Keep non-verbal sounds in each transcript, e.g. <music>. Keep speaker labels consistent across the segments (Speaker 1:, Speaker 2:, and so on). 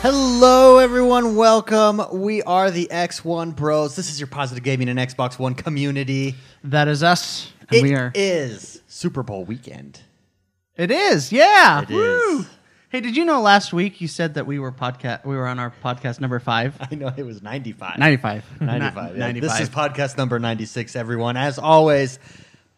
Speaker 1: Hello, everyone. Welcome. We are the X1 Bros. This is your positive gaming and Xbox One community.
Speaker 2: That is us. And
Speaker 1: It
Speaker 2: we are.
Speaker 1: is Super Bowl weekend. <laughs>
Speaker 2: it is. Yeah.
Speaker 1: It
Speaker 2: Woo.
Speaker 1: is.
Speaker 2: Hey, did you know last week you said that we were podcast? We were on our podcast number
Speaker 1: <laughs>
Speaker 2: five.
Speaker 1: I know it was 95.
Speaker 2: <laughs> Ninety-five.
Speaker 1: 95.
Speaker 2: Ni-
Speaker 1: yeah. This is
Speaker 2: Ninety-five.
Speaker 1: podcast number 96, everyone. As always,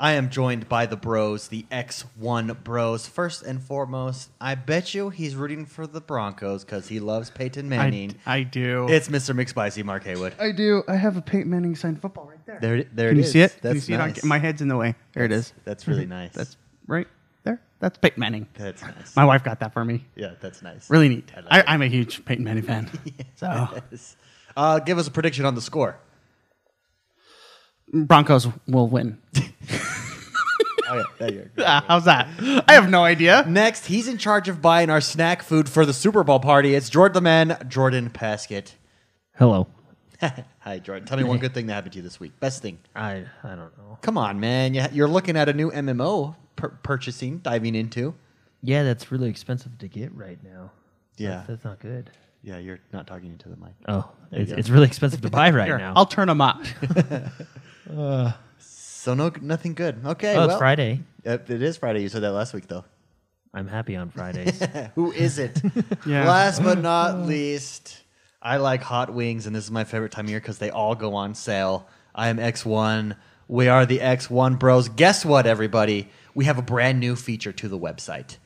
Speaker 1: I am joined by the bros, the X1 bros. First and foremost, I bet you he's rooting for the Broncos because he loves Peyton Manning.
Speaker 2: I, I do.
Speaker 1: it's Mr. McSpicy, Mark Haywood.
Speaker 2: I do. I have a Peyton Manning signed football right there.
Speaker 1: There, it- there
Speaker 2: Can
Speaker 1: it
Speaker 2: you
Speaker 1: is.
Speaker 2: see it?
Speaker 1: That's
Speaker 2: Can you see
Speaker 1: nice.
Speaker 2: it? On, my head's in the way. There it is.
Speaker 1: That's
Speaker 2: <laughs>
Speaker 1: really nice.
Speaker 2: That's right there. That's Peyton Manning.
Speaker 1: That's nice.
Speaker 2: My wife got that for me.
Speaker 1: yeah, that's nice.
Speaker 2: Really neat.
Speaker 1: I like
Speaker 2: I,
Speaker 1: it.
Speaker 2: I'm a huge Peyton
Speaker 1: <laughs>
Speaker 2: Manning fan. So
Speaker 1: Yes. Uh, give us a prediction on the score.
Speaker 2: Broncos will win.
Speaker 1: <laughs>
Speaker 2: <laughs>
Speaker 1: Okay, Oh, there you
Speaker 3: <laughs>
Speaker 1: go.
Speaker 2: Ah, how's that? I have no idea.
Speaker 1: Next, he's in charge of buying our snack food for the Super Bowl party. It's Jordan the Man, Jordan Paskett.
Speaker 3: Hello.
Speaker 1: <laughs> Hi, Jordan. Tell me one good thing that happened to you this week. Best thing.
Speaker 3: I I don't know.
Speaker 1: Come on, man. You- You're looking at a new MMO pur- purchasing, diving into.
Speaker 3: Yeah, that's really expensive to get right now.
Speaker 1: Yeah.
Speaker 3: That's not good.
Speaker 1: Yeah, you're not talking into the mic.
Speaker 3: Oh,
Speaker 1: There you
Speaker 3: it's,
Speaker 1: go.
Speaker 3: it's really expensive to buy right <laughs>
Speaker 2: Here,
Speaker 3: now.
Speaker 2: I'll turn
Speaker 1: <laughs>
Speaker 2: them up.
Speaker 1: So no, nothing good. Okay.
Speaker 3: oh, it's
Speaker 1: well,
Speaker 3: Friday.
Speaker 1: Uh, It is Friday. You said that last week, though.
Speaker 3: I'm happy on Fridays.
Speaker 1: <laughs> Who is it?
Speaker 2: Yeah.
Speaker 1: Last but not least, I like hot wings, and this is my favorite time of year because they all go on sale. I am X1. We are the X1 Bros. Guess what, everybody? We have a brand new feature to the website.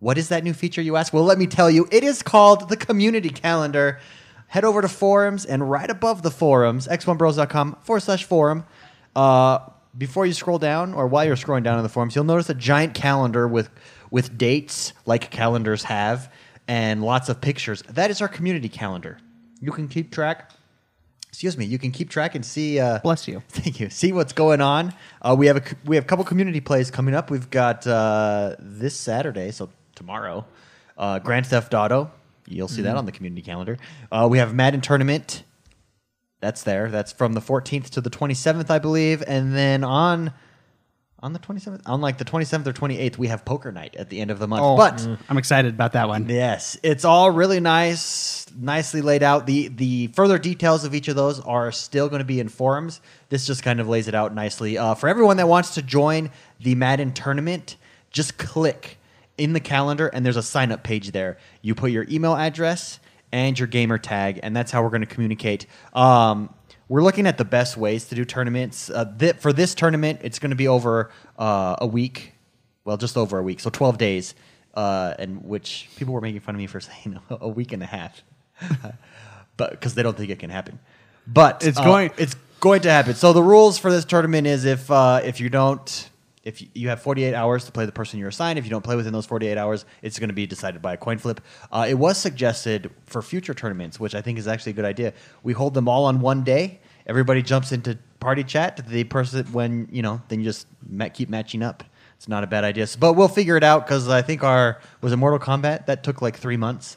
Speaker 1: What is that new feature, you ask? Well, let me tell you. It is called the Community Calendar. Head over to forums, and right above the forums, x1bros.com forward slash forum. Uh, before you scroll down, or while you're scrolling down in the forums, you'll notice a giant calendar with with dates like calendars have, and lots of pictures. That is our community calendar. You can keep track. Excuse me. You can keep track and see. Uh,
Speaker 2: Bless you.
Speaker 1: <laughs> Thank you. See what's going on. Uh, we have a c- we have a couple community plays coming up. We've got uh, this Saturday, so tomorrow, uh, Grand Theft Auto. You'll see that on the community calendar. Uh, we have Madden tournament. That's there. That's from the 14th to the 27th, I believe. And then on on the 27th, on like the 27th or 28th, we have poker night at the end of the month.
Speaker 2: Oh,
Speaker 1: but
Speaker 2: Mm. I'm excited about that one.
Speaker 1: Yes, it's all really nice, nicely laid out. The the further details of each of those are still going to be in forums. This just kind of lays it out nicely. Uh, for everyone that wants to join the Madden tournament, just click in the calendar and there's a sign up page there. You put your email address and your gamer tag, and that's how we're going to communicate. Um, we're looking at the best ways to do tournaments. Uh, th- for this tournament, it's going to be over uh, a week well, just over a week, so 12 days, uh, and which people were making fun of me for <laughs> saying a week and a half, but because they don't think it can happen. But
Speaker 2: It's
Speaker 1: uh,
Speaker 2: going-
Speaker 1: it's going to happen. So the rules for this tournament is if uh, if you don't. If you- you have 48 hours to play the person you're assigned, if you don't play within those 48 hours, it's going to be decided by a coin flip. Uh, it was suggested for future tournaments, which I think is actually a good idea. We hold them all on one day. Everybody jumps into party chat. The person, when you know, then you just ma- keep matching up. It's not a bad idea, S- but we'll figure it out because I think our was it Mortal Kombat that took like three months.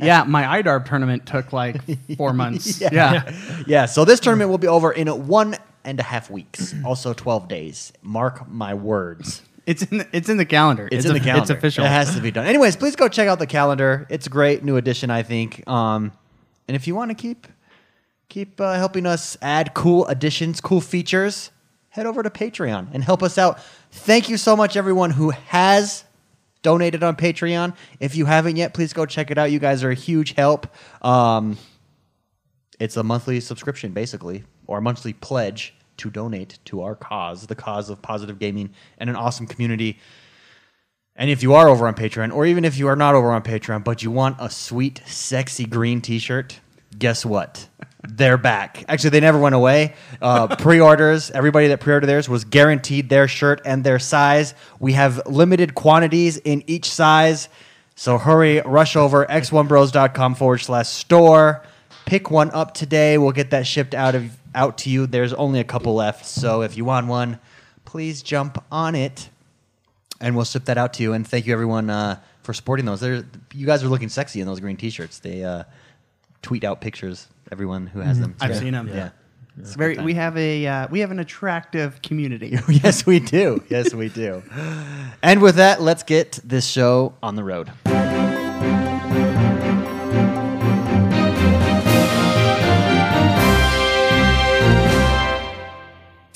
Speaker 2: yeah, my IDARB tournament took like four months. yeah.
Speaker 1: <laughs> yeah. So this tournament will be over in one and a half weeks, also twelve days. Mark my words.
Speaker 2: It's in the, it's in the calendar.
Speaker 1: It's, in
Speaker 2: a-
Speaker 1: the calendar.
Speaker 2: It's official.
Speaker 1: It has to be done. Anyways, please go check out the calendar. It's a great new addition, I think. Um, and if you want to keep keep uh, helping us add cool additions, cool features, head over to Patreon and help us out. Thank you so much, everyone who has donated on Patreon. If you haven't yet, please go check it out. You guys are a huge help. Um, it's a monthly subscription, basically, or a monthly pledge to donate to our cause, the cause of positive gaming and an awesome community. And if you are over on Patreon, or even if you are not over on Patreon, but you want a sweet, sexy green t shirt, guess what? They're back. Actually, they never went away. Uh, pre orders, everybody that pre ordered theirs was guaranteed their shirt and their size. We have limited quantities in each size. So hurry, rush over, x1bros.com forward slash store. Pick one up today. We'll get that shipped out of out to you. There's only a couple left. So if you want one, please jump on it and we'll ship that out to you. And thank you everyone uh, for supporting those. They're, you guys are looking sexy in those green T-shirts. They uh, tweet out pictures. Everyone who has them, It's
Speaker 2: Mm-hmm. I've
Speaker 1: great.
Speaker 2: seen 'em.
Speaker 1: Yeah. <laughs>
Speaker 2: It's very. We have a uh, we have an attractive community.
Speaker 1: yes, we do. Yes, we do. And with that, let's get this show on the road.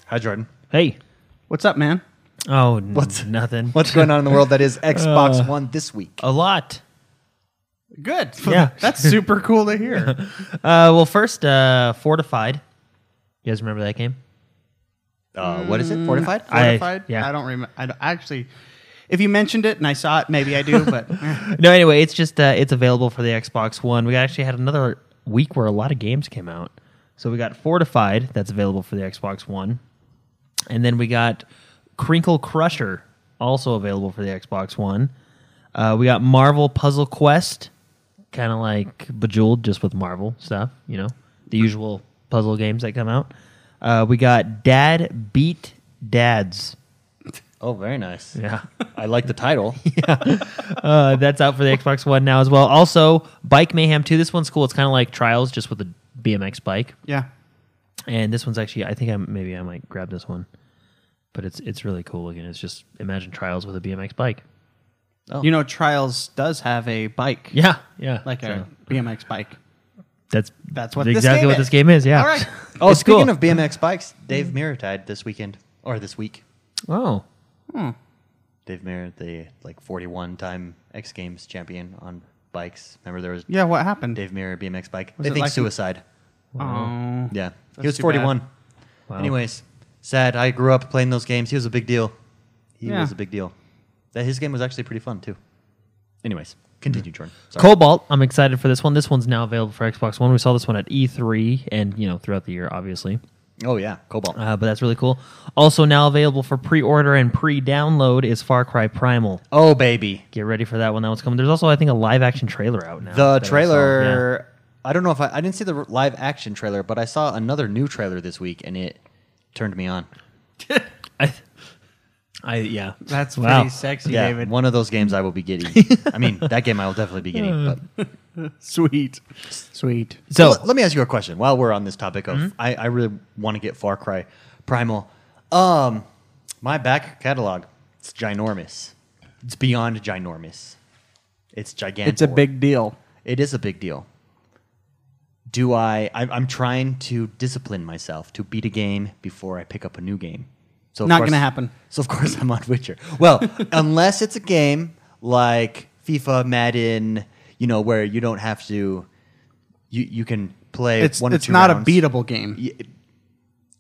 Speaker 1: Hi, Jordan.
Speaker 3: <laughs> Hey.
Speaker 2: What's up, man?
Speaker 3: Oh, n-
Speaker 1: What's-
Speaker 3: nothing?
Speaker 1: What's going on in the world that <laughs> is Xbox
Speaker 3: Uh,
Speaker 1: One this week?
Speaker 3: A lot.
Speaker 2: Good.
Speaker 3: Yeah.
Speaker 2: <laughs> That's super cool to hear.
Speaker 3: Uh, well, first, uh, Fortified. You guys remember that game?
Speaker 1: Uh, what is it? Fortified?
Speaker 3: <laughs> I-
Speaker 2: Fortified?
Speaker 3: yeah.
Speaker 2: I don't remember. I don't- actually, if you mentioned it and I saw it, maybe I do, but <laughs> eh.
Speaker 3: No, anyway, it's just uh, it's available for the Xbox One. We actually had another week where a lot of games came out. So we got Fortified, that's available for the Xbox One, and then we got Crinkle Crusher, also available for the Xbox One. Uh, we got Marvel Puzzle Quest, kind of like Bejeweled, just with Marvel stuff. You know, the usual puzzle games that come out. Uh, we got Dad Beat Dads.
Speaker 1: Oh, very nice.
Speaker 3: Yeah.
Speaker 1: I like the <laughs> title.
Speaker 3: Uh, that's out for the Xbox One now as well. Also, Bike Mayhem 2. This one's cool. It's kind of like Trials, just with a BMX bike.
Speaker 2: yeah.
Speaker 3: And this one's actually, I think I maybe I might grab this one, but it's it's really cool looking. It's just imagine Trials with a BMX bike.
Speaker 2: You know, Trials does have a bike.
Speaker 3: Yeah, yeah.
Speaker 2: Like a BMX bike.
Speaker 3: that's
Speaker 2: That's what this
Speaker 3: exactly
Speaker 2: game
Speaker 3: what
Speaker 2: is.
Speaker 3: this game is. Yeah.
Speaker 2: All
Speaker 3: <laughs>
Speaker 2: right.
Speaker 1: Oh,
Speaker 3: It's
Speaker 1: speaking
Speaker 3: cool.
Speaker 1: of BMX bikes, Dave Mirra died this weekend or this week.
Speaker 3: Oh,
Speaker 1: Dave Mirra, the like 41 time X Games champion on bikes. Remember there was
Speaker 2: Yeah, what happened?
Speaker 1: Dave Mirra BMX bike.
Speaker 2: Was
Speaker 1: they
Speaker 2: it
Speaker 1: think
Speaker 2: like-
Speaker 1: suicide.
Speaker 2: Oh.
Speaker 1: Yeah.
Speaker 2: That's
Speaker 1: He was
Speaker 2: too
Speaker 1: 41.
Speaker 3: Wow.
Speaker 1: Anyways, sad. I grew up playing those games. He was a big deal. He
Speaker 2: Yeah.
Speaker 1: was a big deal. That his game was actually pretty fun too. Anyways, continue,
Speaker 2: Mm-hmm.
Speaker 1: Jordan. Sorry.
Speaker 3: Cobalt. I'm excited for this one. This one's now available for Xbox One. We saw this one at E3 and you know throughout the year, obviously.
Speaker 1: Oh yeah, Cobalt.
Speaker 3: Uh, but that's really cool. Also now available for pre-order and pre-download is Far Cry Primal.
Speaker 1: oh baby,
Speaker 3: Get ready for that one. That one's coming. There's also, I think, a live action trailer out now.
Speaker 1: the
Speaker 3: that I saw.
Speaker 1: trailer. I don't know if I, I didn't see the r- live action trailer, but I saw another new trailer this week, and it turned me on.
Speaker 3: Yeah. I, I yeah.
Speaker 2: That's
Speaker 3: Wow.
Speaker 2: pretty sexy,
Speaker 1: yeah,
Speaker 2: David.
Speaker 1: one of those games I will be getting. I mean, that game I will definitely be getting. But
Speaker 2: Sweet. Sweet.
Speaker 1: So
Speaker 3: So
Speaker 1: let, let me ask you a question while we're on this topic of I, I really want to get Far Cry Primal. Um, my back catalog, it's ginormous. It's beyond ginormous. It's gigantic.
Speaker 2: It's a big deal.
Speaker 1: It is a big deal. Do I, I? I'm trying to discipline myself to beat a game before I pick up a new game. So of
Speaker 2: Not
Speaker 1: course-
Speaker 2: gonna happen.
Speaker 1: So of course I'm on Witcher.
Speaker 2: <laughs>
Speaker 1: Well, unless it's a game like FIFA, Madden, you know, where you don't have to, you you can play.
Speaker 2: It's
Speaker 1: one or
Speaker 2: it's
Speaker 1: two
Speaker 2: not
Speaker 1: rounds.
Speaker 2: a beatable game.
Speaker 1: Y-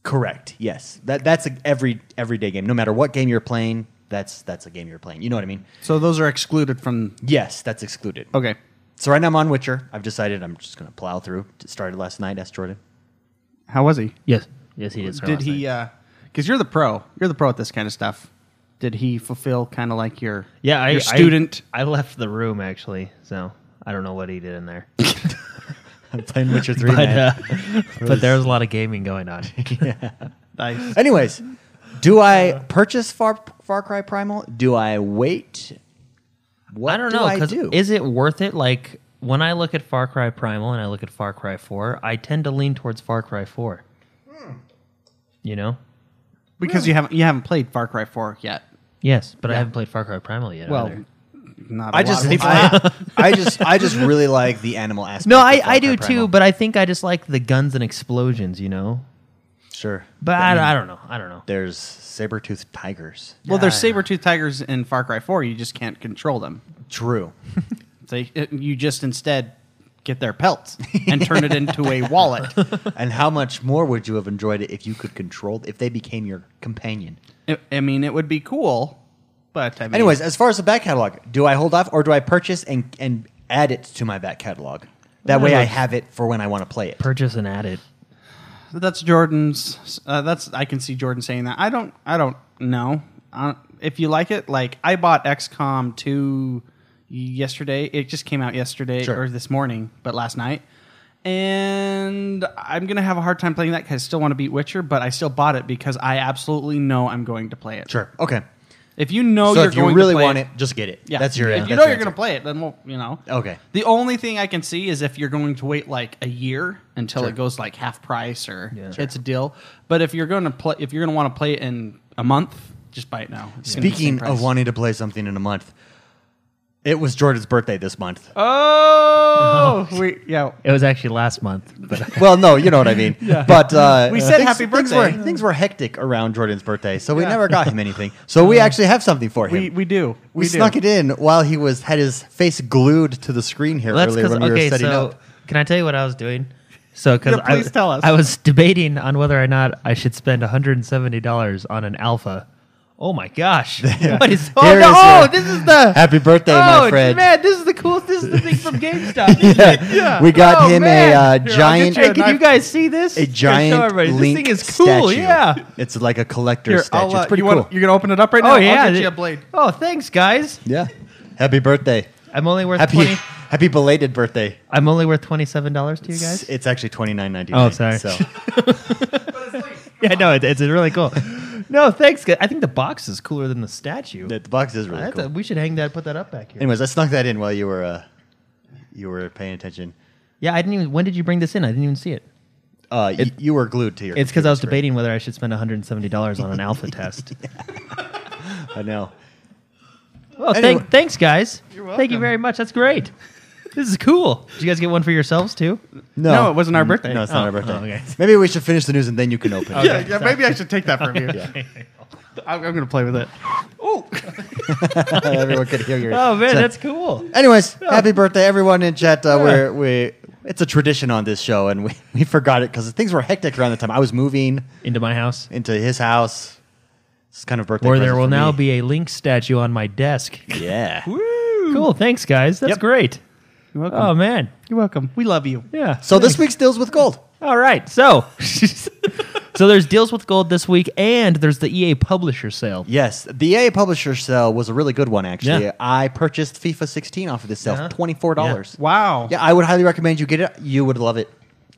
Speaker 1: Correct. Yes. That that's a every everyday game. No matter what game you're playing, that's that's a game you're playing. You know what I mean?
Speaker 2: So those are excluded from.
Speaker 1: Yes, that's excluded.
Speaker 2: Okay.
Speaker 1: So right now I'm on Witcher. I've decided I'm just going to plow through. Started last night. Asked Jordan. <laughs>
Speaker 2: How was he?
Speaker 3: yes, yes, he did. start
Speaker 2: Did
Speaker 3: last
Speaker 2: he? uh,
Speaker 3: night.
Speaker 2: Because you're the pro. You're the pro at this kind of stuff. Did he fulfill kind of like your
Speaker 3: yeah, I
Speaker 2: your
Speaker 3: I-
Speaker 2: student?
Speaker 3: I, left the room actually, so I don't know what he did
Speaker 1: <laughs>
Speaker 3: in there.
Speaker 1: I'm playing Witcher Three.
Speaker 3: <laughs> but
Speaker 1: man.
Speaker 3: uh, but there was a lot of gaming going on.
Speaker 2: Nice.
Speaker 1: Anyways, do I purchase Far Far Cry Primal? Do I wait? <laughs> What
Speaker 3: I don't
Speaker 1: do
Speaker 3: know
Speaker 1: I
Speaker 3: 'cause
Speaker 1: do?
Speaker 3: is it worth it? Like when I look at Far Cry Primal and I look at Far Cry Four, I tend to lean towards Far Cry Four.
Speaker 2: Hmm.
Speaker 3: You know.
Speaker 2: Because you haven't you haven't played Far Cry Four yet.
Speaker 3: Yes, but I haven't played Far Cry Primal yet.
Speaker 2: Well,
Speaker 3: either.
Speaker 2: not. I
Speaker 1: I just I, <laughs> I just I just really like the animal aspect.
Speaker 3: no,
Speaker 1: of
Speaker 3: I,
Speaker 1: Far Cry
Speaker 3: I do too,
Speaker 1: Primal.
Speaker 3: but I think I just like the guns and explosions. You know.
Speaker 1: sure.
Speaker 3: But I, I don't know. I don't know.
Speaker 1: There's saber-toothed tigers.
Speaker 2: well, there's
Speaker 3: Yeah.
Speaker 2: saber-toothed tigers in Far Cry Four. You just can't control them.
Speaker 1: True.
Speaker 2: So you- you just instead get their pelts and turn it into a wallet.
Speaker 1: <laughs> and how much more would you have enjoyed it if you could control if they became your companion?
Speaker 2: I- I mean, it would be cool, but I mean,
Speaker 1: Anyways, as far as the back catalog, do I hold off or do I purchase and and add it to my back catalog? That way, I have it for when I want to play it.
Speaker 3: Purchase and add it.
Speaker 2: that's Jordan's. Uh, that's I can see Jordan saying that. I don't. I don't know. I don't- if you like it, like I bought XCOM two yesterday. It just came out yesterday
Speaker 1: Sure.
Speaker 2: or this morning, but last night. And I'm gonna have a hard time playing that because I still want to beat Witcher, but I still bought it because I absolutely know I'm going to play it.
Speaker 1: Sure. Okay.
Speaker 2: If you know
Speaker 1: so
Speaker 2: Oh, you're
Speaker 1: if you
Speaker 2: going
Speaker 1: really
Speaker 2: to play
Speaker 1: want
Speaker 2: it,
Speaker 1: it, just get it.
Speaker 2: Yeah,
Speaker 1: That's your.
Speaker 2: If
Speaker 1: that's
Speaker 2: you know
Speaker 1: your
Speaker 2: you're going
Speaker 1: answer.
Speaker 2: to
Speaker 1: Oh,
Speaker 2: play it, then we'll, you know.
Speaker 1: Okay.
Speaker 2: The only thing I can see is if you're going to wait like a year until
Speaker 1: Sure.
Speaker 2: it goes like half price or
Speaker 3: Yeah.
Speaker 2: it's a deal. But if you're going to play, if you're going to want to play it in a month, just buy it now. It's gonna be the same
Speaker 1: Speaking
Speaker 2: price.
Speaker 1: of wanting to play something in a month, It was Jordan's birthday this month. <laughs>
Speaker 2: Oh, we yeah.
Speaker 3: It was actually last month, but
Speaker 1: Well, no, you know what I
Speaker 2: <laughs>
Speaker 1: mean. But uh,
Speaker 2: We said
Speaker 1: things-
Speaker 2: happy
Speaker 1: things
Speaker 2: birthday.
Speaker 1: were- Things were hectic around Jordan's birthday, so we
Speaker 2: Yeah. Uh-huh.
Speaker 1: never
Speaker 2: <laughs>
Speaker 1: got him anything. So we actually have something for him.
Speaker 2: We we do.
Speaker 1: We, snuck it in while he was had his face glued to the screen here
Speaker 3: Well, that's
Speaker 1: earlier
Speaker 3: because
Speaker 1: when we
Speaker 3: okay.
Speaker 1: were setting
Speaker 3: so
Speaker 1: up.
Speaker 3: can I tell you what I was doing? So because
Speaker 2: Yeah, please
Speaker 3: I,
Speaker 2: tell us.
Speaker 3: I was debating on whether or not I should spend 170 dollars on an alpha. Oh my gosh! What is? Oh
Speaker 1: Here
Speaker 3: no!
Speaker 1: is
Speaker 3: oh,
Speaker 1: your-
Speaker 3: this is the
Speaker 1: Happy birthday,
Speaker 3: oh,
Speaker 1: my friend. <laughs>
Speaker 3: man! This is the coolest. This is the thing from GameStop. isn't it?
Speaker 1: We got
Speaker 3: Oh,
Speaker 1: him
Speaker 3: man.
Speaker 1: a uh,
Speaker 3: Here,
Speaker 1: giant,
Speaker 3: Hey,
Speaker 2: you a
Speaker 3: can you
Speaker 2: knife.
Speaker 3: guys see this?
Speaker 1: a
Speaker 3: Here, Show
Speaker 1: giant
Speaker 3: everybody.
Speaker 1: Link
Speaker 3: this thing is cool.
Speaker 1: statue.
Speaker 3: Yeah.
Speaker 1: It's like a collector's
Speaker 2: Here,
Speaker 1: statue.
Speaker 2: I'll, uh,
Speaker 1: it's pretty
Speaker 2: you
Speaker 1: cool.
Speaker 2: want, you're gonna open it up right now.
Speaker 3: Oh yeah.
Speaker 2: I'll get
Speaker 3: th-
Speaker 2: you a blade.
Speaker 3: Oh thanks guys.
Speaker 1: yeah. Happy birthday.
Speaker 3: I'm only worth
Speaker 1: Happy
Speaker 3: twenty.
Speaker 1: happy belated birthday.
Speaker 3: I'm only worth twenty seven dollars to you
Speaker 2: <laughs>
Speaker 3: guys.
Speaker 1: It's actually twenty nine ninety
Speaker 3: Oh,
Speaker 1: nine.
Speaker 3: sorry. <laughs>
Speaker 1: So
Speaker 3: Yeah, no, it, it's really cool. <laughs> no, thanks. guys. I think the box is cooler than the statue.
Speaker 1: the the box is really
Speaker 3: I thought
Speaker 1: cool.
Speaker 3: we should hang that, put that up back here.
Speaker 1: Anyways, I snuck that in while you were uh, you were paying attention.
Speaker 3: Yeah, I didn't even. When did you bring this in? I didn't even see it.
Speaker 1: Uh, y- you were glued to your.
Speaker 3: It's because I was
Speaker 1: computer
Speaker 3: debating whether I should spend 170 dollars
Speaker 1: <laughs>
Speaker 3: on an alpha test.
Speaker 1: screen. I know.
Speaker 3: Well,
Speaker 1: Anyway.
Speaker 3: thank, thanks, guys.
Speaker 2: You're
Speaker 3: Thank you
Speaker 2: welcome.
Speaker 3: very much.
Speaker 1: <laughs>
Speaker 3: That's great. This is cool. Did you guys get one for yourselves too?
Speaker 1: No,
Speaker 2: No, it wasn't our
Speaker 1: Mm, <laughs>
Speaker 2: birthday.
Speaker 1: No, it's not
Speaker 3: Oh,
Speaker 1: our birthday.
Speaker 3: oh, okay.
Speaker 1: Maybe we should finish the news and then you can open.
Speaker 3: <laughs>
Speaker 1: it. <laughs>
Speaker 2: <laughs> Yeah, yeah, maybe I should take that from you. <laughs> I'm, I'm gonna play with it. Oh,
Speaker 1: Everyone could hear your.
Speaker 3: Oh man,
Speaker 1: So-
Speaker 3: that's cool.
Speaker 1: Anyways, happy birthday, everyone in chat. Uh, we're, we it's a tradition on this show, and we, <laughs> we forgot it because things were hectic around the time I was moving
Speaker 3: Into my house,
Speaker 1: into his house. It's kind of birthday.
Speaker 3: where there
Speaker 1: present
Speaker 3: will
Speaker 1: for
Speaker 3: now
Speaker 1: me.
Speaker 3: be a Link statue on my desk.
Speaker 1: Yeah.
Speaker 3: Cool. Thanks, guys. That's
Speaker 1: Yep.
Speaker 3: great.
Speaker 2: you're welcome.
Speaker 1: Um,
Speaker 3: Oh man.
Speaker 2: you're welcome. We love you.
Speaker 3: Yeah.
Speaker 1: So this week's deals with gold.
Speaker 3: All right. So so there's deals with gold this week, and there's the EA publisher sale.
Speaker 1: Yes, the EA publisher sale was a really good one. Actually,
Speaker 3: Yeah.
Speaker 1: I purchased FIFA 16 off of this sale,
Speaker 3: Uh-huh.
Speaker 1: twenty four dollars.
Speaker 2: Wow.
Speaker 1: Yeah, I would highly recommend you get it. You would love it.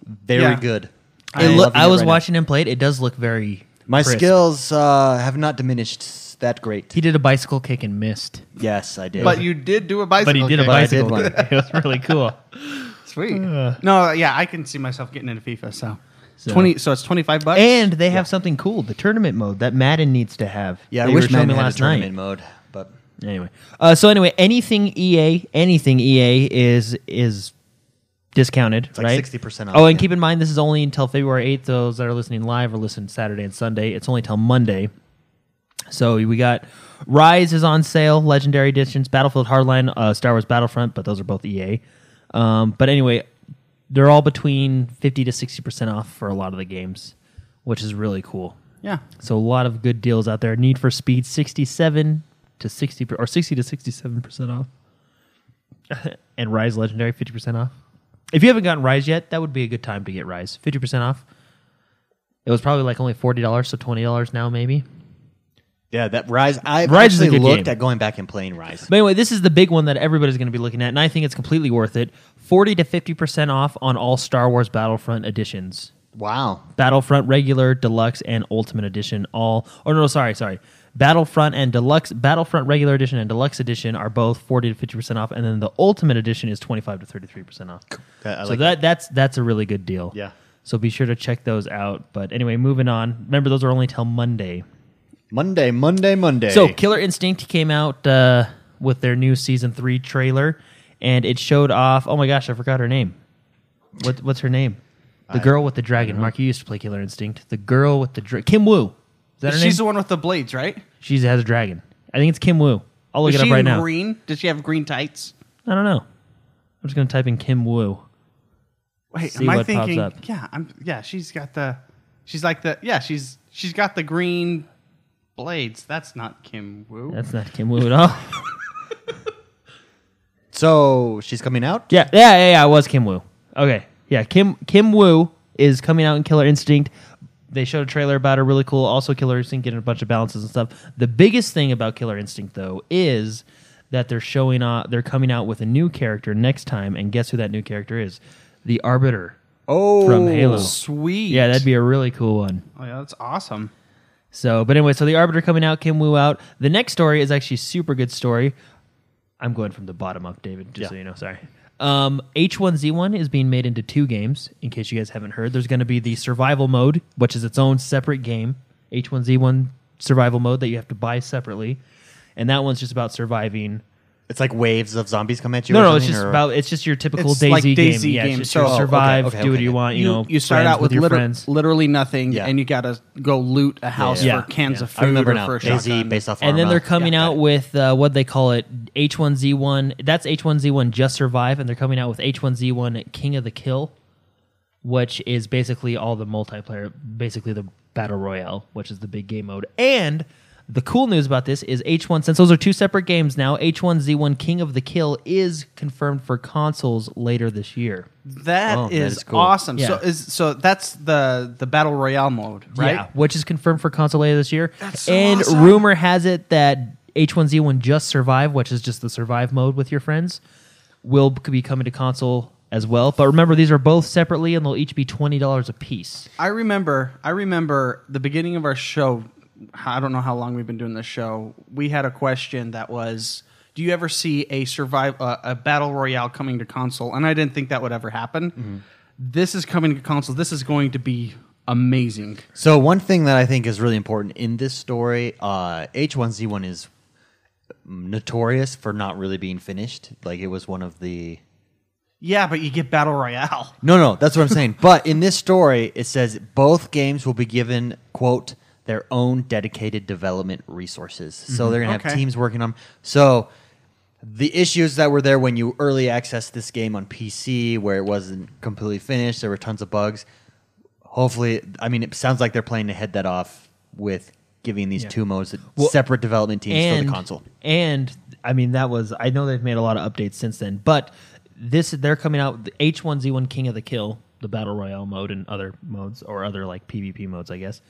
Speaker 1: Very
Speaker 2: Yeah.
Speaker 1: good.
Speaker 3: It
Speaker 1: I'm
Speaker 3: loo-
Speaker 1: loving
Speaker 3: I
Speaker 1: it
Speaker 3: was
Speaker 1: E right now.
Speaker 3: watching him play it. It does look very.
Speaker 1: My
Speaker 3: crisp.
Speaker 1: skills uh, have not diminished s- that great.
Speaker 3: He did a bicycle kick and missed,
Speaker 1: yes, I did.
Speaker 2: But you did do a bicycle.
Speaker 3: but he did a
Speaker 2: kick.
Speaker 1: I did
Speaker 3: bicycle.
Speaker 1: one.
Speaker 3: kick. <laughs> it was really cool.
Speaker 1: <laughs>
Speaker 2: Sweet. no, yeah, I can see myself getting into FIFA. So,
Speaker 3: So-
Speaker 2: twenty. So it's twenty five bucks.
Speaker 3: And they have something cool: the tournament mode that Madden needs to have.
Speaker 1: yeah,
Speaker 3: They
Speaker 1: I
Speaker 3: were
Speaker 1: wish
Speaker 3: showing
Speaker 1: Madden
Speaker 3: me
Speaker 1: had
Speaker 3: last
Speaker 1: a tournament
Speaker 3: night.
Speaker 1: mode, but
Speaker 3: Anyway, uh, so anyway, anything EA, anything EA is is discounted,
Speaker 1: like
Speaker 3: right?
Speaker 1: 60% off,
Speaker 3: Oh, and
Speaker 1: yeah.
Speaker 3: keep in mind this is only until February eighth. Those that are listening live or listen Saturday and Sunday. It's only till Monday. So we got Rise is on sale, Legendary Editions, Battlefield Hardline, uh, Star Wars Battlefront, but those are both EA. Um, but anyway, they're all between fifty to sixty percent off for a lot of the games, which is really cool.
Speaker 2: yeah,
Speaker 3: So a lot of good deals out there. Need for Speed 67 to 60 per- or 60 to 67 percent off, <laughs> and Rise Legendary 50 percent off. If you haven't gotten Rise yet, that would be a good time to get Rise 50 percent off. It was probably like only forty dollars, so twenty dollars now maybe.
Speaker 1: yeah, that Rise. I
Speaker 3: Rise is a
Speaker 1: actually
Speaker 3: good
Speaker 1: looked
Speaker 3: game.
Speaker 1: at going back and playing Rise.
Speaker 3: But anyway, this is the big one that everybody's going to be looking at, and I think it's completely worth it. Forty to fifty percent off on all Star Wars Battlefront editions.
Speaker 1: Wow,
Speaker 3: Battlefront regular, deluxe, and ultimate edition all or no, sorry, sorry. Battlefront and deluxe Battlefront regular edition and deluxe edition are both 40 to 50% off and then the ultimate edition is 25 to 33% off.
Speaker 1: That- I
Speaker 3: so
Speaker 1: like
Speaker 3: that that's that's a really good deal.
Speaker 1: Yeah.
Speaker 3: So be sure to check those out. But anyway, moving on. Remember those are only till Monday.
Speaker 1: Monday, Monday, Monday.
Speaker 3: So Killer Instinct came out uh, with their new season 3 trailer and it showed off Oh my gosh, I forgot her name. What what's her name? The girl with the dragon. Mark, you used to play Killer Instinct. The girl with the dra- Kim Woo. Is that her
Speaker 2: she's the
Speaker 3: name?
Speaker 2: one with the blades, right?
Speaker 3: She has a dragon. I think it's Kim Woo. I'll look
Speaker 2: Is
Speaker 3: it up
Speaker 2: she
Speaker 3: right
Speaker 2: in
Speaker 3: now.
Speaker 2: green? Does she have green tights?
Speaker 3: I don't know. I'm just gonna type in Kim Woo.
Speaker 2: Wait,
Speaker 3: See
Speaker 2: am I
Speaker 3: what pops
Speaker 2: thinking?
Speaker 3: up.
Speaker 2: Yeah, I'm. Yeah, she's got the. She's like the. Yeah, she's she's got the green blades. That's not Kim Woo.
Speaker 3: That's not Kim Woo at all.
Speaker 2: <laughs>
Speaker 1: so she's coming out.
Speaker 3: yeah, yeah, yeah, yeah. It was Kim Woo. Okay, yeah. Kim Kim Woo is coming out in Killer Instinct. They showed a trailer about her, really cool. Also, Killer Instinct getting a bunch of balances and stuff. The biggest thing about Killer Instinct though is that they're showing off. They're coming out with a new character next time, and guess who that new character is? The Arbiter.
Speaker 1: Oh,
Speaker 3: From Halo.
Speaker 2: Sweet.
Speaker 3: Yeah, that'd be a really cool one.
Speaker 2: Oh yeah, that's awesome.
Speaker 3: So, but anyway, so the Arbiter coming out, Kim Woo out. The next story is actually a super good story. I'm going from the bottom up, David, just so you know. Sorry. Um, H1Z1 is being made into two games, in case you guys haven't heard. There's going to be the survival mode, which is its own separate game, H1Z1 survival mode that you have to buy separately. And that one's just about surviving
Speaker 1: It's like waves of zombies come at you.
Speaker 3: No,
Speaker 1: or
Speaker 3: no, it's
Speaker 1: something,
Speaker 3: just
Speaker 1: or-
Speaker 3: about it's just your typical
Speaker 2: It's
Speaker 3: Daisy,
Speaker 2: like DayZ
Speaker 3: game. Yeah, it's
Speaker 2: game,
Speaker 3: just
Speaker 2: so-
Speaker 3: you
Speaker 2: Oh, okay,
Speaker 3: survive,
Speaker 1: okay,
Speaker 3: do what
Speaker 1: okay.
Speaker 3: you want. You,
Speaker 2: you,
Speaker 3: know,
Speaker 2: you start
Speaker 3: friends
Speaker 2: out with,
Speaker 3: your
Speaker 2: liter-
Speaker 3: friends,
Speaker 2: literally nothing,
Speaker 1: Yeah.
Speaker 2: and you gotta go loot a house
Speaker 3: Yeah.
Speaker 2: for cans
Speaker 3: Yeah.
Speaker 2: of food
Speaker 1: I remember
Speaker 2: or
Speaker 1: now.
Speaker 2: for a
Speaker 1: AZ
Speaker 2: shotgun.
Speaker 1: based off.
Speaker 3: and then
Speaker 1: Arma.
Speaker 3: they're coming
Speaker 2: Yeah, got
Speaker 3: out with uh, what they call it H1Z1. That's H1Z1 Just Survive, and they're coming out with H1Z1 King of the Kill, which is basically all the multiplayer, basically the battle royale, which is the big game mode. And the cool news about this is H1 since those are two separate games now. H1Z1 King of the Kill is confirmed for consoles later this year.
Speaker 2: That
Speaker 1: Oh, that
Speaker 2: is
Speaker 1: is cool.
Speaker 2: awesome. So
Speaker 3: Yeah.
Speaker 2: is so that's the the battle royale mode, right?
Speaker 3: Yeah, which is confirmed for console later this year.
Speaker 2: so
Speaker 3: and
Speaker 2: awesome.
Speaker 3: rumor has it that H1Z1 Just Survive, which is just the survive mode with your friends, will b- be coming to console as well. But remember, these are both separately, and they'll each be twenty dollars a piece.
Speaker 2: I remember. I remember the beginning of our show. I don't know how long we've been doing this show. We had a question that was, "Do you ever see a survive uh, a battle royale coming to console?" And I didn't think that would ever happen.
Speaker 3: Mm-hmm.
Speaker 2: This is coming to console. This is going to be amazing.
Speaker 1: So one thing that I think is really important in this story, uh, H1Z1 is mm, notorious for not really being finished. Like it was one of the
Speaker 2: Yeah, but you get battle royale.
Speaker 1: No, no, that's what I'm saying. But in this story, it says both games will be given quote their own dedicated development resources.
Speaker 3: Mm-hmm.
Speaker 1: So they're gonna have
Speaker 2: Okay.
Speaker 1: teams working on. So the issues that were there when you early accessed this game on PC, where it wasn't completely finished, there were tons of bugs. Hopefully, I mean, it sounds like they're planning to head that off with giving these two modes that-
Speaker 3: Well,
Speaker 1: separate development teams for
Speaker 3: And
Speaker 1: the console.
Speaker 3: and I mean that was I know they've made a lot of updates since then, but this they're coming out with the H1Z1 King of the Kill, the battle royale mode and other modes or other like PvP modes, I guess.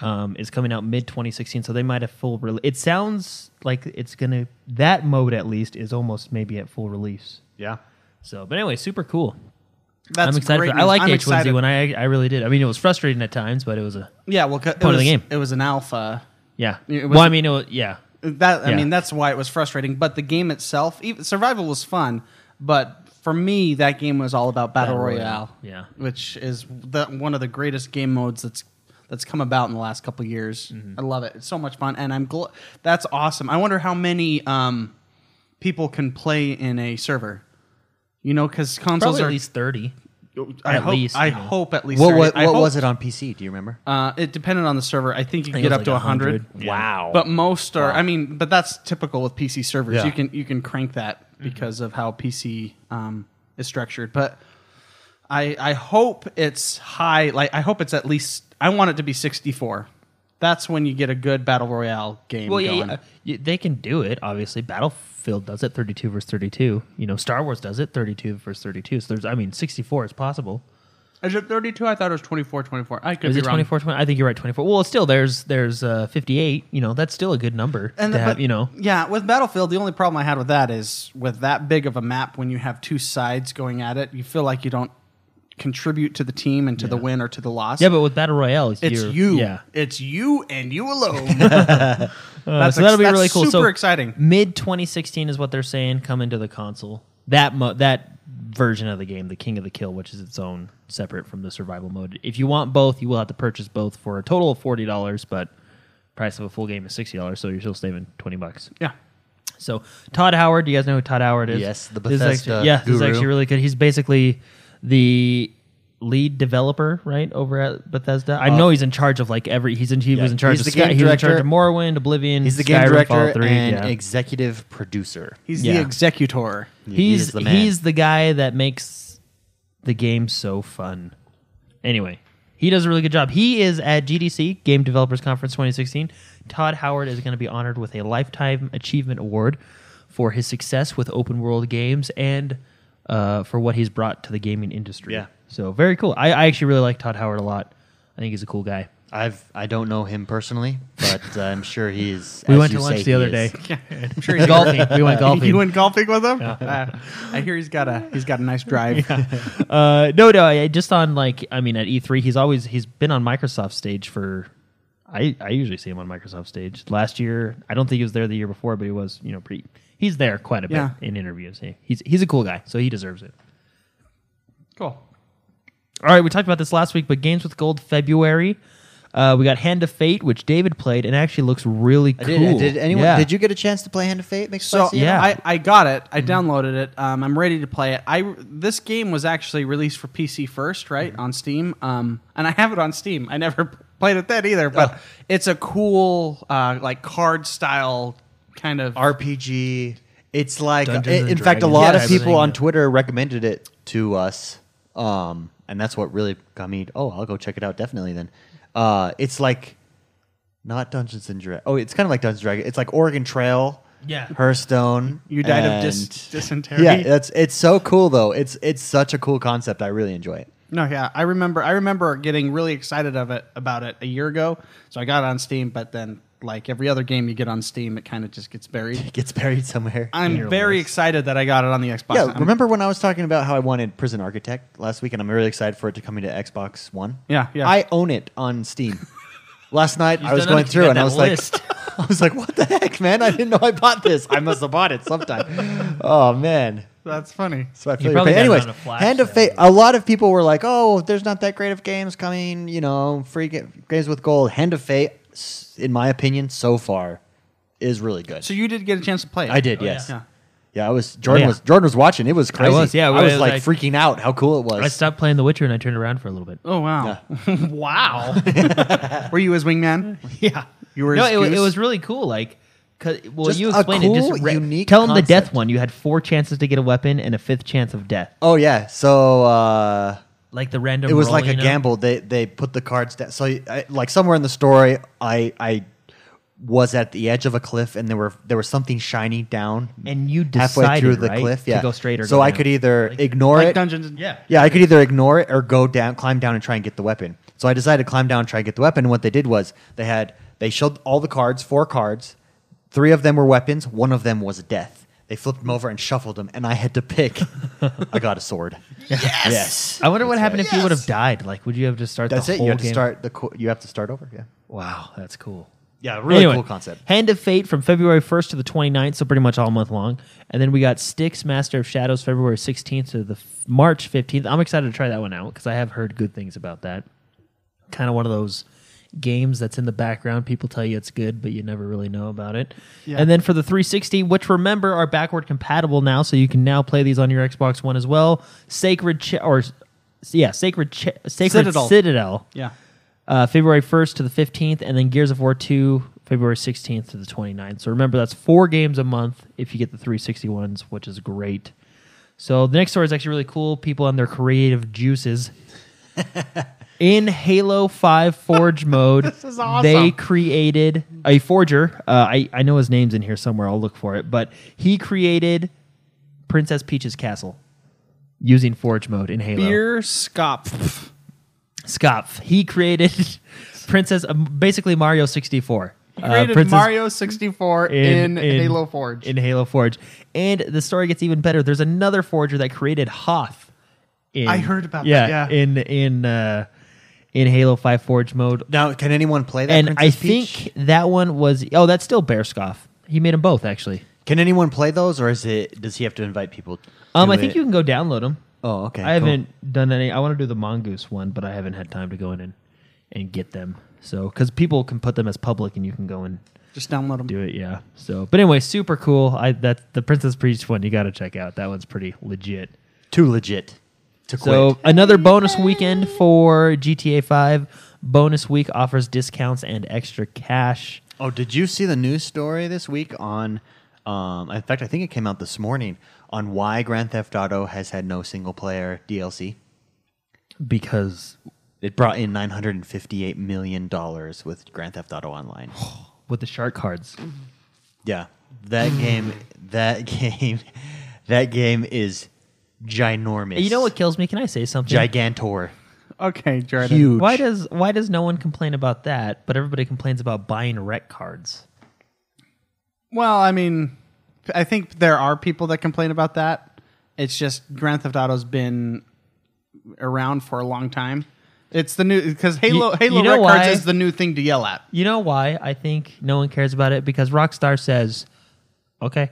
Speaker 3: Um, is coming out mid 2016, so they might have full release. It sounds like it's gonna that mode at least is almost maybe at full release.
Speaker 1: Yeah.
Speaker 3: So, but anyway, super cool.
Speaker 2: That's
Speaker 3: I'm excited.
Speaker 2: Great
Speaker 3: For, I
Speaker 2: news.
Speaker 3: like
Speaker 2: I'm
Speaker 3: H1Z1.
Speaker 2: excited.
Speaker 3: I I really did. I mean, it was frustrating at times, but it was a
Speaker 2: Yeah, well, 'cause it
Speaker 3: Part
Speaker 2: was,
Speaker 3: of the game.
Speaker 2: It was an alpha.
Speaker 3: yeah.
Speaker 2: It was-
Speaker 3: well, I mean, it was, yeah.
Speaker 2: That I
Speaker 3: Yeah.
Speaker 2: mean, that's why it was frustrating. But the game itself, even, survival was fun. But for me, that game was all about battle,
Speaker 3: Battle
Speaker 2: royale,
Speaker 3: Royale, yeah.
Speaker 2: which is the, one of the greatest game modes that's that's come about in the last couple years.
Speaker 3: Mm-hmm.
Speaker 2: I love it. It's so much fun, and I'm gl- that's awesome. I wonder how many um, people can play in a server. You know, because consoles
Speaker 3: Probably at
Speaker 2: are.
Speaker 3: least 30.
Speaker 2: I
Speaker 3: at
Speaker 2: hope.
Speaker 3: least,
Speaker 2: I
Speaker 3: you know.
Speaker 2: hope at least.
Speaker 1: What,
Speaker 2: 30.
Speaker 1: what,
Speaker 2: I
Speaker 1: what
Speaker 2: hope-
Speaker 1: was it on PC? Do you remember?
Speaker 3: Um,
Speaker 2: Uh, it depended on the server. I think you
Speaker 3: think
Speaker 2: could get
Speaker 3: it
Speaker 2: up
Speaker 3: was
Speaker 2: to
Speaker 3: like
Speaker 2: 100.
Speaker 3: 100. Yeah.
Speaker 1: Wow.
Speaker 2: But most are. I mean, but that's typical with PC servers.
Speaker 1: Yeah.
Speaker 2: You can you can crank that because of how PC um, is structured. But I I hope it's high. Like I hope it's at least. I want it to be 64. That's when you get a good battle royale game.
Speaker 3: Well, yeah,
Speaker 2: going.
Speaker 3: yeah, You- they can do it. Obviously, Battlefield does it, thirty-two versus thirty-two. You know, Star Wars does it, thirty-two versus thirty-two. So there's, I mean, sixty-four is possible.
Speaker 2: Is it 32? I thought it was 24. 24. I could
Speaker 3: Is
Speaker 2: be
Speaker 3: it
Speaker 2: wrong.
Speaker 3: twenty-four? 20? I think you're right, twenty-four. Well, still, there's there's uh, fifty-eight. You know, that's still a good number
Speaker 2: And
Speaker 3: to
Speaker 2: the-
Speaker 3: have.
Speaker 2: but-
Speaker 3: you know,
Speaker 2: yeah, with Battlefield, the only problem I had with that is with that big of a map, when you have two sides going at it, you feel like you don't contribute to the team and to the win or to the loss.
Speaker 3: yeah, but with battle royale,
Speaker 2: it's
Speaker 3: you're-
Speaker 2: you.
Speaker 3: Yeah,
Speaker 2: It's you and you alone.
Speaker 3: <laughs>
Speaker 2: that's
Speaker 3: Uh, so that'll be
Speaker 2: ex-
Speaker 3: really
Speaker 2: that's
Speaker 3: cool.
Speaker 2: Super
Speaker 3: so
Speaker 2: exciting.
Speaker 3: Mid 2016 is what they're saying coming to the console. That mo- that version of the game, the King of the Kill, which is its own separate from the survival mode. If you want both, you will have to purchase both for a total of forty dollars, but price of a full game is sixty dollars, so you're still saving twenty bucks.
Speaker 2: Yeah.
Speaker 3: So Todd Howard, do you guys know who Todd Howard is?
Speaker 1: Yes, the
Speaker 3: This is
Speaker 1: Bethesda
Speaker 3: actually, yeah, this is
Speaker 1: guru.
Speaker 3: actually really good. He's basically the lead developer, right, over at Bethesda. I know he's in charge of like every. He's in. He was in charge
Speaker 1: Uh, he's
Speaker 3: of
Speaker 1: the
Speaker 3: Sky,
Speaker 1: game
Speaker 3: He was in
Speaker 1: director.
Speaker 3: charge of Morrowind, Oblivion.
Speaker 1: He's the game
Speaker 3: Skyrim,
Speaker 1: director
Speaker 3: Fallout 3,
Speaker 1: and
Speaker 3: yeah.
Speaker 1: executive producer.
Speaker 2: He's the
Speaker 3: Yeah.
Speaker 2: executor.
Speaker 1: He
Speaker 3: he's
Speaker 1: is the man.
Speaker 3: he's the guy that makes the game so fun. Anyway, he does a really good job. He is at GDC Game Developers Conference 2016. Todd Howard is going to be honored with a lifetime achievement award for his success with open world games and uh, for what he's brought to the gaming industry.
Speaker 1: Yeah.
Speaker 3: So very cool. I, I actually really like Todd Howard a lot. I think he's a cool guy.
Speaker 1: I've I don't know him personally, but uh, I'm sure <laughs> he's.
Speaker 3: We
Speaker 1: as
Speaker 3: went to
Speaker 1: you
Speaker 3: lunch
Speaker 1: say,
Speaker 3: the
Speaker 1: he
Speaker 3: other
Speaker 1: is.
Speaker 3: day.
Speaker 1: <laughs>
Speaker 2: I'm sure he's
Speaker 3: golfing. We went
Speaker 2: <laughs>
Speaker 3: golfing.
Speaker 2: You went golfing with him. Uh, I hear he's got a he's got a nice drive.
Speaker 3: Uh, no, no. I, just on like, I mean, at E3, he's always he's been on Microsoft stage for. I I usually see him on Microsoft stage. Last year, I don't think he was there the year before, but he was. You know, pre. He's there quite a bit
Speaker 2: Yeah.
Speaker 3: in interviews. He, he's he's a cool guy, so he deserves it.
Speaker 2: Cool.
Speaker 3: All right, we talked about this last week, but games with gold February. Uh, we got Hand of Fate, which David played, and actually looks really
Speaker 1: I
Speaker 3: cool.
Speaker 1: did, did anyone?
Speaker 3: Yeah.
Speaker 1: Did you get a chance to play Hand of Fate? Mixed
Speaker 2: So
Speaker 1: Spicy?
Speaker 3: Yeah. Mm-hmm.
Speaker 2: yeah, I, I got it. I downloaded it. Um, I'm ready to play it. I this game was actually released for PC first, right
Speaker 3: Mm-hmm.
Speaker 2: on Steam. Um, and I have it on Steam. I never <laughs> played it then either, but
Speaker 3: Oh.
Speaker 2: it's a cool uh, like card style kind of
Speaker 1: RPG. It's like,
Speaker 3: Dungeons
Speaker 1: in
Speaker 3: and
Speaker 1: in fact, a
Speaker 3: Dragons
Speaker 1: lot
Speaker 2: type
Speaker 1: of
Speaker 2: of
Speaker 1: people
Speaker 3: thing.
Speaker 1: on Twitter recommended it to us, um, and that's what really got me. Oh, I'll go check it out definitely. Then uh, it's like not Dungeons and Dragons. Oh, it's kind of like Dungeons and Dragons. It's like Oregon Trail.
Speaker 3: Yeah.
Speaker 1: Hearthstone.
Speaker 2: You died of dis-
Speaker 1: and-
Speaker 2: dysentery?
Speaker 1: Yeah, that's it's so cool though. It's it's such a cool concept. I really enjoy it.
Speaker 2: No, yeah, I remember. I remember getting really excited of it about it a year ago. So I got it on Steam, but then like every other game you get on Steam, it kind of just gets buried.
Speaker 1: It gets buried somewhere.
Speaker 2: I'm very excited that I got it on the Xbox.
Speaker 1: yeah,
Speaker 2: I'm-
Speaker 1: remember when I was talking about how I wanted Prison Architect last week, and I'm really excited for it to come into Xbox One.
Speaker 2: Yeah, yeah.
Speaker 1: I own it on
Speaker 3: <laughs>
Speaker 1: Steam. last night I was
Speaker 3: done
Speaker 1: going
Speaker 3: it.
Speaker 1: through,
Speaker 3: You
Speaker 1: and I was
Speaker 3: got that list.
Speaker 1: like, <laughs> I was like, what the heck, man? I didn't know I bought this. I must have bought it
Speaker 3: <laughs>
Speaker 1: sometime. Oh man.
Speaker 2: That's funny.
Speaker 1: So I feel your
Speaker 3: probably
Speaker 1: pain.
Speaker 3: got it
Speaker 1: Anyways,
Speaker 3: on a flash
Speaker 1: Hand of
Speaker 3: drive.
Speaker 1: Fate. A lot of people were like, "Oh, there's not that great of games coming." You know, free ga- games with gold. Hand of Fate, s- in my opinion, so far, is really good.
Speaker 2: So you did get a chance to play it.
Speaker 1: I did,
Speaker 3: Oh, yeah.
Speaker 1: yes. Yeah.
Speaker 2: Yeah.
Speaker 1: I was Jordan
Speaker 3: Oh, yeah.
Speaker 1: was Jordan was watching. It was crazy.
Speaker 3: was, yeah,
Speaker 1: I
Speaker 3: I
Speaker 1: was
Speaker 3: was
Speaker 1: like,
Speaker 3: like-
Speaker 1: freaking out how cool it was.
Speaker 3: I stopped playing The Witcher and I turned around for a little bit.
Speaker 2: Oh wow! wow! were you his wingman?
Speaker 3: <laughs> Yeah,
Speaker 2: You were
Speaker 3: No,
Speaker 2: his
Speaker 3: it, wa- it
Speaker 2: goose?
Speaker 3: was really cool. Like, 'cause- well,
Speaker 1: Just a
Speaker 3: you explained it. Just
Speaker 1: cool,
Speaker 3: re-
Speaker 1: unique
Speaker 3: tell them the death
Speaker 1: concept.
Speaker 3: one. You had four chances to get a weapon and a fifth chance of death.
Speaker 1: Oh yeah, so uh,
Speaker 3: Like the random.
Speaker 1: it was
Speaker 3: roll,
Speaker 1: like a
Speaker 3: you know?
Speaker 1: gamble. They they put the cards down. So I, like somewhere in the story, I I was at the edge of a cliff, and there were there was something shiny down
Speaker 3: and you decided
Speaker 1: halfway through the
Speaker 3: right,
Speaker 1: cliff.
Speaker 3: to
Speaker 1: Yeah,
Speaker 3: go straight or
Speaker 1: so
Speaker 3: go
Speaker 1: I
Speaker 3: down.
Speaker 1: could e-, either
Speaker 3: Like-
Speaker 1: ignore
Speaker 2: like
Speaker 1: it.
Speaker 2: Dungeons. And-
Speaker 3: Yeah.
Speaker 1: Yeah, I could either ignore it or go down, climb down, and try and get the weapon. So I decided to climb down and try and get the weapon. And what they did was they had they showed all the cards, four cards. Three of them were weapons. One of them was death. They flipped them over and shuffled them, and I had to <laughs> pick. I got a sword. Yes. Yes.
Speaker 3: I wonder what happened if you
Speaker 2: Yes.
Speaker 3: would have died. Like, would you have to start?
Speaker 1: That's
Speaker 3: the
Speaker 1: it.
Speaker 3: Whole
Speaker 1: You have to
Speaker 3: game?
Speaker 1: start the. Co- you have to start over. Yeah.
Speaker 3: Wow, that's cool.
Speaker 1: Yeah. Really
Speaker 3: Anyway,
Speaker 1: cool concept.
Speaker 3: Hand of Fate from February 1st to the 29th, so pretty much all month long. And then we got Styx, Master of Shadows, February 16th to the f- March 15th. I'm excited to try that one out because I have heard good things about that. Kind of one of those games that's in the background. People tell you it's good, but you never really know about it.
Speaker 2: Yeah.
Speaker 3: And then for the 360, which remember are backward compatible now, so you can now play these on your Xbox One as well. Sacred Ch- or yeah, Sacred Ch- Sacred
Speaker 2: Citadel.
Speaker 3: Citadel
Speaker 2: yeah.
Speaker 3: uh, February 1st to the 15th, and then Gears of War 2, February 16th to the 29th. So remember, that's four games a month if you get the 360 ones, which is great. So the next story is actually really cool. People and their
Speaker 2: <laughs>
Speaker 3: creative juices. In Halo 5
Speaker 2: <laughs>
Speaker 3: Forge mode,
Speaker 2: is awesome.
Speaker 3: they created a forger. Uh, I, I know his name's in here somewhere. I'll look for it. But he created Princess Peach's castle using Forge mode in Halo.
Speaker 2: Beer Scopf.
Speaker 3: Scopf. He created <laughs> Princess, uh, basically Mario 64.
Speaker 2: He
Speaker 3: Uh,
Speaker 2: created
Speaker 3: Princess-
Speaker 2: Mario 64 in, Halo Forge.
Speaker 3: In Halo Forge. And the story gets even better. There's another forger that created Hoth. In,
Speaker 2: I heard about
Speaker 3: yeah,
Speaker 2: that, yeah.
Speaker 3: In in uh, in Halo 5 Forge mode.
Speaker 1: Now, can anyone play that?
Speaker 3: And I
Speaker 1: Princess Peach?
Speaker 3: think that one was, oh, that's still Bearskoff. He made them both, actually.
Speaker 1: Can anyone play those, or is it? Does he have to invite people?
Speaker 3: Um,
Speaker 1: to
Speaker 3: I think
Speaker 1: it?
Speaker 3: you can go download them.
Speaker 1: Oh, okay.
Speaker 3: I
Speaker 1: cool.
Speaker 3: haven't done any. I want to do the mongoose one, but I haven't had time to go in and, and get them. So, because people can put them as public, and you can go and
Speaker 2: Just download them.
Speaker 3: do it. Yeah. So, but anyway, super cool. I that the Princess Peach one you got to check out. That one's pretty legit.
Speaker 1: Too legit to quit.
Speaker 3: So another bonus weekend for GTA Five. Bonus week offers discounts and extra cash.
Speaker 1: Oh, did you see the news story this week on? Um, in fact, I think it came out this morning on why Grand Theft Auto has had no single player DLC.
Speaker 3: Because
Speaker 1: It brought in nine hundred and fifty-eight million dollars with Grand Theft Auto
Speaker 3: <sighs>
Speaker 1: Online.
Speaker 3: with the shark cards,
Speaker 1: yeah, that game, that <laughs> game, that game is ginormous.
Speaker 3: And you know what kills me? Can I say something?
Speaker 1: Gigantor,
Speaker 2: Okay, Jordan.
Speaker 1: huge.
Speaker 3: Why does why does no one complain about that, but everybody complains about buying rec cards?
Speaker 2: Well, I mean, I think there are people that complain about that. It's just Grand Theft Auto's been around for a long time. It's the new because Halo
Speaker 3: You-
Speaker 2: Halo
Speaker 3: you know
Speaker 2: Red Cards
Speaker 3: why?
Speaker 2: is the new thing to yell at.
Speaker 3: You know why I think no one cares about it? Because Rockstar says, okay,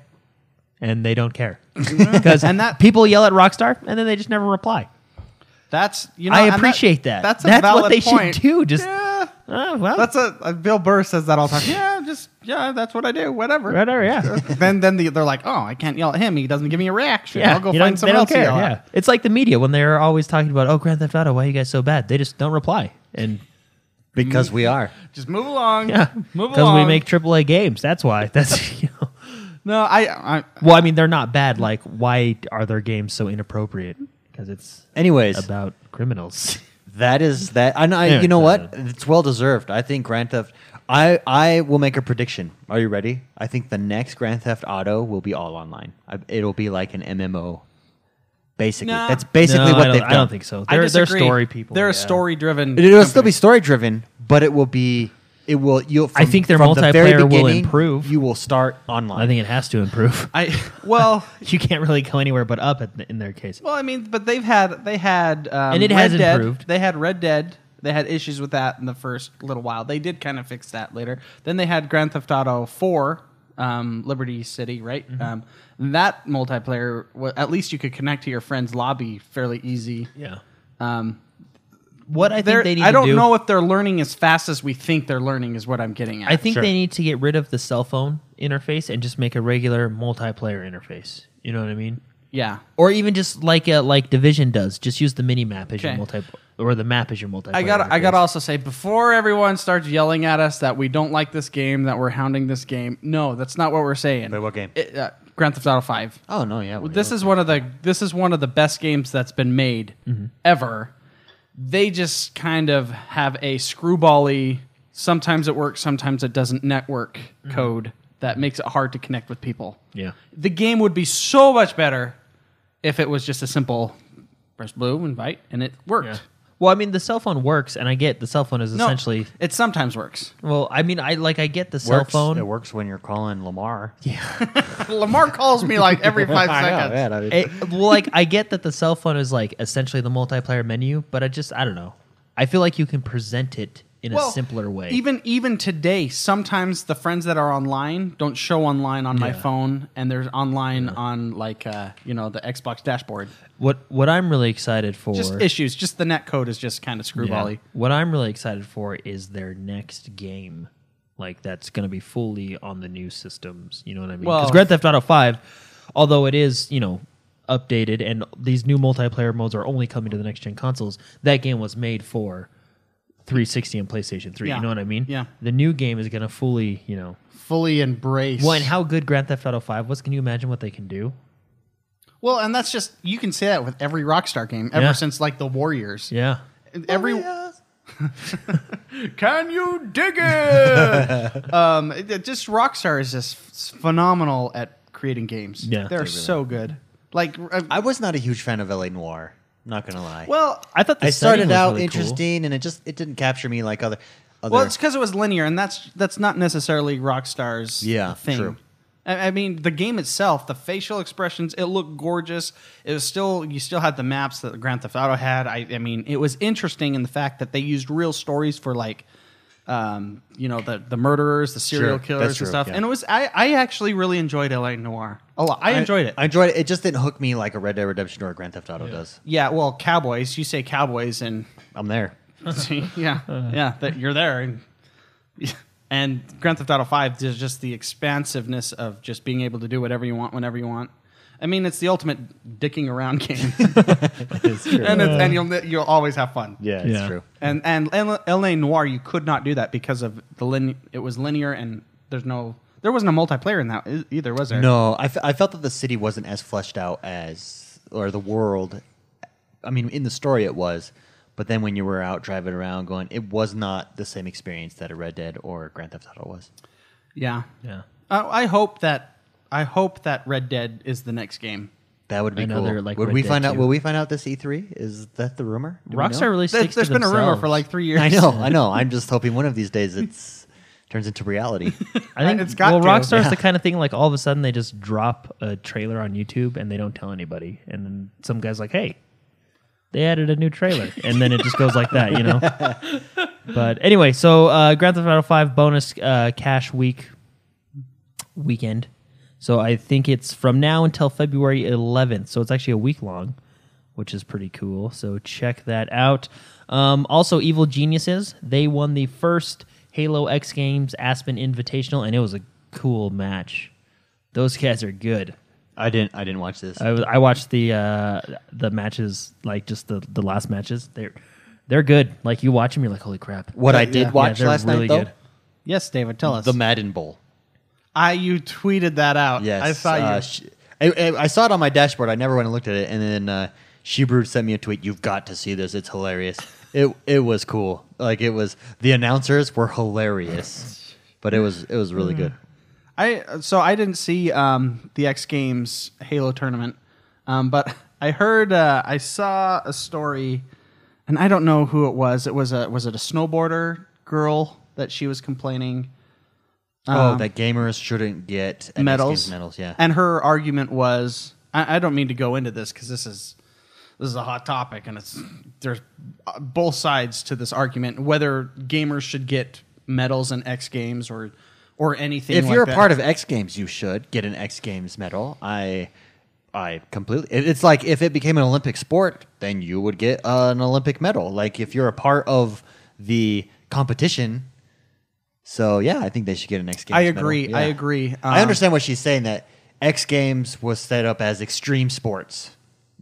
Speaker 3: and they
Speaker 2: <laughs>
Speaker 3: don't care. Because
Speaker 2: And that-
Speaker 3: people yell at Rockstar and then they just never reply.
Speaker 2: That's you know
Speaker 3: I
Speaker 2: and that-
Speaker 3: appreciate that.
Speaker 2: That's a
Speaker 3: That's
Speaker 2: valid
Speaker 3: what they
Speaker 2: point.
Speaker 3: should do. Just
Speaker 2: Yeah.
Speaker 3: Oh, well,
Speaker 2: That's a, a Bill Burr says that all the time. Yeah, just yeah, that's what I do. Whatever.
Speaker 3: whatever. Yeah.
Speaker 2: then then the, they're like, oh, I can't yell at him. He doesn't give me a reaction.
Speaker 3: Yeah,
Speaker 2: I'll go
Speaker 3: you
Speaker 2: find
Speaker 3: don't-
Speaker 2: someone
Speaker 3: they
Speaker 2: else
Speaker 3: don't
Speaker 2: to
Speaker 3: care.
Speaker 2: yell
Speaker 3: Yeah,
Speaker 2: at.
Speaker 3: it's like the media when they're always talking about, "Oh, Grand Theft Auto, why are you guys so bad?" They just don't reply, and
Speaker 1: because we are.
Speaker 2: Just move along.
Speaker 3: yeah,
Speaker 2: <laughs>
Speaker 3: <laughs>
Speaker 2: move
Speaker 3: because
Speaker 2: along.
Speaker 3: we make AAA games. That's why. <laughs> That's you know.
Speaker 2: no. I, I
Speaker 3: well, I mean, they're not bad. Like, why are their games so inappropriate? Because it's
Speaker 1: Anyways,
Speaker 3: about criminals.
Speaker 1: that is that. And I,
Speaker 3: Anyway,
Speaker 1: you know
Speaker 3: uh,
Speaker 1: what? It's well deserved. I think Grand Theft. I I will make a prediction. Are you ready? I think the next Grand Theft Auto will be all online. I, it'll be like an MMO. Basically,
Speaker 2: Nah.
Speaker 1: that's basically
Speaker 3: No,
Speaker 1: what
Speaker 3: I don't,
Speaker 1: they've done.
Speaker 3: I don't think so.
Speaker 2: I
Speaker 3: They're, they're
Speaker 2: disagree.
Speaker 3: story people.
Speaker 2: They're
Speaker 3: yeah.
Speaker 2: a story driven.
Speaker 1: It'll still be story driven, but it will be. It will. You'll.
Speaker 3: I
Speaker 1: from-
Speaker 3: think their
Speaker 1: from the very
Speaker 3: multiplayer will
Speaker 1: beginning,
Speaker 3: improve.
Speaker 1: You will start online.
Speaker 3: I think it has to improve.
Speaker 2: I well.
Speaker 3: <laughs> you can't really go anywhere but up at, in their case.
Speaker 2: Well, I mean, but they've had they had um,
Speaker 3: And it
Speaker 2: Red
Speaker 3: has
Speaker 2: Dead.
Speaker 3: improved.
Speaker 2: They had Red Dead. They had issues with that in the first little while. They did kind of fix that later. Then they had Grand Theft Auto Four, um, Liberty City, right?
Speaker 3: Mm-hmm.
Speaker 2: Um, that multiplayer, wa- at least you could connect to your friend's lobby fairly easy.
Speaker 3: Yeah.
Speaker 2: Um,
Speaker 3: What I
Speaker 2: they're-
Speaker 3: think they need
Speaker 2: I don't
Speaker 3: to do,
Speaker 2: know if they're learning as fast as we think they're learning. Is what I'm getting at.
Speaker 3: I think
Speaker 1: Sure.
Speaker 3: they need to get rid of the cell phone interface and just make a regular multiplayer interface. You know what I mean?
Speaker 2: yeah.
Speaker 3: Or even just like uh, like Division does, just use the mini map as your
Speaker 2: Okay.
Speaker 3: multi or the map as your multiplayer.
Speaker 2: I got. I got to
Speaker 3: interface.
Speaker 2: also say before everyone starts yelling at us that we don't like this game, that we're hounding this game. No, that's not what we're saying.
Speaker 1: Wait, what game?
Speaker 2: It, uh, Grand Theft Auto Five.
Speaker 1: Oh no! Yeah. well,
Speaker 2: This is one of the. This is one of the best games that's been made ever. They just kind of have a screwbally. Sometimes it works. Sometimes it doesn't. Network code that makes it hard to connect with people.
Speaker 3: Yeah.
Speaker 2: The game would be so much better if it was just a simple press blue invite and it worked.
Speaker 3: Yeah. Well, I mean, the cell phone works, and I get the cell phone is
Speaker 2: No,
Speaker 3: essentially.
Speaker 2: it sometimes works. <laughs>
Speaker 3: Well, I mean, I like I get the
Speaker 1: works.
Speaker 3: cell phone.
Speaker 1: It works when you're calling
Speaker 3: <laughs>
Speaker 1: Lamar.
Speaker 2: Lamar calls me like every five
Speaker 1: <laughs> I know,
Speaker 2: seconds.
Speaker 1: man, I mean-
Speaker 3: It- well, like I get that the cell phone is like essentially the multiplayer menu, but I just I don't know. I feel like you can present it in a simpler way.
Speaker 2: Even even today, sometimes the friends that are online don't show online on my
Speaker 3: Yeah.
Speaker 2: phone, and they're online on like uh, you know the Xbox dashboard.
Speaker 3: what what I'm really excited for
Speaker 2: Just issues. Just the net code is just kind of
Speaker 3: Yeah.
Speaker 2: screwbally.
Speaker 3: What I'm really excited for is their next game, like that's going to be fully on the new systems. You know what I mean? Because
Speaker 2: Well-
Speaker 3: Grand Theft Auto Five, although it is you know updated and these new multiplayer modes are only coming to the next gen consoles, that game was made for 360 and PlayStation 3.
Speaker 2: Yeah.
Speaker 3: You know what I mean?
Speaker 2: Yeah.
Speaker 3: The new game is going to fully you know.
Speaker 2: Fully embrace.
Speaker 3: Well, and how good Grand Theft Auto Five was? Can you imagine what they can do?
Speaker 2: Well, and that's just you can say that with every Rockstar game ever
Speaker 3: Yeah.
Speaker 2: since like the Warriors.
Speaker 3: Yeah.
Speaker 2: Every
Speaker 1: Oh,
Speaker 2: Can you dig
Speaker 3: <laughs>
Speaker 2: it? um, it- it- just Rockstar is just f- phenomenal at creating games.
Speaker 3: Yeah.
Speaker 2: they're
Speaker 3: They really
Speaker 2: so good. Like, uh,
Speaker 1: I was not a huge fan of LA Noir. Not gonna lie.
Speaker 2: well,
Speaker 3: I thought the
Speaker 1: I
Speaker 3: setting
Speaker 1: started
Speaker 3: was
Speaker 1: out
Speaker 3: really cool.
Speaker 1: interesting, and it just it didn't capture me like other. other
Speaker 2: well, it's because it was linear, and that's that's not necessarily Rockstar's
Speaker 1: Yeah,
Speaker 2: thing.
Speaker 1: true.
Speaker 2: I I mean, the game itself, the facial expressions, it looked gorgeous. It was still, you still had the maps that Grand Theft Auto had. I, I mean, it was interesting in the fact that they used real stories for like, um, you know, the the murderers, the
Speaker 1: Sure,
Speaker 2: serial
Speaker 1: that's
Speaker 2: killers,
Speaker 1: true,
Speaker 2: and stuff.
Speaker 1: yeah.
Speaker 2: And it was, I, I actually really enjoyed LA Noir a lot. I enjoyed it.
Speaker 1: I enjoyed it. It just didn't hook me like a Red Dead Redemption or a Grand Theft Auto does.
Speaker 2: yeah, well, cowboys. You say cowboys, and
Speaker 1: I'm
Speaker 3: <laughs>
Speaker 1: there.
Speaker 2: See, <laughs> yeah,
Speaker 3: Uh.
Speaker 2: yeah, that you're there, and and Grand Theft Auto Five. There's just the expansiveness of just being able to do whatever you want, whenever you want. I mean, it's the ultimate dicking around
Speaker 3: <laughs>
Speaker 2: game, and it's, and you'll you'll always have fun.
Speaker 1: Yeah, it's
Speaker 3: Yeah.
Speaker 1: true.
Speaker 2: And and L- L.A. Noir, you could not do that because of the lin- It was linear, and there's no there wasn't a multiplayer in that e- either, was there?
Speaker 1: No, I, f- I felt that the city wasn't as fleshed out as, or the world. I mean, in the story it was, but then when you were out driving around going, it was not the same experience that a Red Dead or Grand Theft Auto was.
Speaker 2: Yeah. Uh,
Speaker 3: Yeah.
Speaker 2: I, I hope that I hope that Red Dead is the next game.
Speaker 1: That would be
Speaker 3: Another,
Speaker 1: cool.
Speaker 3: like,
Speaker 1: would
Speaker 3: Red
Speaker 1: we
Speaker 3: Dead
Speaker 1: find out?
Speaker 3: 2.
Speaker 1: Will we find out this E3? Is that the rumor? Do we know?
Speaker 3: Rockstar really
Speaker 2: There,
Speaker 3: sticks
Speaker 2: has
Speaker 3: to
Speaker 2: been a rumor
Speaker 3: themselves.
Speaker 2: for like three years.
Speaker 1: I know, I <laughs> know. I'm just hoping one of these days it's turns into reality.
Speaker 3: I think
Speaker 2: It's got
Speaker 3: well,
Speaker 2: to.
Speaker 3: Rockstar's
Speaker 1: Yeah.
Speaker 3: the kind of thing like all of a sudden they just drop a trailer on YouTube and they don't tell anybody, and then some guy's like, "Hey, they added a
Speaker 2: <laughs>
Speaker 3: new trailer," and then it just goes like that, you know. but anyway, so uh, Grand Theft Auto Five bonus uh, cash week weekend. So I think it's from now until February 11th. So it's actually a week long, which is pretty cool. So check that out. Um, also, Evil Geniuses they won the first Halo X Games Aspen Invitational, and it was a cool match. Those guys are good.
Speaker 1: <laughs> I didn't. I didn't watch this.
Speaker 3: I, was- I watched the uh, the matches, like just the, the last matches. They're they're good. Like you watch them, you're like, holy crap!
Speaker 1: what I
Speaker 2: yeah.
Speaker 1: did
Speaker 2: Yeah,
Speaker 1: watch
Speaker 3: they're
Speaker 1: last night
Speaker 3: really
Speaker 1: though,
Speaker 3: good.
Speaker 2: <laughs> Yes, David, tell us.
Speaker 1: the Madden Bowl.
Speaker 2: I you tweeted that out.
Speaker 1: Yes,
Speaker 2: I saw you.
Speaker 1: uh, sh- I, I- I saw it on my dashboard. I never went and looked at it, and then uh, Shebrew sent me a tweet. You've got to see this. It's hilarious. it it was cool. Like it was. The announcers were <laughs> hilarious, but it was it was really good.
Speaker 2: I so I didn't see um, the X Games Halo tournament, um, but <laughs> I heard uh, I saw a story, and I don't know who it was. It was a was it a snowboarder girl that she was complaining
Speaker 1: oh, that gamers shouldn't get NXT
Speaker 2: medals
Speaker 1: Medals, yeah.
Speaker 2: And her argument was, I, I don't mean to go into this because this is this is a hot topic, and it's there's uh, both sides to this argument whether gamers should get medals in X Games or or anything.
Speaker 1: if
Speaker 2: like
Speaker 1: you're a
Speaker 2: that.
Speaker 1: part of X Games, you should get an X Games medal. I, I completely. it- It's like if it became an Olympic sport, then you would get uh, an Olympic medal. Like if you're a part of the competition. So yeah, I think they should get an X Games.
Speaker 2: I
Speaker 1: medal.
Speaker 2: agree, I
Speaker 1: Yeah.
Speaker 2: agree.
Speaker 1: I
Speaker 2: Um,
Speaker 1: understand what she's saying. That X Games was set up as extreme sports.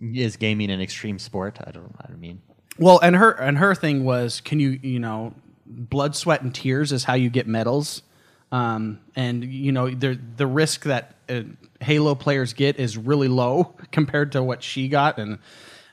Speaker 1: Is gaming an extreme sport? I don't. I don't mean.
Speaker 2: Well, and her and her thing was, can you you know, blood, sweat, and tears is how you get medals, um, and you know the the risk that uh, Halo players get is really low <laughs> compared to what she got, and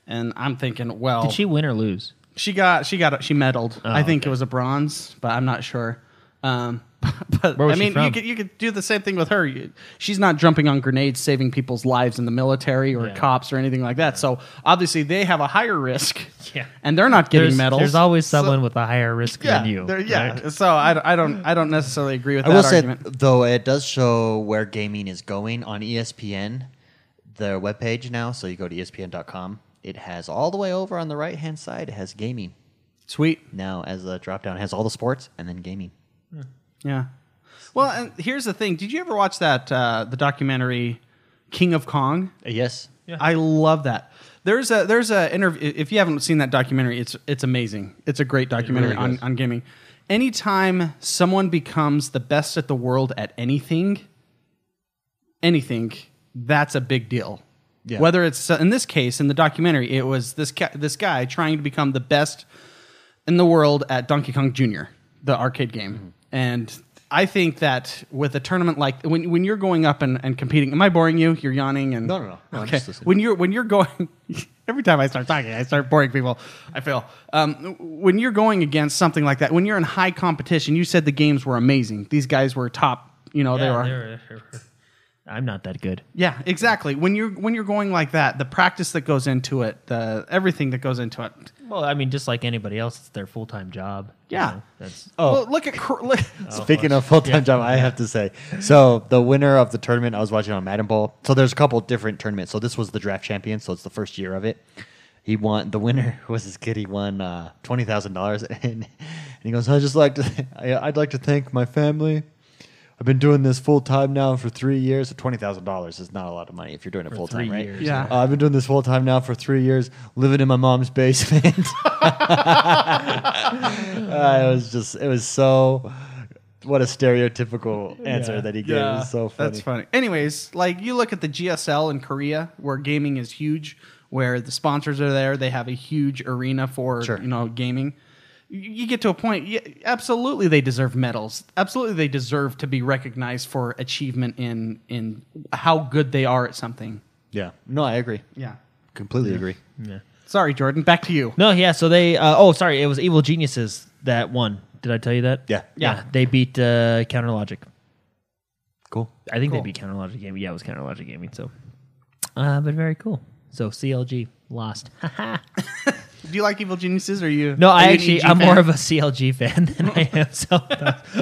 Speaker 2: and I'm thinking, well,
Speaker 3: Did she win or lose?
Speaker 2: she got she got she medaled.
Speaker 3: Oh,
Speaker 2: I think it was a bronze, but I'm not sure. Um, <laughs> but
Speaker 3: Where was
Speaker 2: I
Speaker 3: she
Speaker 2: mean, you
Speaker 3: from?
Speaker 2: could you could do the same thing with her. You- she's not jumping on grenades, saving people's lives in the military or
Speaker 3: Yeah.
Speaker 2: cops or anything like that. So obviously they have a higher risk.
Speaker 3: Yeah.
Speaker 2: and they're not getting
Speaker 3: There's,
Speaker 2: medals.
Speaker 3: there's always
Speaker 2: So-
Speaker 3: someone with a higher risk
Speaker 2: yeah,
Speaker 3: than you.
Speaker 2: there- yeah.
Speaker 3: right?
Speaker 2: So I, don't- I don't I don't necessarily agree with
Speaker 1: I
Speaker 2: that
Speaker 1: will
Speaker 2: argument.
Speaker 1: say though it does show where gaming is going on E ESPN, their webpage now. So you go to E ESPN.com. It has all the way over on the right hand side. It has gaming
Speaker 2: Sweet.
Speaker 1: now as a drop down. It has all the sports and then gaming.
Speaker 2: Yeah. Well, and here's the thing. Did you ever watch that uh, the documentary King of Kong?
Speaker 1: Uh, Yes.
Speaker 3: Yeah.
Speaker 2: I love that. There's a there's a interview. If you haven't seen that documentary, it's it's amazing. It's a great documentary on, on gaming. Anytime someone becomes the best at the world at anything, anything, that's a big deal.
Speaker 1: Yeah.
Speaker 2: Whether it's uh, in this case in the documentary, it was this ca- this guy trying to become the best in the world at Donkey Kong Jr., the arcade game.
Speaker 1: Mm-hmm.
Speaker 2: And I think that with a tournament like when when you're going up and, and competing, am I boring you? You're yawning and
Speaker 1: No, no, no. No, I'm
Speaker 2: okay.
Speaker 1: just listening.
Speaker 2: when you're when you're going, <laughs> every time I start talking, I start boring people. I fail. Um, when you're going against something like that, when you're in high competition, you said the games were amazing. These guys were top. You know they
Speaker 3: Yeah,
Speaker 2: were.
Speaker 3: they were- I'm not that good.
Speaker 2: Yeah, exactly. When you're when you're going like that, the practice that goes into it, the everything that goes into it.
Speaker 3: Well, I mean, just like anybody else, it's their full time job. you
Speaker 2: Yeah.
Speaker 3: know? that's
Speaker 2: Oh, well, look at Cor-
Speaker 1: <laughs>
Speaker 2: look,
Speaker 1: Speaking of full time job, I have to say. So the winner of the tournament I was watching on Madden Bowl. So there's a couple different tournaments. So this was the draft champion. So it's the first year of it. He won. The winner <laughs> was this kid. He won uh, twenty thousand dollars, <laughs> and and he goes, "I just like to. <laughs> I, I'd like to thank my family. I've been doing this full time now for three years. So twenty thousand dollars is not a lot of money if you're doing it full time,
Speaker 3: three
Speaker 1: right?
Speaker 3: years,
Speaker 2: Yeah. yeah.
Speaker 1: Uh, I've been doing this full time now for three years, living in my mom's basement. <laughs> Uh, it was just, it was so, what a stereotypical answer that he gave. It was so funny.
Speaker 2: That's funny. Anyways, like you look at the GSL in Korea, where gaming is huge, where the sponsors are there, they have a huge arena for
Speaker 1: Sure.
Speaker 2: you know gaming. You- You get to a point. Yeah, absolutely, they deserve medals. Absolutely, they deserve to be recognized for achievement in in how good they are at something.
Speaker 1: Yeah. No, I agree.
Speaker 2: Yeah.
Speaker 1: Completely agree.
Speaker 2: Sorry, Jordan. Back to you.
Speaker 3: No, yeah. So they. Uh, oh, sorry. It was Evil Geniuses that won. Did I tell you that?
Speaker 1: Yeah.
Speaker 3: Yeah.
Speaker 2: Yeah.
Speaker 3: they beat uh, Counter Logic.
Speaker 1: Cool.
Speaker 3: I think
Speaker 2: Cool.
Speaker 3: they beat Counter Logic Gaming. Yeah, it was Counter Logic Gaming. So, uh, but very cool. So CLG lost.
Speaker 2: Do you like Evil Geniuses? Or you?
Speaker 3: no,
Speaker 2: are
Speaker 3: I
Speaker 2: you an
Speaker 3: actually
Speaker 2: EG
Speaker 3: I'm
Speaker 2: E fan?
Speaker 3: more of a CLG fan than I am. <laughs> So,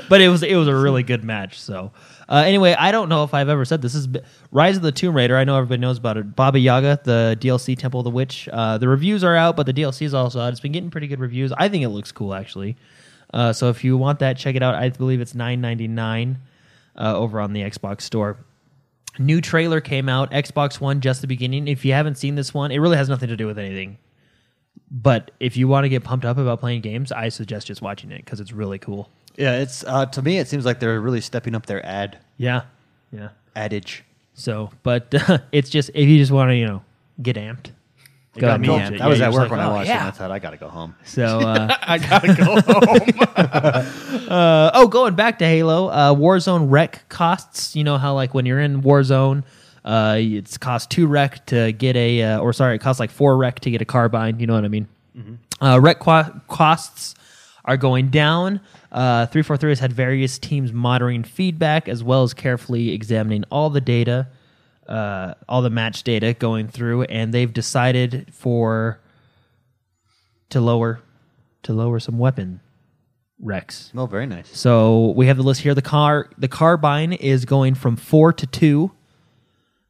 Speaker 3: but it was it was a really good match. So uh, anyway, I don't know if I've ever said this This is b- Rise of the Tomb Raider. I know everybody knows about it. Baba Yaga, the DLC Temple of the Witch. Uh, the reviews are out, but the DLC is also out. It's been getting pretty good reviews. I think it looks cool actually. Uh, so if you want that, check it out. I believe it's nine ninety nine uh, over on the Xbox Store. New trailer came out, Xbox One, just the beginning. If you haven't seen this one, it really has nothing to do with anything. But if you want to get pumped up about playing games, I suggest just watching it because it's really cool.
Speaker 1: Yeah, it's uh, to me it seems like they're really stepping up their ad
Speaker 3: Yeah. Yeah.
Speaker 1: adage.
Speaker 3: So, but <laughs> it's just, if you just want to, you know, get amped.
Speaker 1: It got me
Speaker 3: watch
Speaker 1: amped.
Speaker 3: it.
Speaker 1: I was
Speaker 3: Yeah,
Speaker 1: at
Speaker 3: you're
Speaker 1: work
Speaker 3: just
Speaker 1: when
Speaker 3: like,
Speaker 1: I
Speaker 3: "Oh,
Speaker 1: watched it.
Speaker 3: yeah."
Speaker 1: And I thought I gotta go home.
Speaker 2: <laughs>
Speaker 3: So, uh,
Speaker 2: I gotta go.
Speaker 3: <laughs>
Speaker 2: <laughs>
Speaker 3: Uh, oh, going back to Halo, uh, Warzone rec costs. You know how like when you're in Warzone, uh, it's cost two rec to get a, uh, or sorry, it costs like four rec to get a carbine. You know what I mean?
Speaker 2: Mm-hmm.
Speaker 3: Uh, rec qua costs are going down. Uh, 343 has had various teams monitoring feedback as well as carefully examining all the data, uh, all the match data going through, and they've decided for to lower to lower some weapon recs.
Speaker 1: Oh, very nice.
Speaker 3: So we have the list here. The car the carbine is going from four to two.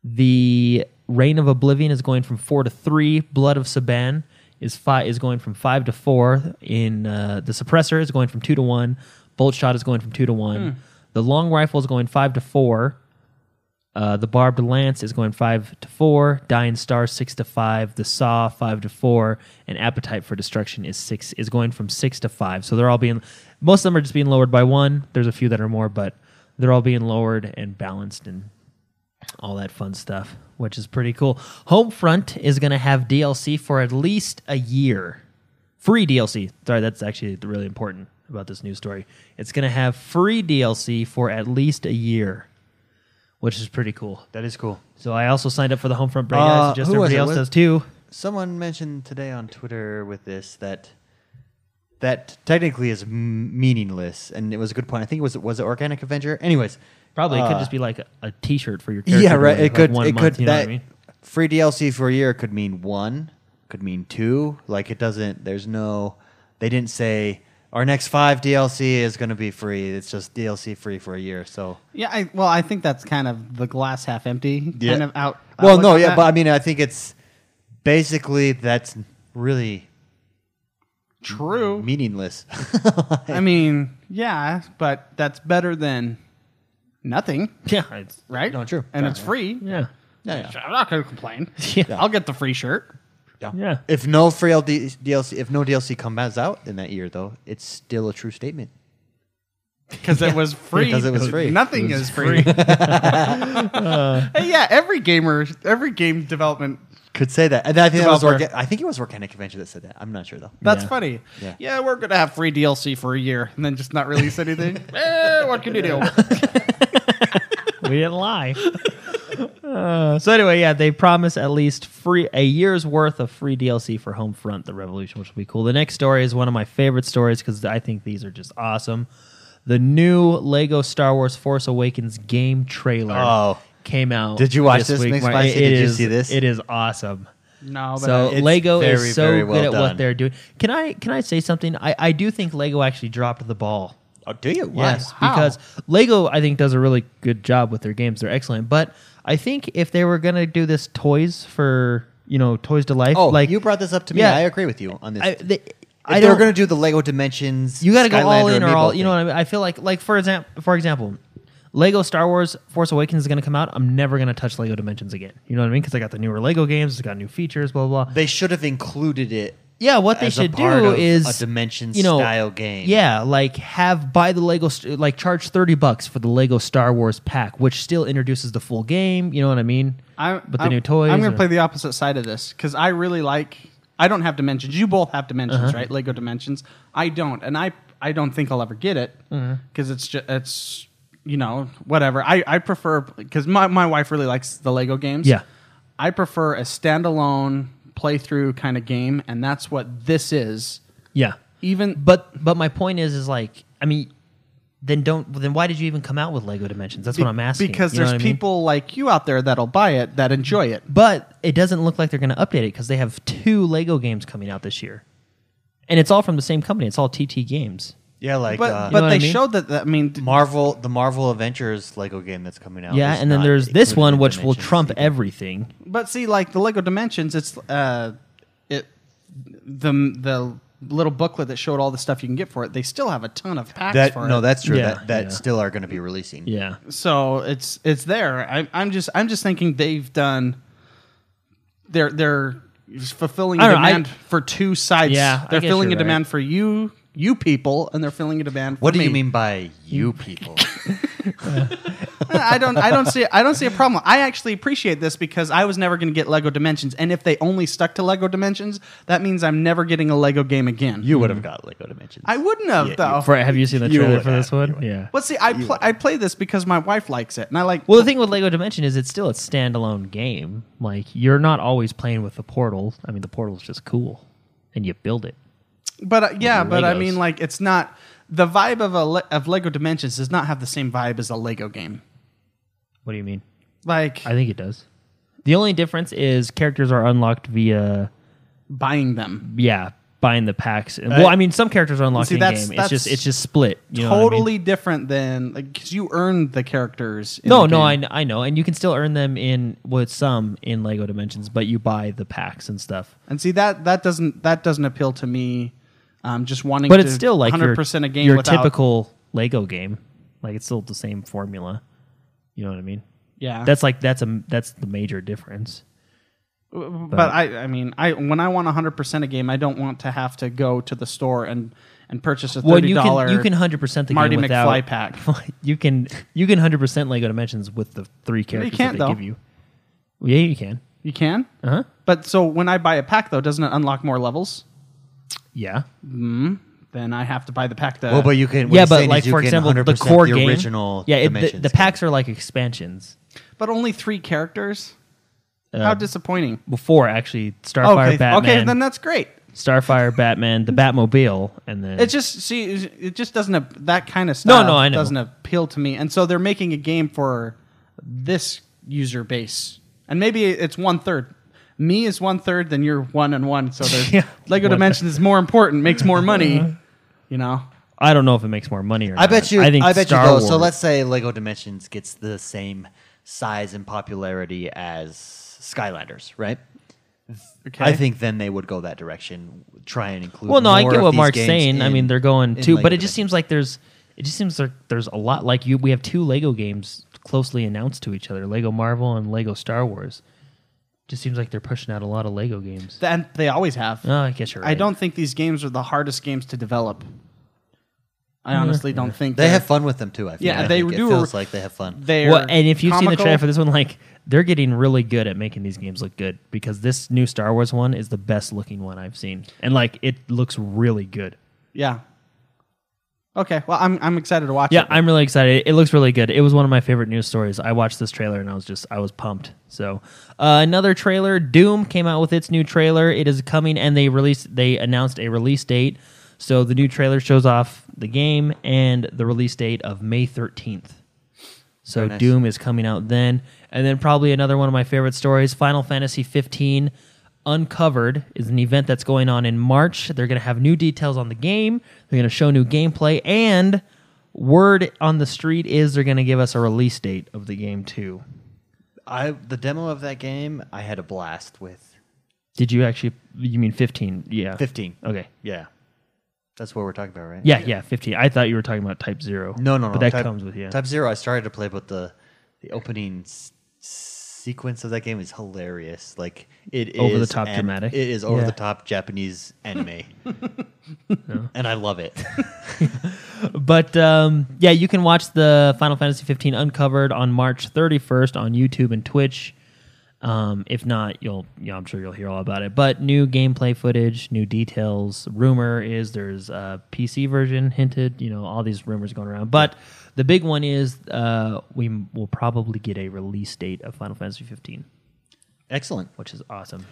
Speaker 3: The Reign of Oblivion is going from four to three. Blood of Saban is five is going from five to four. In uh, the suppressor is going from two to one. Bolt shot is going from two to one. The long rifle is going five to four. Uh, the barbed lance is going five to four. Dying star six to five. The saw five to four. And appetite for destruction is six is going from six to five. So they're all being most of them are just being lowered by one. There's a few that are more, but they're all being lowered and balanced and all that fun stuff, which is pretty cool. Homefront is going to have DLC for at least a year. Free DLC. Sorry, that's actually really important about this news story. It's going to have free DLC for at least a year, which is pretty cool.
Speaker 1: That is cool.
Speaker 3: So I also signed up for the Homefront break. I
Speaker 1: Uh,
Speaker 3: suggest
Speaker 1: who was
Speaker 3: everybody
Speaker 1: it
Speaker 3: else
Speaker 1: with?
Speaker 3: does too.
Speaker 1: Someone mentioned today on Twitter with this that that technically is m- meaningless, and it was a good point. I think it was was it Organic Avenger. Anyways,
Speaker 3: Probably it could
Speaker 1: uh,
Speaker 3: just be like a, a T-shirt for your character.
Speaker 1: yeah, right.
Speaker 3: to wear,
Speaker 1: It
Speaker 3: like,
Speaker 1: could
Speaker 3: one
Speaker 1: it
Speaker 3: month,
Speaker 1: could
Speaker 3: you know
Speaker 1: that
Speaker 3: what I mean?
Speaker 1: free DLC for a year could mean one, could mean two. Like it doesn't. There's no. They didn't say our next five DLC is going to be free. It's just DLC free for a year. So
Speaker 2: yeah, I, well, I think that's kind of the glass half empty
Speaker 1: Yeah.
Speaker 2: kind of out.
Speaker 1: Well,
Speaker 2: outlook
Speaker 1: no,
Speaker 2: on
Speaker 1: yeah,
Speaker 2: that.
Speaker 1: but I mean, I think it's basically that's really
Speaker 2: true.
Speaker 1: meaningless. <laughs>
Speaker 2: I mean, yeah, but that's better than nothing,
Speaker 3: <laughs> Yeah, it's,
Speaker 2: right?
Speaker 1: No, true.
Speaker 2: and
Speaker 1: Yeah.
Speaker 2: it's free.
Speaker 3: yeah,
Speaker 2: <laughs>
Speaker 1: Yeah,
Speaker 2: I'm not gonna complain.
Speaker 3: Yeah.
Speaker 2: I'll get the free shirt.
Speaker 1: yeah.
Speaker 3: yeah.
Speaker 1: If no free LD DLC, if no DLC comes out in that year, though, it's still a true statement.
Speaker 2: because it
Speaker 1: <laughs>
Speaker 2: was free.
Speaker 1: Because it was free.
Speaker 2: Nothing is
Speaker 1: <laughs>
Speaker 2: free. <laughs> Hey, yeah, every gamer, every game development.
Speaker 1: Could say that, and I think that was
Speaker 2: Developer.
Speaker 1: orga- I think it was Organic Adventure that said that. I'm not sure though.
Speaker 2: That's
Speaker 3: Yeah.
Speaker 2: funny.
Speaker 1: Yeah.
Speaker 2: Yeah. we're gonna have free DLC for a year and then just not
Speaker 1: <laughs>
Speaker 2: release anything. eh, what can you do?
Speaker 3: we
Speaker 1: <laughs>
Speaker 3: didn't lie. Uh, so anyway, yeah, they promise at least free a year's worth of free DLC for Homefront: The Revolution, which will be cool. The next story is one of my favorite stories because I think these are just awesome. The new Lego Star Wars Force Awakens game trailer
Speaker 1: Oh.
Speaker 3: came out.
Speaker 1: Did you watch this,
Speaker 3: week.
Speaker 1: Mixed
Speaker 3: Mar-
Speaker 1: Spicy?
Speaker 3: it
Speaker 1: Did you
Speaker 3: is-
Speaker 1: see this?
Speaker 3: It is awesome.
Speaker 2: No, but
Speaker 3: So
Speaker 1: it's
Speaker 3: Lego
Speaker 1: very,
Speaker 3: is so
Speaker 1: very well
Speaker 3: good at
Speaker 1: done.
Speaker 3: what they're doing. Can I can I say something? I, I do think Lego actually dropped the ball.
Speaker 1: Oh, do you? Why?
Speaker 3: Yes,
Speaker 2: How?
Speaker 3: because Lego I think does a really good job with their games. They're excellent, but I think if they were gonna do this toys for you know toys to life,
Speaker 1: Oh,
Speaker 3: like
Speaker 1: you brought this up to me.
Speaker 3: Yeah.
Speaker 1: I agree with you on this.
Speaker 3: I,
Speaker 1: if
Speaker 3: they, I
Speaker 1: they were
Speaker 3: don't.
Speaker 1: going to do the Lego Dimensions,
Speaker 3: you got to go all
Speaker 1: Skylander
Speaker 3: in or
Speaker 1: Amiibo
Speaker 3: all. You know
Speaker 1: thing.
Speaker 3: what I mean? I feel like like for example, for example, Lego Star Wars Force Awakens is gonna come out. I'm never gonna touch Lego Dimensions again. You know what I mean? Because I got the newer Lego games. It's got new features. Blah blah. blah.
Speaker 1: They should have included it.
Speaker 3: Yeah, what they
Speaker 1: as a
Speaker 3: should
Speaker 1: part
Speaker 3: do
Speaker 1: of
Speaker 3: is
Speaker 1: a Dimensions
Speaker 3: you know,
Speaker 1: style game.
Speaker 3: Yeah, like have buy the Lego st- like charge thirty bucks for the Lego Star Wars pack, which still introduces the full game. You know what I mean?
Speaker 2: I'm,
Speaker 3: But the
Speaker 2: I'm-
Speaker 3: new toys
Speaker 2: I'm gonna
Speaker 3: are-
Speaker 2: play the opposite side of this because I really like. I don't have dimensions. You both have dimensions,
Speaker 3: Uh-huh.
Speaker 2: right? Lego dimensions. I don't, and I I don't think I'll ever get it
Speaker 3: Uh-huh.
Speaker 2: because it's just it's you know whatever. I I prefer because my my wife really likes the Lego games.
Speaker 3: Yeah.
Speaker 2: I prefer a standalone playthrough kind of game, and that's what this is.
Speaker 3: yeah.
Speaker 2: Even
Speaker 3: But but my point is is like I mean, then don't then why did you even come out with Lego Dimensions? That's what I'm asking.
Speaker 2: because
Speaker 3: You know
Speaker 2: there's
Speaker 3: what I mean?
Speaker 2: people like you out there that'll buy it that enjoy it.
Speaker 3: but it doesn't look like they're going to update it because they have two Lego games coming out this year, and it's all from the same company. It's all TT Games.
Speaker 1: yeah, like
Speaker 2: But
Speaker 1: uh,
Speaker 2: but
Speaker 3: what
Speaker 2: they
Speaker 3: I mean?
Speaker 2: showed that, that. I mean,
Speaker 1: Marvel, the Marvel Avengers Lego game that's coming out.
Speaker 3: yeah,
Speaker 1: is
Speaker 3: and then
Speaker 1: Oh, not
Speaker 3: there's this
Speaker 1: included in
Speaker 3: one which will
Speaker 1: Dimensions
Speaker 3: trump
Speaker 1: either.
Speaker 3: everything.
Speaker 2: But see, like the Lego Dimensions, it's uh, it the the little booklet that showed all the stuff you can get for it. They still have a ton of packs
Speaker 1: That
Speaker 2: for
Speaker 1: no,
Speaker 2: it.
Speaker 1: that's true.
Speaker 3: Yeah,
Speaker 1: that that
Speaker 3: yeah.
Speaker 1: still are going to be releasing.
Speaker 3: Yeah.
Speaker 2: so it's it's there. I, I'm just I'm just thinking they've done. They're they're fulfilling
Speaker 3: I
Speaker 2: a
Speaker 3: don't know, I-
Speaker 2: demand for two sides.
Speaker 3: Yeah, I
Speaker 2: they're
Speaker 3: guess
Speaker 2: filling a
Speaker 3: you're right.
Speaker 2: demand for you you people, and they're filling a demand. for
Speaker 1: What do you
Speaker 2: me.
Speaker 1: mean by you
Speaker 3: <laughs>
Speaker 1: people?
Speaker 2: I don't I don't see I don't see a problem. I actually appreciate this because I was never going to get Lego Dimensions, and if they only stuck to Lego Dimensions, that means I'm never getting a Lego game again.
Speaker 1: you would have got Lego Dimensions.
Speaker 2: I wouldn't have
Speaker 1: Yeah, you-
Speaker 2: though.
Speaker 3: For, have you seen the
Speaker 1: You
Speaker 3: trailer
Speaker 1: would
Speaker 3: for this
Speaker 1: have, you
Speaker 3: one? Yeah.
Speaker 2: Well, see, I pl- I play this because my wife likes it, and I like.
Speaker 3: Well, the thing with Lego Dimension is it's still a standalone game. Like you're not always playing with the portal. I mean, the portal's just cool, and you build it.
Speaker 2: but uh, yeah, but I
Speaker 3: Legos.
Speaker 2: mean, like, it's not the vibe of a Le- of Lego Dimensions does not have the same vibe as a Lego game.
Speaker 3: What do you mean?
Speaker 2: Like
Speaker 3: I think it does. The only difference is characters are unlocked via
Speaker 2: buying them,
Speaker 3: yeah buying the packs. And, well, I mean, some characters are unlocked
Speaker 2: see,
Speaker 3: in
Speaker 2: that's-
Speaker 3: game. It's just
Speaker 2: that's
Speaker 3: it's just split. You know what I mean?
Speaker 2: totally different than like because you earn the characters. In
Speaker 3: No,
Speaker 2: the
Speaker 3: no,
Speaker 2: game.
Speaker 3: I, kn- I know, and you can still earn them in well, it's some in Lego Dimensions, but you buy the packs and stuff.
Speaker 2: And see that that doesn't that doesn't appeal to me. Um, just wanting,
Speaker 3: But
Speaker 2: to
Speaker 3: it's still like your-
Speaker 2: hundred percent a game.
Speaker 3: Your
Speaker 2: without,
Speaker 3: typical Lego game, like it's still the same formula. You know what I mean?
Speaker 2: yeah.
Speaker 3: That's like that's a that's the major difference.
Speaker 2: but, I I mean I when I want hundred percent a game, I don't want to have to go to the store and and purchase a
Speaker 3: Well,
Speaker 2: thirty
Speaker 3: you
Speaker 2: dollar.
Speaker 3: can you can hundred percent the
Speaker 2: Marty
Speaker 3: game without
Speaker 2: McFly pack.
Speaker 3: <laughs> you can you can hundred percent Lego Dimensions with the three characters
Speaker 2: can't,
Speaker 3: that they
Speaker 2: though.
Speaker 3: give you. Well, yeah, you can.
Speaker 2: You can.
Speaker 3: Uh huh.
Speaker 2: But so when I buy a pack though, doesn't it unlock more levels?
Speaker 3: Yeah.
Speaker 2: Then I have to buy the pack. That,
Speaker 1: well, but you can. what
Speaker 3: yeah,
Speaker 1: he's
Speaker 3: but
Speaker 1: saying
Speaker 3: like
Speaker 1: is you
Speaker 3: for
Speaker 1: can
Speaker 3: example, the
Speaker 1: 100%
Speaker 3: core
Speaker 1: the
Speaker 3: game,
Speaker 1: original.
Speaker 3: yeah, it, the,
Speaker 1: Dimensions
Speaker 3: the
Speaker 1: game.
Speaker 3: packs are like expansions.
Speaker 2: but only three characters. How disappointing.
Speaker 3: Before actually, Uh, Starfire
Speaker 2: Okay,
Speaker 3: Batman.
Speaker 2: okay, then that's great.
Speaker 3: Starfire, Batman, the Batmobile, and then
Speaker 2: It just see, it just doesn't ap- that kind of stuff.
Speaker 3: no, I know.
Speaker 2: doesn't appeal to me. And so they're making a game for this user base, and maybe it's one third. Me is one third, then you're one and one. So there's
Speaker 3: <laughs> Yeah.
Speaker 2: Lego
Speaker 3: One
Speaker 2: Dimensions is more important, makes more
Speaker 3: <laughs>
Speaker 2: money. you know,
Speaker 3: I don't know if it makes more money or
Speaker 1: I bet
Speaker 3: not.
Speaker 1: you.
Speaker 3: I think
Speaker 1: bet
Speaker 3: Star
Speaker 1: you. Though,
Speaker 3: Wars,
Speaker 1: So let's say Lego Dimensions gets the same size and popularity as Skylanders, right?
Speaker 2: okay.
Speaker 1: I think then they would go that direction, try and include.
Speaker 3: Well, no, I
Speaker 1: more
Speaker 3: get
Speaker 1: of
Speaker 3: what
Speaker 1: these
Speaker 3: Mark's
Speaker 1: games
Speaker 3: saying. I
Speaker 1: in-
Speaker 3: mean, they're going
Speaker 1: in
Speaker 3: too,
Speaker 1: Lego
Speaker 3: but it just
Speaker 1: Dimensions.
Speaker 3: seems like there's it just seems like there's a lot like you. We have two Lego games closely announced to each other: Lego Marvel and Lego Star Wars. Just seems like they're pushing out a lot of Lego games.
Speaker 2: and they always have.
Speaker 3: oh, I guess you're right.
Speaker 2: I don't think these games are the hardest games to develop. I honestly don't think
Speaker 1: They
Speaker 2: they're-
Speaker 1: have fun with them too. I feel.
Speaker 2: Yeah,
Speaker 1: I
Speaker 2: they
Speaker 1: think
Speaker 2: do-
Speaker 1: It feels like they have fun.
Speaker 2: They're
Speaker 3: Well, and if you've seen the
Speaker 2: comical.
Speaker 3: trailer for this one, like they're getting really good at making these games look good because this new Star Wars one is the best looking one I've seen, and like it looks really good.
Speaker 2: yeah. Okay, well, I'm I'm excited to watch
Speaker 3: Yeah,
Speaker 2: it.
Speaker 3: I'm really excited. It looks really good. It was one of my favorite news stories. I watched this trailer and I was just I was pumped. So uh, another trailer, Doom came out with its new trailer. It is coming, and they released they announced a release date. So the new trailer shows off the game and the release date of May 13th. So
Speaker 1: nice.
Speaker 3: Doom is coming out then, and then probably another one of my favorite stories, Final Fantasy 15 Uncovered is an event that's going on in March. They're going to have new details on the game. They're going to show new gameplay, and word on the street is they're going to give us a release date of the game too.
Speaker 1: I the demo of that game, I had a blast with.
Speaker 3: Did you actually? You mean 15? Yeah,
Speaker 1: 15.
Speaker 3: Okay.
Speaker 1: Yeah, that's what we're talking about, right?
Speaker 3: Yeah, yeah, 15. I thought you were talking about Type Zero.
Speaker 1: No, no, no.
Speaker 3: But that
Speaker 1: Type-
Speaker 3: comes with yeah.
Speaker 1: Type Zero. I started to play, but the the opening s- sequence of that game is hilarious. Like it is
Speaker 3: Over the top
Speaker 1: an-
Speaker 3: dramatic.
Speaker 1: It is over
Speaker 3: Yeah.
Speaker 1: the top Japanese
Speaker 3: <laughs>
Speaker 1: anime, and I love it.
Speaker 3: But um, yeah, you can watch the Final Fantasy 15 Uncovered on March 31st on YouTube and Twitch. Um, if not, you'll you know, I'm sure you'll hear all about it. But new gameplay footage, new details. Rumor is there's a PC version hinted. You know all these rumors going around. But the big one is uh, we m- will probably get a release date of Final Fantasy 15,
Speaker 1: Excellent.
Speaker 3: which is awesome.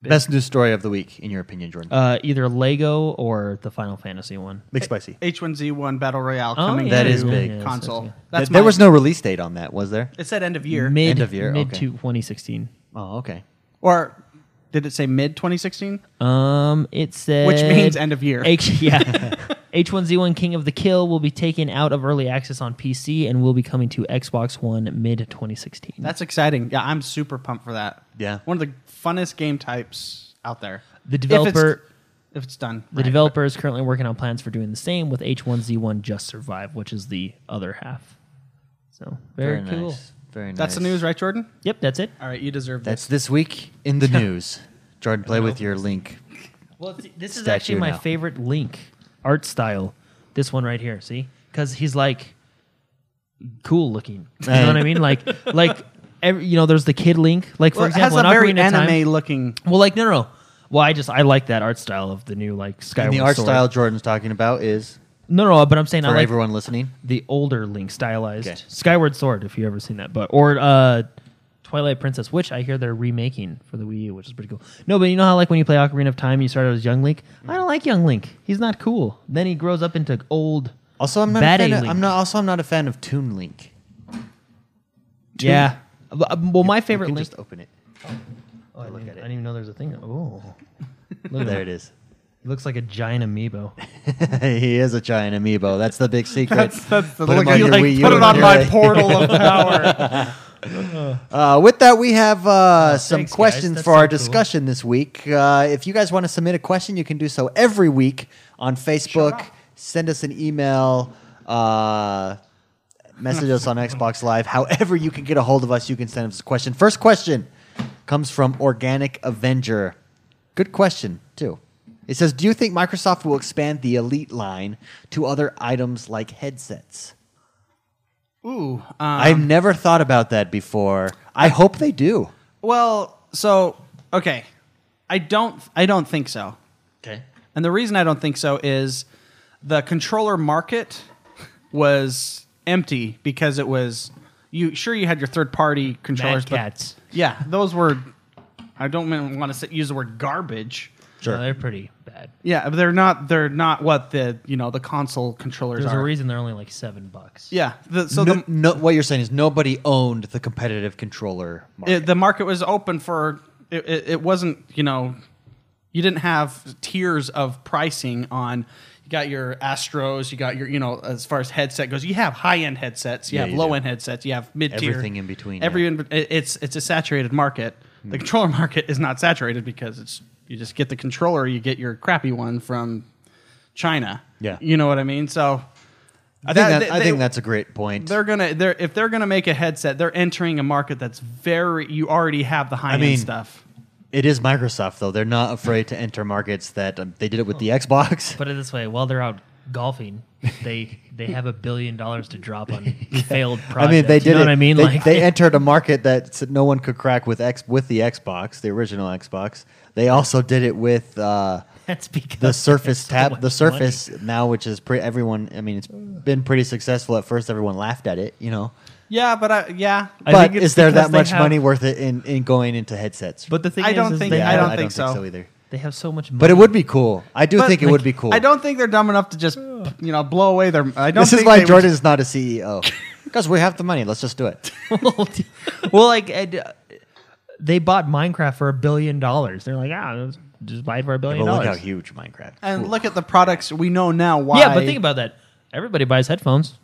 Speaker 1: Best news story of the week, in your opinion, Jordan?
Speaker 3: Uh, either Lego or the Final Fantasy one.
Speaker 1: Big spicy.
Speaker 2: H1Z1 Battle Royale
Speaker 3: Oh,
Speaker 2: coming.
Speaker 3: yeah.
Speaker 1: That
Speaker 2: to
Speaker 1: is big.
Speaker 3: Yeah,
Speaker 2: console.
Speaker 3: that's-
Speaker 2: That's
Speaker 1: Th- there
Speaker 2: my-
Speaker 1: was no release date on that, was there?
Speaker 2: It said end of year.
Speaker 3: Mid
Speaker 1: End of year,
Speaker 3: mid
Speaker 1: okay.
Speaker 3: to 2016.
Speaker 1: Oh, okay.
Speaker 2: or did it say mid 2016?
Speaker 3: Um, it said
Speaker 2: Which means end of year.
Speaker 3: H
Speaker 2: <laughs>
Speaker 3: yeah. H1Z1 King of the Kill will be taken out of early access on PC and will be coming to Xbox One mid 2016.
Speaker 2: That's exciting. Yeah, I'm super pumped for that.
Speaker 1: Yeah.
Speaker 2: One of the funnest game types out there.
Speaker 3: The developer
Speaker 2: if it's done.
Speaker 3: the
Speaker 2: right.
Speaker 3: developer is currently working on plans for doing the same with H1Z1 Just Survive, which is the other half. So very, cool.
Speaker 1: nice. Very nice.
Speaker 2: That's the news, right, Jordan?
Speaker 3: Yep, that's it.
Speaker 2: All right, you deserve
Speaker 1: That's
Speaker 2: this.
Speaker 1: this week in the news. Jordan, play with your link.
Speaker 3: Well, th- this is
Speaker 1: Statue
Speaker 3: actually my
Speaker 1: now.
Speaker 3: favorite link art style. This one right here, see, because he's like cool looking. You know what I mean? Like, like every, you know, there's the kid link. Like for
Speaker 2: Well, it has
Speaker 3: example,
Speaker 2: a
Speaker 3: in
Speaker 2: very
Speaker 3: Ocarina of Time-
Speaker 2: anime looking.
Speaker 3: well, like no, no, no. Well, I just I like that art style of the new like Skyward
Speaker 1: And the art
Speaker 3: Sword.
Speaker 1: style Jordan's talking about is
Speaker 3: No, no, but I'm saying
Speaker 1: for
Speaker 3: I like
Speaker 1: everyone listening.
Speaker 3: the older Link stylized
Speaker 1: Okay.
Speaker 3: Skyward Sword, if you ever seen that, but or uh, Twilight Princess, which I hear they're remaking for the Wii U, which is pretty cool. No, but you know how like when you play Ocarina of Time, you start out as young Link. I don't like young Link. He's not cool. Then he grows up into old.
Speaker 1: Also, I'm not.
Speaker 3: Bad
Speaker 1: A fan
Speaker 3: A
Speaker 1: of,
Speaker 3: Link.
Speaker 1: I'm not. Also, I'm not a fan of Toon Link.
Speaker 3: Yeah. But, uh, Well, my favorite
Speaker 1: You can
Speaker 3: Link.
Speaker 1: Just open it.
Speaker 3: oh, I, didn't,
Speaker 1: look
Speaker 3: even-
Speaker 1: at it.
Speaker 3: I didn't even know there's a thing. Oh, Look at
Speaker 1: There
Speaker 3: that.
Speaker 1: it is. <laughs>
Speaker 3: He looks like a giant amiibo.
Speaker 1: he is a giant amiibo. That's the big secret.
Speaker 2: That's, that's the
Speaker 1: Put
Speaker 2: look
Speaker 1: him on
Speaker 2: you
Speaker 1: your
Speaker 2: like,
Speaker 1: Wii U
Speaker 2: Put it
Speaker 1: and
Speaker 2: on
Speaker 1: you're
Speaker 2: my
Speaker 1: like-
Speaker 2: portal
Speaker 1: <laughs>
Speaker 2: of power.
Speaker 1: Uh, with that, we have uh, some
Speaker 3: Oh, thanks, guys.
Speaker 1: questions
Speaker 3: That's
Speaker 1: for our
Speaker 3: so cool.
Speaker 1: discussion this week. Uh, if you guys want to submit a question, you can do so every week on Facebook. Send us an email. Uh, message
Speaker 3: <laughs>
Speaker 1: us on Xbox Live. However, you can get a hold of us, you can send us a question. First question comes from Organic Avenger. Good question, too. It says, "Do you think Microsoft will expand the Elite line to other items like headsets?"
Speaker 2: Ooh. Um,
Speaker 1: I've never thought about that before. I hope they do.
Speaker 2: well, so okay, I don't. I don't think so.
Speaker 1: Okay.
Speaker 2: And the reason I don't think so is the controller market was empty because it was you sure you had your third party controllers
Speaker 3: Mad
Speaker 2: but
Speaker 3: cats.
Speaker 2: yeah, those were I don't want to use the word garbage.
Speaker 1: Sure.
Speaker 3: No, they're pretty bad.
Speaker 2: Yeah, but they're not they're not what the, you know, the console controllers
Speaker 3: There's
Speaker 2: are.
Speaker 3: a reason they're only like seven bucks.
Speaker 2: Yeah, the, so
Speaker 1: no,
Speaker 2: the
Speaker 1: no, what you're saying is nobody owned the competitive controller market.
Speaker 2: it, the market was open for it, it, it wasn't you know you didn't have tiers of pricing on you got your astros you got your you know as far as headset goes you have high end headsets you
Speaker 1: Yeah,
Speaker 2: have
Speaker 1: you
Speaker 2: low
Speaker 1: do.
Speaker 2: end headsets you have mid tier
Speaker 1: Everything in between,
Speaker 2: every
Speaker 1: yeah. Hmm.
Speaker 2: in, it- it's it's a saturated market the controller <laughs> market is not saturated because it's you just get the controller you get your crappy one from China
Speaker 1: Yeah.
Speaker 2: you know what I mean so
Speaker 1: I think
Speaker 2: that-
Speaker 1: that, I
Speaker 2: they-
Speaker 1: think that's a great point.
Speaker 2: they're gonna they're if they're gonna make a headset, they're entering a market that's very you already have the high end
Speaker 1: mean-
Speaker 2: stuff.
Speaker 1: It is Microsoft though; they're not afraid to enter markets that um, they did it with
Speaker 3: Oh.
Speaker 1: the Xbox.
Speaker 3: Put it this way: while they're out golfing, they they have a billion dollars to drop on failed
Speaker 1: <laughs>
Speaker 3: projects.
Speaker 1: I mean, they did
Speaker 3: You know
Speaker 1: it.
Speaker 3: what I mean?
Speaker 1: They,
Speaker 3: like <laughs>
Speaker 1: they entered a market that s- no one could crack with X with the Xbox, the original Xbox. They also did it with uh,
Speaker 3: that's because <laughs>
Speaker 1: the Surface
Speaker 3: so
Speaker 1: tab,
Speaker 3: much
Speaker 1: the
Speaker 3: money.
Speaker 1: Surface now, which is pre- everyone. I mean, it's been pretty successful at first. Everyone laughed at it, you know.
Speaker 2: Yeah, but I, yeah,
Speaker 3: I
Speaker 1: but
Speaker 3: think it's
Speaker 1: is there
Speaker 3: because
Speaker 1: that
Speaker 3: they
Speaker 1: much
Speaker 3: have-
Speaker 1: money worth it in, in going into headsets?
Speaker 3: But the thing
Speaker 2: I
Speaker 3: is,
Speaker 2: don't
Speaker 3: is
Speaker 2: think-
Speaker 3: they,
Speaker 2: Yeah,
Speaker 3: have,
Speaker 2: I don't think so.
Speaker 1: either.
Speaker 3: they have so much money.
Speaker 1: But it would be cool. I do think it
Speaker 3: like,
Speaker 1: would be cool.
Speaker 2: I don't think they're dumb enough to just you know blow away their. I don't.
Speaker 1: This
Speaker 2: think
Speaker 1: is why
Speaker 2: they would- <laughs>
Speaker 1: Jordan is not a CEO. Because we have the money, let's just do it.
Speaker 3: well, like I'd, uh, <laughs> they bought Minecraft for a billion dollars. They're like, ah, let's just buy it for a
Speaker 1: But
Speaker 3: billion
Speaker 1: look how
Speaker 3: dollars.
Speaker 1: huge Minecraft.
Speaker 2: and
Speaker 1: Ooh.
Speaker 2: look at the products we know now. Why?
Speaker 3: yeah, but think about that. Everybody buys headphones.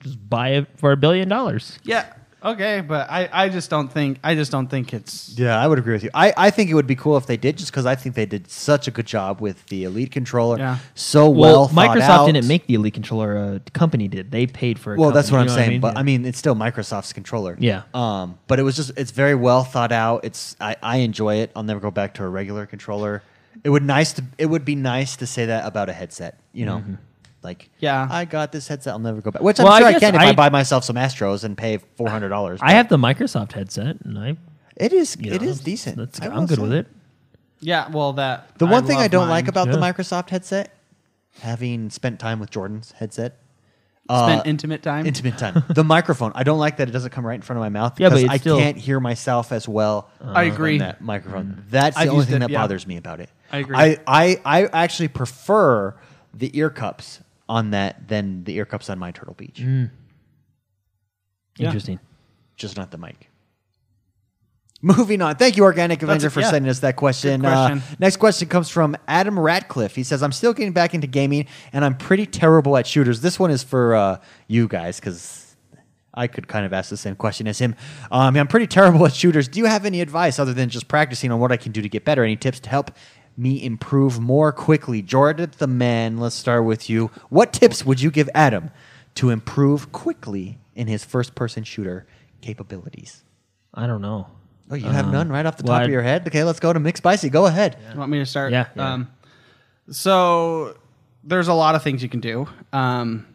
Speaker 3: Just buy it for a billion dollars.
Speaker 2: yeah. Okay, but I, I just don't think I just don't think it's
Speaker 1: yeah, I would agree with you. I, I think it would be cool if they did, just because I think they did such a good job with the Elite controller.
Speaker 2: Yeah.
Speaker 1: So well,
Speaker 3: Well,
Speaker 1: thought
Speaker 3: Microsoft
Speaker 1: out.
Speaker 3: didn't make the Elite controller. A company did. They paid for. A
Speaker 1: Well, that's what I'm
Speaker 3: company, you know
Speaker 1: saying. But
Speaker 3: Yeah.
Speaker 1: I mean, it's still Microsoft's controller.
Speaker 3: Yeah.
Speaker 1: Um, but it was just it's very well thought out. It's I, I enjoy it. I'll never go back to a regular controller. It would nice to it would be nice to say that about a headset. You know, like
Speaker 2: Yeah.
Speaker 1: I got this headset. I'll never go back. Which
Speaker 3: Mm-hmm. Well, I
Speaker 1: I'm sure I,
Speaker 3: guess
Speaker 1: can if
Speaker 3: I-
Speaker 1: I buy myself some Astros and pay four hundred dollars.
Speaker 3: I have the Microsoft headset, and I
Speaker 1: It is
Speaker 3: you
Speaker 1: it
Speaker 3: know,
Speaker 1: is decent.
Speaker 3: That's,
Speaker 1: I
Speaker 3: I'm
Speaker 1: will
Speaker 3: good
Speaker 1: say.
Speaker 3: with it.
Speaker 2: yeah. Well, that
Speaker 1: The one thing I
Speaker 2: love
Speaker 1: don't
Speaker 2: mine.
Speaker 1: like about the
Speaker 3: yeah.
Speaker 1: Microsoft headset, having spent time with Jordan's headset,
Speaker 2: spent
Speaker 1: uh,
Speaker 2: intimate time.
Speaker 1: Intimate time. the microphone. I don't like that it doesn't come right in front of my mouth
Speaker 3: Yeah, but
Speaker 1: because
Speaker 3: it's
Speaker 1: I
Speaker 3: still-
Speaker 1: can't hear myself as well.
Speaker 2: I agree.
Speaker 1: On that
Speaker 3: Mm.
Speaker 1: microphone. That's
Speaker 2: I've
Speaker 1: the only
Speaker 2: used
Speaker 1: thing
Speaker 2: it,
Speaker 1: that
Speaker 2: yeah.
Speaker 1: bothers me about it.
Speaker 2: I agree.
Speaker 1: I, I, I actually prefer the ear cups on that than the ear cups on my Turtle Beach.
Speaker 3: Mm.
Speaker 2: Yeah.
Speaker 3: Interesting.
Speaker 1: Just not the mic. Moving on. Thank you, Organic Avenger, for
Speaker 2: yeah.
Speaker 1: sending us that question.
Speaker 2: Good question.
Speaker 1: Uh, next question comes from Adam Ratcliffe. He says, I'm still getting back into gaming and I'm pretty terrible at shooters. This one is for uh, you guys because I could kind of ask the same question as him. Um, I'm pretty terrible at shooters. Do you have any advice other than just practicing on what I can do to get better? Any tips to help me improve more quickly. Jordan, the man, let's start with you. What tips would you give Adam to improve quickly in his first person shooter capabilities?
Speaker 3: I don't know.
Speaker 1: Oh, you have
Speaker 3: Um,
Speaker 1: none right off the
Speaker 3: well,
Speaker 1: top
Speaker 3: I-
Speaker 1: of your head? Okay, let's go to Mixed Spicy. Go ahead.
Speaker 2: You want me to start?
Speaker 3: Yeah, yeah.
Speaker 2: Um, so there's a lot of things you can do. Um,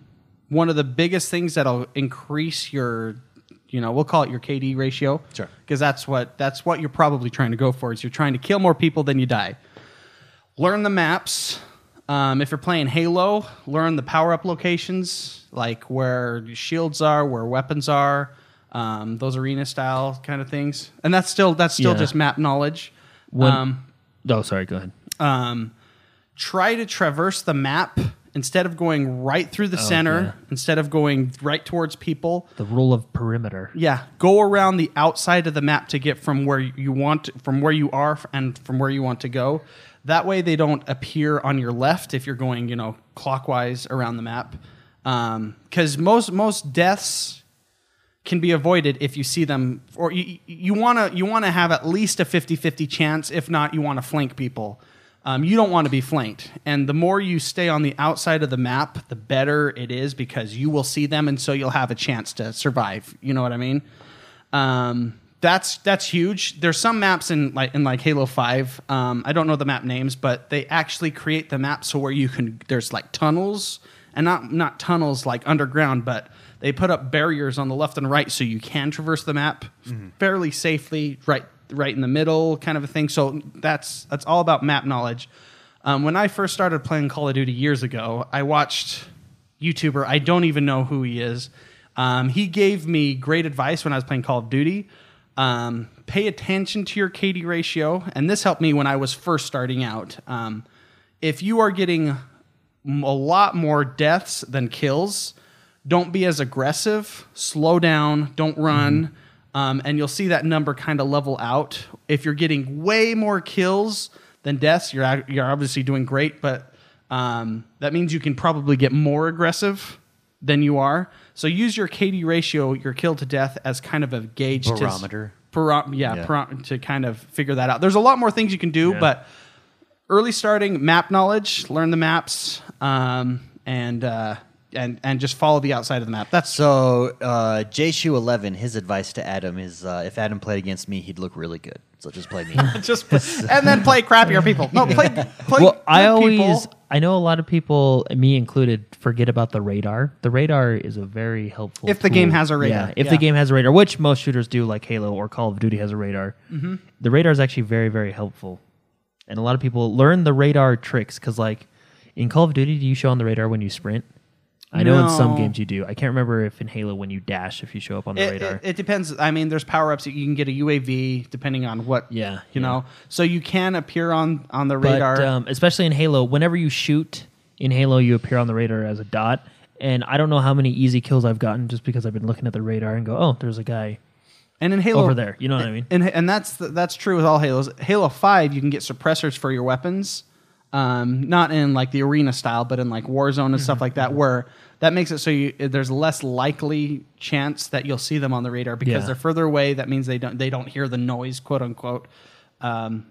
Speaker 2: one of the biggest things that'll increase your, you know, we'll call it your KD ratio,
Speaker 1: Sure.
Speaker 2: because that's what that's what you're probably trying to go for. Is you're trying to kill more people than you die. Learn the maps. Um, if you're playing Halo, learn the power up locations, like where shields are, where weapons are, um, those arena style kind of things. And that's still that's still
Speaker 3: Yeah.
Speaker 2: just map knowledge.
Speaker 3: When-
Speaker 2: um,
Speaker 3: Oh, sorry. Go ahead.
Speaker 2: um, try to traverse the map instead of going right through the center, instead of going right towards people.
Speaker 3: The rule of perimeter.
Speaker 2: Yeah, go around the outside of the map to get from where you want, from where you are, and from where you want to go. That way, they don't appear on your left if you're going, you know, clockwise around the map. Because most most deaths can be avoided if you see them or you you want to you want to have at least a 50-50 chance if not you want to flank people um, you don't want to be flanked and the more you stay on the outside of the map the better it is because you will see them and so you'll have a chance to survive you know what i mean um, that's that's huge there's some maps in like in like halo 5 um, i don't know the map names but they actually create the map so where you can there's like tunnels and not not tunnels like underground, but they put up barriers on the left and right so you can traverse the map fairly safely, right right in the middle, kind of a thing. So that's that's all about map knowledge. Um, when I first started playing Call of Duty years ago, I watched YouTuber. I don't even know who he is. Um, he gave me great advice when I was playing Call of Duty. Um, pay attention to your KD ratio, and this helped me when I was first starting out. Um, if you are getting m- a lot more deaths than kills. Don't be as aggressive. Slow down. Don't run. Um, and you'll see that number kind of level out. If you're getting way more kills than deaths, you're ac- you're obviously doing great, but um, that means you can probably get more aggressive than you are. So use your KD ratio, your kill to death, as kind of a gauge to-
Speaker 1: Barometer.
Speaker 2: Barom- yeah,
Speaker 1: Yeah.
Speaker 2: barom- to kind of figure that out. There's a lot more things you can do, but early starting map knowledge, learn the maps, um, and uh, and and just follow the outside of the map.
Speaker 3: <laughs>
Speaker 2: That's
Speaker 1: So, uh, JShu11, his advice to Adam is uh, if Adam played against me, he'd look really good. So just play me.
Speaker 2: just <laughs> and then play crappier people. No, play <laughs> play.
Speaker 3: Well, I
Speaker 2: good
Speaker 3: always,
Speaker 2: people.
Speaker 3: I know a lot of people, me included, forget about the radar. The radar is a very helpful.
Speaker 2: If the
Speaker 3: tool.
Speaker 2: game has a radar,
Speaker 3: Yeah, if
Speaker 2: yeah.
Speaker 3: the game has a radar, which most shooters do, like Halo or Call of Duty has a radar.
Speaker 2: Mm-hmm.
Speaker 3: The radar is actually very, very helpful, and a lot of people learn the radar tricks because, like, in Call of Duty, do you show on the radar when you sprint? I know in some
Speaker 2: No.
Speaker 3: games you do. I can't remember if in Halo when you dash if you show up on the
Speaker 2: It,
Speaker 3: radar.
Speaker 2: it, it depends. I mean, there's power ups. You can get a UAV depending on what.
Speaker 3: Yeah,
Speaker 2: you
Speaker 3: yeah.
Speaker 2: know. So you can appear on on the
Speaker 3: But,
Speaker 2: radar.
Speaker 3: um, especially in Halo, whenever you shoot in Halo, you appear on the radar as a dot. And I don't know how many easy kills I've gotten just because I've been looking at the radar and go, oh, there's a guy
Speaker 2: and in Halo
Speaker 3: over there. You know what I mean?
Speaker 2: and and that's the, that's true with all Halos. Halo Five, you can get suppressors for your weapons, um, not in like the arena style, but in like Warzone and
Speaker 3: Mm-hmm.
Speaker 2: stuff like that, where that makes it so you there's less likely chance that you'll see them on the radar because
Speaker 3: Yeah.
Speaker 2: they're further away. That means they don't they don't hear the noise, quote unquote, um,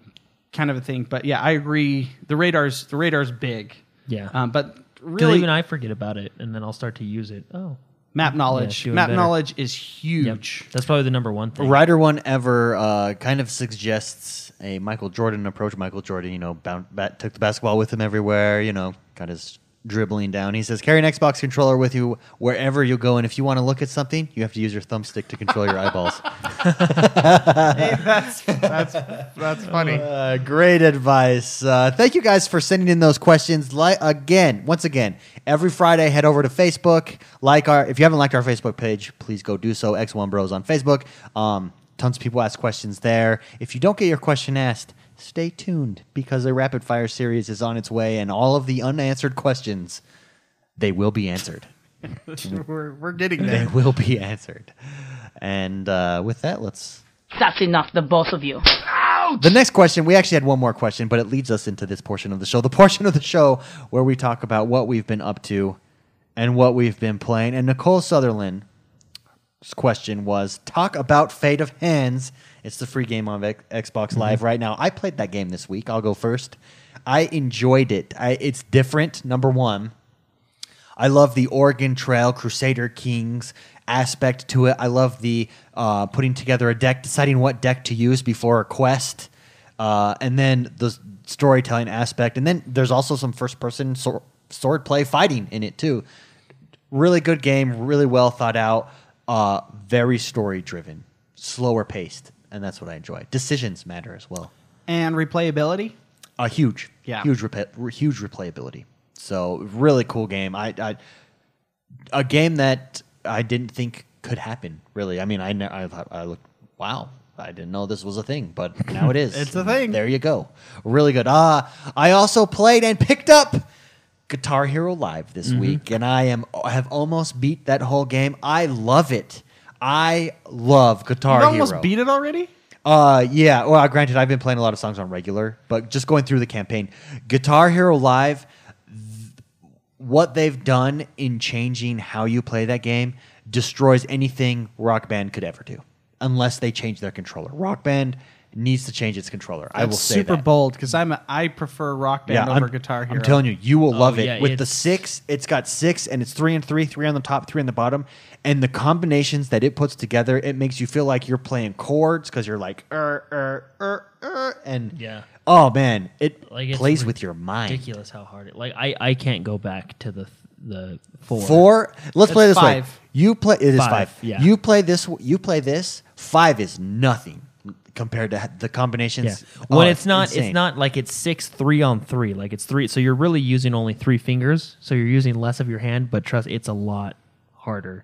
Speaker 2: kind of a thing. But yeah, I agree. The radar's the radar's big.
Speaker 3: Yeah.
Speaker 2: um, but
Speaker 3: 'Cause
Speaker 2: really,
Speaker 3: even I forget about it, and then I'll start to use it. Oh,
Speaker 2: map knowledge,
Speaker 3: doing
Speaker 2: map
Speaker 3: better.
Speaker 2: knowledge is
Speaker 3: yeah.
Speaker 2: huge.
Speaker 3: That's probably the number one thing.
Speaker 1: Rider One Ever uh, kind of suggests a Michael Jordan approach. Michael Jordan, you know, bound, bat, took the basketball with him everywhere, you know, kind of s- dribbling down. He says, carry an Xbox controller with you wherever you go. And if you want to look at something, you have to use your thumbstick to control your eyeballs.
Speaker 2: <laughs> That's funny.
Speaker 1: Uh, great advice. Uh, thank you guys for sending in those questions. Like again, once again, every Friday, head over to Facebook. Like our if you haven't liked our Facebook page, please go do so. X One Bros on Facebook. Um, tons of people ask questions there. If you don't get your question asked, stay tuned because a rapid fire series is on its way, and all of the unanswered questions they will be answered.
Speaker 2: we're, we're getting
Speaker 1: they
Speaker 2: there.
Speaker 1: will be <laughs> answered. And uh, with that, let's
Speaker 4: That's enough, the both of you.
Speaker 1: The next question, we actually had one more question, but it leads us into this portion of the show. The portion of the show where we talk about what we've been up to and what we've been playing. And Nicole Sutherland, question was talk about Fate of Hands. It's the free game on X- Xbox Live right now. I played that game this week. I'll go first. I enjoyed it. I, it's different. Number one, I love the Oregon Trail Crusader Kings aspect to it. I love the uh, putting together a deck, deciding what deck to use before a quest, uh, and then the s- storytelling aspect. And then there's also some first person sword, sword play fighting in it too. Really good game, really well thought out, uh, very story driven, slower paced, and that's what I enjoy. Decisions matter as well
Speaker 2: And replayability.
Speaker 1: a huge,
Speaker 2: Yeah.
Speaker 1: huge, repa- re- huge replayability. So really cool game. I, I a game that I didn't think could happen. Really, I mean, I ne- I thought I looked wow. I didn't know this was a thing,
Speaker 2: <laughs>
Speaker 1: but now it is.
Speaker 2: It's a thing.
Speaker 1: There you go. Really good. Ah, I also played and picked up Guitar Hero Live this
Speaker 2: Mm-hmm.
Speaker 1: week, and I am I have almost beat that whole game. I love it. I love Guitar
Speaker 2: You
Speaker 1: Hero.
Speaker 2: almost beat it already.
Speaker 1: Uh, yeah. Well, granted, I've been playing a lot of songs on regular, but just going through the campaign, Guitar Hero Live, th- what they've done in changing how you play that game destroys anything Rock Band could ever do, unless they change their controller. Rock Band needs to change its controller. I will
Speaker 2: That's
Speaker 1: say
Speaker 2: super
Speaker 1: that.
Speaker 2: bold because I'm a, I prefer Rock Band over Guitar Hero.
Speaker 1: I'm telling you, you will love it.
Speaker 3: Oh, yeah,
Speaker 1: With the
Speaker 3: it's-
Speaker 1: six, it's got six, and it's three and three, three on the top, three on the bottom, and the combinations that it puts together, it makes you feel like you're playing chords because you're like, er, er, er, er, and
Speaker 3: Yeah.
Speaker 1: oh man, it
Speaker 3: Like, it's
Speaker 1: plays
Speaker 3: ri-
Speaker 1: with your mind.
Speaker 3: Ridiculous how hard it. Like I, I can't go back to the the four.
Speaker 1: Four. Let's play this
Speaker 2: That's
Speaker 1: way.
Speaker 2: five.
Speaker 1: You play. It is
Speaker 3: Five,
Speaker 1: five.
Speaker 3: yeah.
Speaker 1: You play this. You play this. Five is nothing compared to the
Speaker 3: Yeah.
Speaker 1: combinations.
Speaker 3: When
Speaker 1: Oh,
Speaker 3: it's not,
Speaker 1: insane.
Speaker 3: it's not like it's six three on three. Like it's three. So you're really using only three fingers. So you're using less of your hand. But trust, it's a lot harder.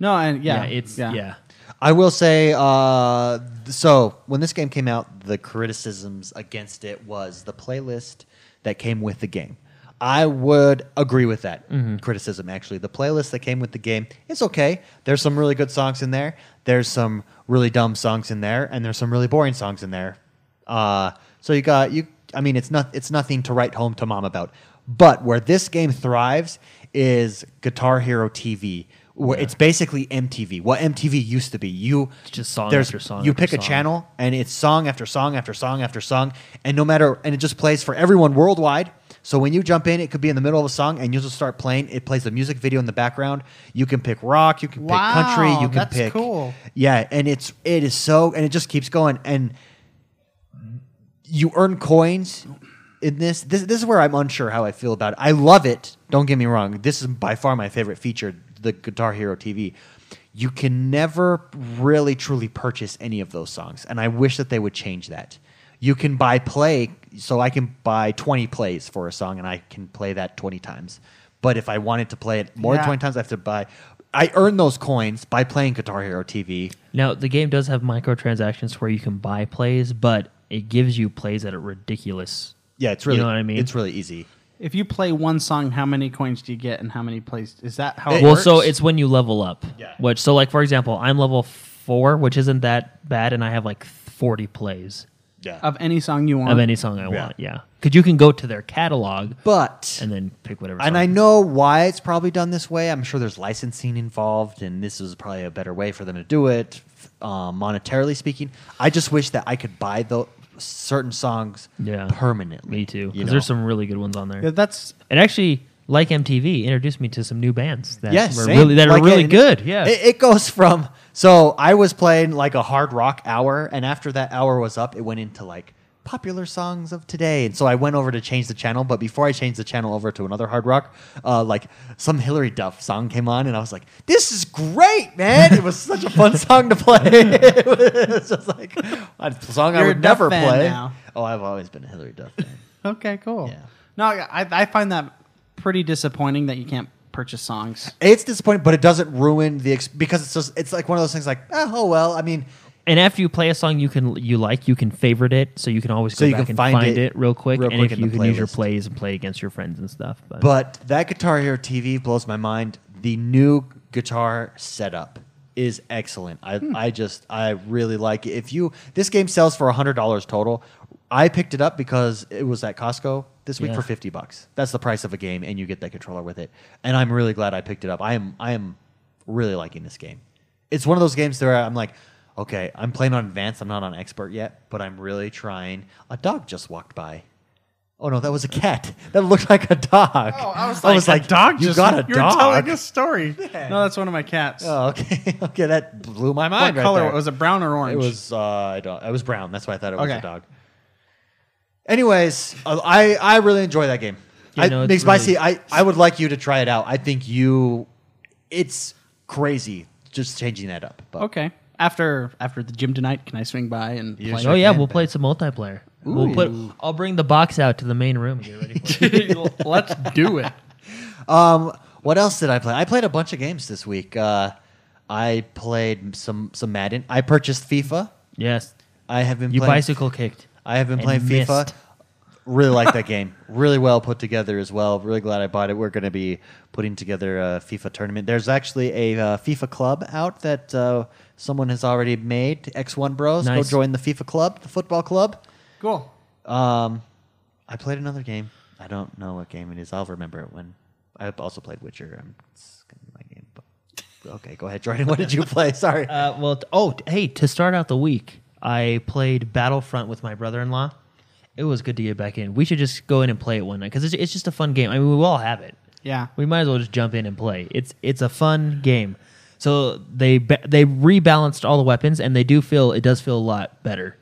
Speaker 2: no, and yeah,
Speaker 3: it's yeah.
Speaker 1: I will say, uh, th- so when this game came out, the criticisms against it was the playlist that came with the game. I would agree with that criticism, actually. The playlist that came with the game, it's okay. There's some really good songs in there, there's some really dumb songs in there, and there's some really boring songs in there. Uh, so you got you. I mean, it's not it's nothing to write home to mom about. But where this game thrives is Guitar Hero TV, where it's basically MTV. What MTV used to be. You
Speaker 3: just song
Speaker 1: there's-
Speaker 3: after song
Speaker 1: You
Speaker 3: after
Speaker 1: pick a
Speaker 3: song.
Speaker 1: channel, and it's song after song after song after song, and no matter, and it just plays for everyone worldwide. So when you jump in, it could be in the middle of a song, and you'll just start playing. It plays the music video in the background. You can pick rock, you can
Speaker 2: Wow,
Speaker 1: pick country, you can
Speaker 2: that's
Speaker 1: pick
Speaker 2: cool.
Speaker 1: yeah, and it's it is so, and it just keeps going, and you earn coins in this. This this is where I'm unsure how I feel about it. I love it. Don't get me wrong. This is by far my favorite feature, the Guitar Hero TV. You can never really truly purchase any of those songs, and I wish that they would change that. You can buy play, so I can buy 20 plays for a song, and I can play that 20 times. But if I wanted to play it more
Speaker 2: Yeah.
Speaker 1: than 20 times, I have to buy. I earn those coins by playing Guitar Hero TV.
Speaker 3: Now the game does have microtransactions where you can buy plays, but it gives you plays at a ridiculous.
Speaker 1: Yeah, it's really.
Speaker 3: You know what I mean?
Speaker 1: It's really easy.
Speaker 2: If you play one song, how many coins do you get, and how many plays? Is that how? It,
Speaker 3: well,
Speaker 2: works?
Speaker 3: so it's when you level up.
Speaker 1: Yeah.
Speaker 3: Which so like for example, I'm level four, which isn't that bad, and I have like forty plays
Speaker 1: Yeah.
Speaker 2: of any song you want.
Speaker 3: of any song I
Speaker 1: Yeah.
Speaker 3: want. Yeah. Because you can go to their catalog
Speaker 1: but
Speaker 3: and then pick whatever.
Speaker 1: and
Speaker 3: song.
Speaker 1: I know why it's probably done this way. I'm sure there's licensing involved, and this is probably a better way for them to do it, um, monetarily speaking. I just wish that I could buy the certain songs
Speaker 3: Yeah.
Speaker 1: permanently.
Speaker 3: Me too.
Speaker 1: you
Speaker 3: Because
Speaker 1: know?
Speaker 3: there's some really good ones on there.
Speaker 2: Yeah, that's
Speaker 3: And actually, like MTV, introduced me to some new bands that
Speaker 1: yes,
Speaker 3: were
Speaker 1: same.
Speaker 3: really that
Speaker 1: Like,
Speaker 3: are really
Speaker 1: it-
Speaker 3: good. Yeah.
Speaker 1: it, it goes from so I was playing like a hard rock hour, and after that hour was up, it went into like popular songs of today, and so I went over to change the channel. But before I changed the channel over to another hard rock, uh, like some Hillary Duff song came on, and I was like, "This is great, man! It was <laughs> such a fun song to play. <laughs> it was just like a song I
Speaker 2: You're a
Speaker 1: would
Speaker 2: Duff
Speaker 1: never
Speaker 2: fan
Speaker 1: play.
Speaker 2: now.
Speaker 1: Oh, I've always been a Hillary Duff fan.
Speaker 2: okay. Cool.
Speaker 1: Yeah.
Speaker 2: No, I, I find that pretty disappointing that you can't purchase songs.
Speaker 1: it's disappointing, but it doesn't ruin the ex- because it's just it's like one of those things like oh, oh well, I mean.
Speaker 3: and after you play a song you can you like, you can favorite it, so you can always
Speaker 1: So
Speaker 3: go
Speaker 1: you
Speaker 3: back
Speaker 1: can
Speaker 3: and
Speaker 1: find
Speaker 3: find,
Speaker 1: it
Speaker 3: it, real quick.
Speaker 1: real
Speaker 3: and
Speaker 1: quick
Speaker 3: if
Speaker 1: in
Speaker 3: you
Speaker 1: the
Speaker 3: can use your
Speaker 1: playlist.
Speaker 3: plays and play against your friends and stuff. But,
Speaker 1: But that Guitar Hero TV blows my mind. The new guitar setup is excellent. I, I just I really like it. If you this game sells for hundred dollars total, I picked it up because it was at Costco this week
Speaker 3: Yeah.
Speaker 1: for fifty bucks. That's the price of a game, and you get that controller with it. And I'm really glad I picked it up. I am I am really liking this game. it's one of those games where I'm like, okay, I'm playing on advanced. I'm not on expert yet, but I'm really trying. A dog just walked by. Oh no, that was a cat. That looked like a dog.
Speaker 2: Oh, I was like, a dog
Speaker 1: you
Speaker 2: just,
Speaker 1: got a
Speaker 2: <laughs> you're
Speaker 1: dog.
Speaker 2: telling a story. No, that's one of my cats.
Speaker 1: <laughs> Oh, okay, <laughs> okay, that blew my
Speaker 2: what
Speaker 1: mind. right
Speaker 2: color
Speaker 1: there.
Speaker 2: was it? Brown or orange?
Speaker 1: It was uh, I don't. It was brown. That's why I thought it was
Speaker 2: Okay.
Speaker 1: a dog. Anyways, uh, I I really enjoy that game.
Speaker 3: Yeah,
Speaker 1: I,
Speaker 3: no, it's
Speaker 1: Big Spicy,
Speaker 3: really-
Speaker 1: I I would like you to try it out. I think you, it's crazy just changing that up. But
Speaker 2: okay. After after the gym tonight, can I swing by and play?
Speaker 3: oh yeah, we'll play some multiplayer. We'll put. I'll bring the box out to the main room. and Get ready for
Speaker 1: <laughs>
Speaker 3: it.
Speaker 2: Let's do it.
Speaker 1: Um, what else did I play? I played a bunch of games this week. Uh, I played some some Madden. I purchased FIFA.
Speaker 3: <laughs> yes,
Speaker 1: I have been
Speaker 3: you
Speaker 1: playing,
Speaker 3: bicycle kicked.
Speaker 1: I have been
Speaker 3: and
Speaker 1: playing FIFA.
Speaker 3: missed.
Speaker 1: Really like
Speaker 3: <laughs>
Speaker 1: that game. Really well put together as well. Really glad I bought it. We're going to be putting together a FIFA tournament. There's actually a uh, FIFA club out that uh, someone has already made. X1 Bros,
Speaker 3: Nice.
Speaker 1: go join the FIFA club, the football club.
Speaker 2: Cool.
Speaker 1: Um, I played another game. I don't know what game it is. I'll remember it when. I also played Witcher. Um, it's gonna be my game. But okay, go ahead, Jordan. <laughs> What did you play? Sorry.
Speaker 3: Uh, well, t- oh, t- hey, to start out the week, I played Battlefront with my brother-in-law. It was good to get back in. We should just go in and play it one night because it's, it's just a fun game. I mean, we all have it.
Speaker 2: Yeah.
Speaker 3: we might as well just jump in and play. It's it's a fun game. So they ba- they rebalanced all the weapons, and they do feel it does feel a lot better.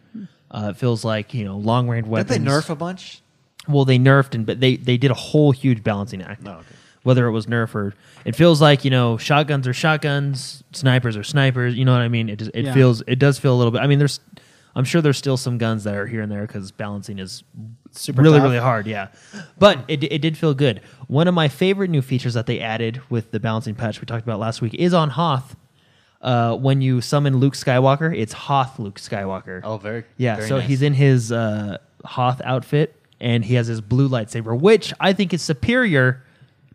Speaker 3: Uh, it feels like you know long range
Speaker 1: Did
Speaker 3: weapons.
Speaker 1: they nerf a bunch?
Speaker 3: Well, they nerfed and but they they did a whole huge balancing act.
Speaker 1: Oh, okay.
Speaker 3: Whether it was nerf or it feels like you know shotguns are shotguns, snipers are snipers. You know what I mean? It just, it
Speaker 2: Yeah.
Speaker 3: feels it does feel a little bit. I mean, there's I'm sure there's still some guns that are here and there because balancing is
Speaker 2: Super
Speaker 3: really
Speaker 2: tough.
Speaker 3: really hard. Yeah, but it it did feel good. One of my favorite new features that they added with the balancing patch we talked about last week is on Hoth. Uh, when you summon Luke Skywalker, it's Hoth Luke Skywalker.
Speaker 1: Oh, very
Speaker 3: Yeah,
Speaker 1: very
Speaker 3: so
Speaker 1: nice.
Speaker 3: he's in his uh, Hoth outfit and he has his blue lightsaber, which I think is superior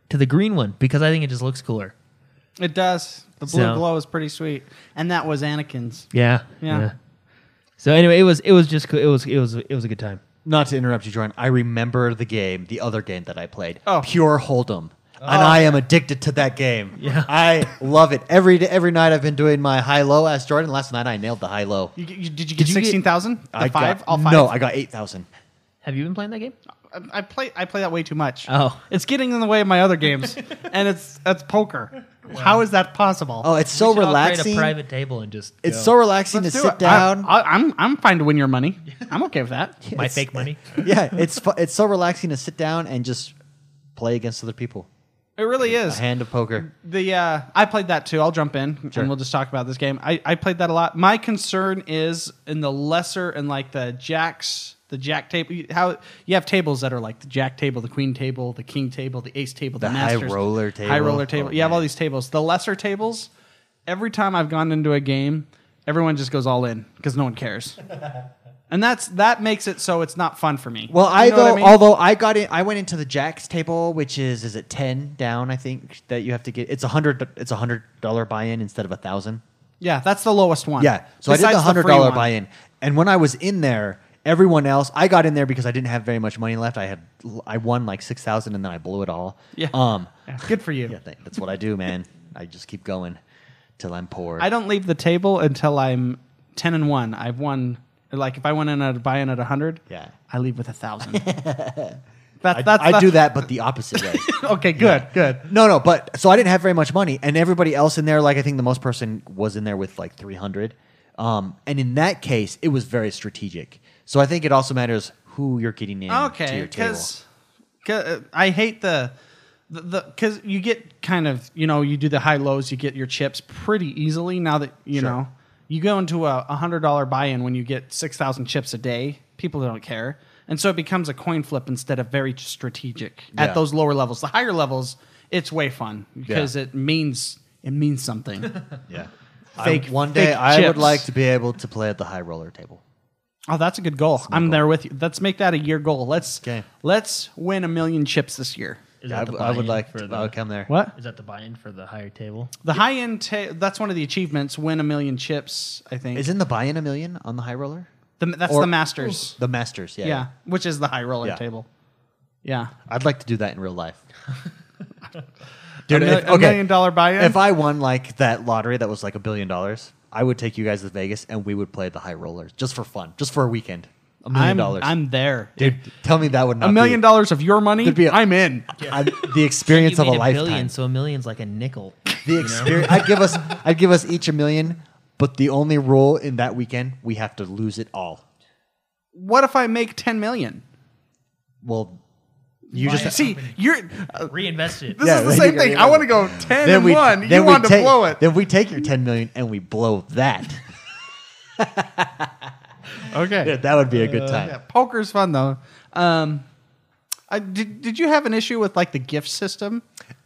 Speaker 3: to the green one because I think it just looks cooler.
Speaker 2: It does. The blue
Speaker 3: So-
Speaker 2: glow is pretty sweet, and that was Anakin's.
Speaker 3: Yeah,
Speaker 2: Yeah.
Speaker 3: So anyway, it was it was just cool. it was it was it was a good time.
Speaker 1: Not to interrupt you, Jordan. I remember the game, the other game that I played.
Speaker 2: Oh.
Speaker 1: Pure Hold'em. And I am addicted to that game. Yeah. I love it. Every day, every night I've been doing my high low as Jordan. Last night I nailed the high low.
Speaker 2: You, you, did you
Speaker 3: Did
Speaker 2: get
Speaker 3: you get-
Speaker 2: sixteen thousand? The
Speaker 1: I
Speaker 2: five?
Speaker 1: got,
Speaker 2: all five?
Speaker 1: No, I got 8,000.
Speaker 3: Have you been playing that game?
Speaker 2: I- I play I play that way too much.
Speaker 3: Oh.
Speaker 2: it's getting in the way of my
Speaker 1: <laughs>
Speaker 2: other games, and it's that's poker. How is that possible?
Speaker 1: Oh, it's so
Speaker 3: We should all create
Speaker 1: relaxing.
Speaker 3: a private table and just
Speaker 1: It's
Speaker 3: go.
Speaker 1: so relaxing
Speaker 2: Let's
Speaker 1: to
Speaker 2: do
Speaker 1: sit
Speaker 2: it.
Speaker 1: down.
Speaker 2: <laughs> I, I, I'm I'm fine to win your money. I'm okay with that.
Speaker 3: my
Speaker 1: it's-
Speaker 3: fake money.
Speaker 1: yeah, it's fu- it's so relaxing to sit down and just play against other people.
Speaker 2: It really
Speaker 1: A
Speaker 2: is.
Speaker 1: hand of poker.
Speaker 2: The uh, I played that too. I'll jump in
Speaker 1: Sure.
Speaker 2: and we'll just talk about this game. I, I played that a lot. My concern is in the lesser and like the jacks, the jack table. you- How you have tables that are like the jack table, the queen table, the king table, the ace table, the,
Speaker 1: The high
Speaker 2: masters,
Speaker 1: roller
Speaker 2: high
Speaker 1: table.
Speaker 2: roller table.
Speaker 1: Oh,
Speaker 2: you have all
Speaker 1: man.
Speaker 2: these tables. The lesser tables. Every time I've gone into a game, everyone just goes all in because no
Speaker 1: <laughs>
Speaker 2: one cares. And that's that makes it so it's not fun for me.
Speaker 1: Well,
Speaker 2: You
Speaker 1: I
Speaker 2: know what
Speaker 1: though,
Speaker 2: mean?
Speaker 1: although I got in, I went into the jacks table, which is is it ten down? I think that you have to get. It's a hundred. It's a hundred dollar buy in instead of a thousand.
Speaker 2: yeah, that's the lowest one.
Speaker 1: Yeah. So I did the
Speaker 2: Besides free
Speaker 1: hundred dollar
Speaker 2: one.
Speaker 1: buy in, and when I was in there, everyone else, I got in there because I didn't have very much money left. I had I won like six thousand, and then I blew it all.
Speaker 2: Yeah.
Speaker 1: Um.
Speaker 2: Yeah, good for you.
Speaker 1: Yeah. Th- that's what I do, man. I just keep going till I'm poor.
Speaker 2: I don't leave the table until I'm ten and one. I've won. Like if I went in at buy in at hundred,
Speaker 1: Yeah.
Speaker 2: I leave with
Speaker 1: <laughs>
Speaker 2: a thousand.
Speaker 1: I,
Speaker 2: That, that's
Speaker 1: I
Speaker 2: the-
Speaker 1: do that, but the opposite way.
Speaker 2: <laughs> Okay, good, good.
Speaker 1: No, no, but so I didn't have very much money, and everybody else in there, like I think the most person was in there with like three hundred, um, and in that case, it was very strategic. So I think it also matters who you're getting in to
Speaker 2: Okay,
Speaker 1: your table.
Speaker 2: because uh, I hate the the because you get kind of you know you do the high lows, you get your chips pretty easily. Now that you
Speaker 1: Sure.
Speaker 2: know you go into a hundred dollar buy in when you get six thousand chips a day, people don't care, and so it becomes a coin flip instead of very strategic
Speaker 1: Yeah.
Speaker 2: at those lower levels. The higher levels, it's way fun because
Speaker 1: Yeah.
Speaker 2: it means it means something.
Speaker 1: <laughs> Yeah,
Speaker 2: Fake-
Speaker 1: one day,
Speaker 2: fake
Speaker 1: I would
Speaker 2: chips.
Speaker 1: like to be able to play at the high roller table.
Speaker 2: Oh, that's a good goal. I'm there with you. Let's make that a year goal. Let's
Speaker 1: 'Kay.
Speaker 2: let's win a million chips this year.
Speaker 3: Is
Speaker 1: Yeah, I
Speaker 3: that the
Speaker 1: w- I would
Speaker 3: buy-in
Speaker 1: like
Speaker 3: for
Speaker 1: to.
Speaker 3: the-
Speaker 1: I would come there.
Speaker 2: What?
Speaker 3: Is that the buy-in for the higher table?
Speaker 2: The high end, ta- that's one of the achievements. Win a million chips, I think.
Speaker 1: Isn't the buy-in a million on the high roller?
Speaker 2: the, that's
Speaker 1: Or- Oh,
Speaker 2: the Masters?
Speaker 1: The Masters, yeah.
Speaker 2: yeah. which is the high roller
Speaker 1: Yeah.
Speaker 2: table. Yeah, <laughs>
Speaker 1: I'd like to do that in real life. Dude,
Speaker 2: a, mil-
Speaker 1: if-
Speaker 2: a
Speaker 1: okay.
Speaker 2: million dollar buy-in.
Speaker 1: If I won like that lottery that was like a billion dollars, I would take you guys to Vegas and we would play the high rollers just for fun, just for a weekend. A million
Speaker 2: I'm,
Speaker 1: dollars.
Speaker 2: I'm there.
Speaker 1: Dude, tell me that would not
Speaker 2: a
Speaker 1: <laughs>
Speaker 2: million
Speaker 1: be,
Speaker 2: dollars of your money,
Speaker 1: There'd be a-
Speaker 2: I'm in.
Speaker 1: I- the experience
Speaker 3: You
Speaker 1: of a
Speaker 3: made
Speaker 1: lifetime.
Speaker 3: Billion, so a million's like a nickel.
Speaker 1: the experience. I'd give us. I'd give us each a million, but the only rule in that weekend we have to lose it all.
Speaker 2: What if I make ten million?
Speaker 1: Well, you
Speaker 3: Buy
Speaker 1: just <laughs>
Speaker 3: it.
Speaker 2: See, you're.
Speaker 3: Reinvest it.
Speaker 2: This
Speaker 1: Yeah,
Speaker 2: is the
Speaker 1: you
Speaker 2: same
Speaker 1: gotta
Speaker 2: thing.
Speaker 1: get
Speaker 2: I
Speaker 1: rid
Speaker 2: want to
Speaker 1: of
Speaker 2: go ten and one. You
Speaker 1: we
Speaker 2: want to
Speaker 1: take-
Speaker 2: blow it.
Speaker 1: Then we take your ten million and we blow that. <laughs>
Speaker 2: Okay.
Speaker 1: that would be a
Speaker 3: Uh,
Speaker 1: good time.
Speaker 2: Yeah, poker's fun though. Um, I, did did you have an issue with like the gift system?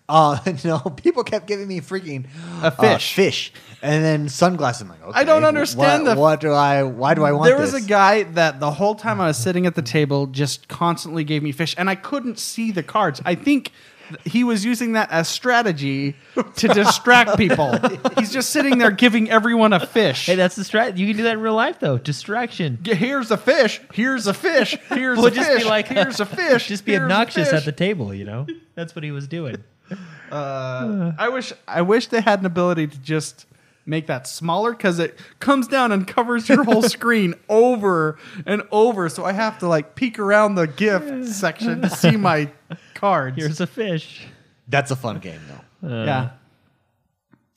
Speaker 1: Uh, <laughs> no, people kept giving me freaking
Speaker 2: A
Speaker 1: uh,
Speaker 2: fish.
Speaker 1: fish, and then sunglasses. I'm like, okay,
Speaker 2: I don't
Speaker 1: wh-
Speaker 2: understand
Speaker 1: What,
Speaker 2: the-
Speaker 1: what do I? Why do I want?
Speaker 2: There was
Speaker 1: this?
Speaker 2: a guy that the whole time I was sitting at the table just constantly gave me fish, and I couldn't see the cards. I think th- he was using that as strategy to
Speaker 3: <laughs>
Speaker 2: distract people. He's just sitting there giving everyone a fish.
Speaker 3: Hey, that's the strat. You can do that in real life though. Distraction.
Speaker 2: G- Here's a fish. Here's a fish. Here's
Speaker 3: Well,
Speaker 2: a
Speaker 3: just
Speaker 2: fish.
Speaker 3: be like, uh,
Speaker 2: here's a fish.
Speaker 3: Just be
Speaker 2: here's a
Speaker 3: obnoxious
Speaker 2: fish.
Speaker 3: at the table. You <laughs> know, that's what he was doing.
Speaker 2: Uh, I wish I wish they had an ability to just make that smaller because it comes down and covers your
Speaker 3: <laughs>
Speaker 2: whole screen over and over. So I have to like peek around the gift section to see
Speaker 3: <laughs>
Speaker 2: my cards.
Speaker 3: <laughs> Here's a fish.
Speaker 1: That's a fun game though.
Speaker 2: yeah.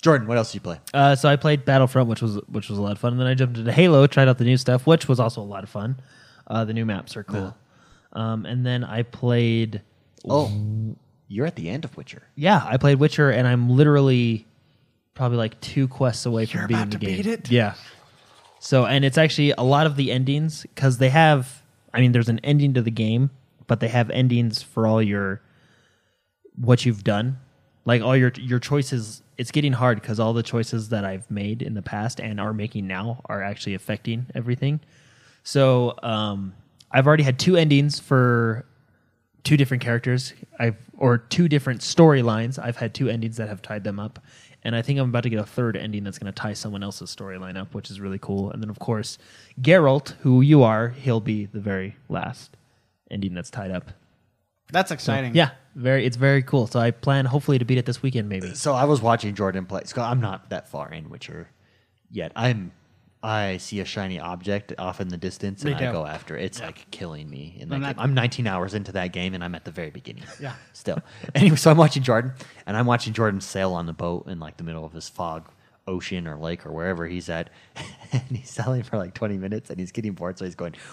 Speaker 1: Jordan, what else do you play?
Speaker 3: Uh, so I played Battlefront, which was which was a lot of fun. And then I jumped into Halo, tried out the new stuff, which was also a lot of fun. Uh, the new maps are cool. Um, and then I played,
Speaker 1: Oh, you're at the end of Witcher.
Speaker 3: yeah, I played Witcher, and I'm literally probably like two quests away
Speaker 2: You're
Speaker 3: from beating
Speaker 2: about
Speaker 3: the
Speaker 2: to
Speaker 3: game.
Speaker 2: beat it?
Speaker 3: Yeah. So and it's actually a lot of the endings because they have. I mean, there's an ending to the game, but they have endings for all your what you've done, like all your your choices. It's getting hard because all the choices that I've made in the past and are making now are actually affecting everything. So um, I've already had two endings for two different characters. I've or two different storylines. I've had two endings that have tied them up, and I think I'm about to get a third ending that's going to tie someone else's storyline up, which is really cool. And then of course, Geralt, who you are, he'll be the very last ending that's tied up.
Speaker 2: That's exciting.
Speaker 3: Yeah, very. It's very cool. So I plan hopefully to beat it this weekend, maybe.
Speaker 1: So I was watching Jordan play. So I'm not that far in Witcher yet. I'm. I see a shiny object off in the distance, and
Speaker 2: Me
Speaker 1: I
Speaker 2: too.
Speaker 1: go after it. It's like killing me in that,
Speaker 2: And that-
Speaker 1: game. I'm 19 hours into that game, and I'm at the very beginning.
Speaker 2: Yeah.
Speaker 1: Still. <laughs> anyway, so I'm watching Jordan, and I'm watching Jordan sail on the boat in like the middle of this fog ocean or lake or wherever he's at, <laughs> and he's sailing for like 20 minutes, and he's getting bored, so he's going. <laughs>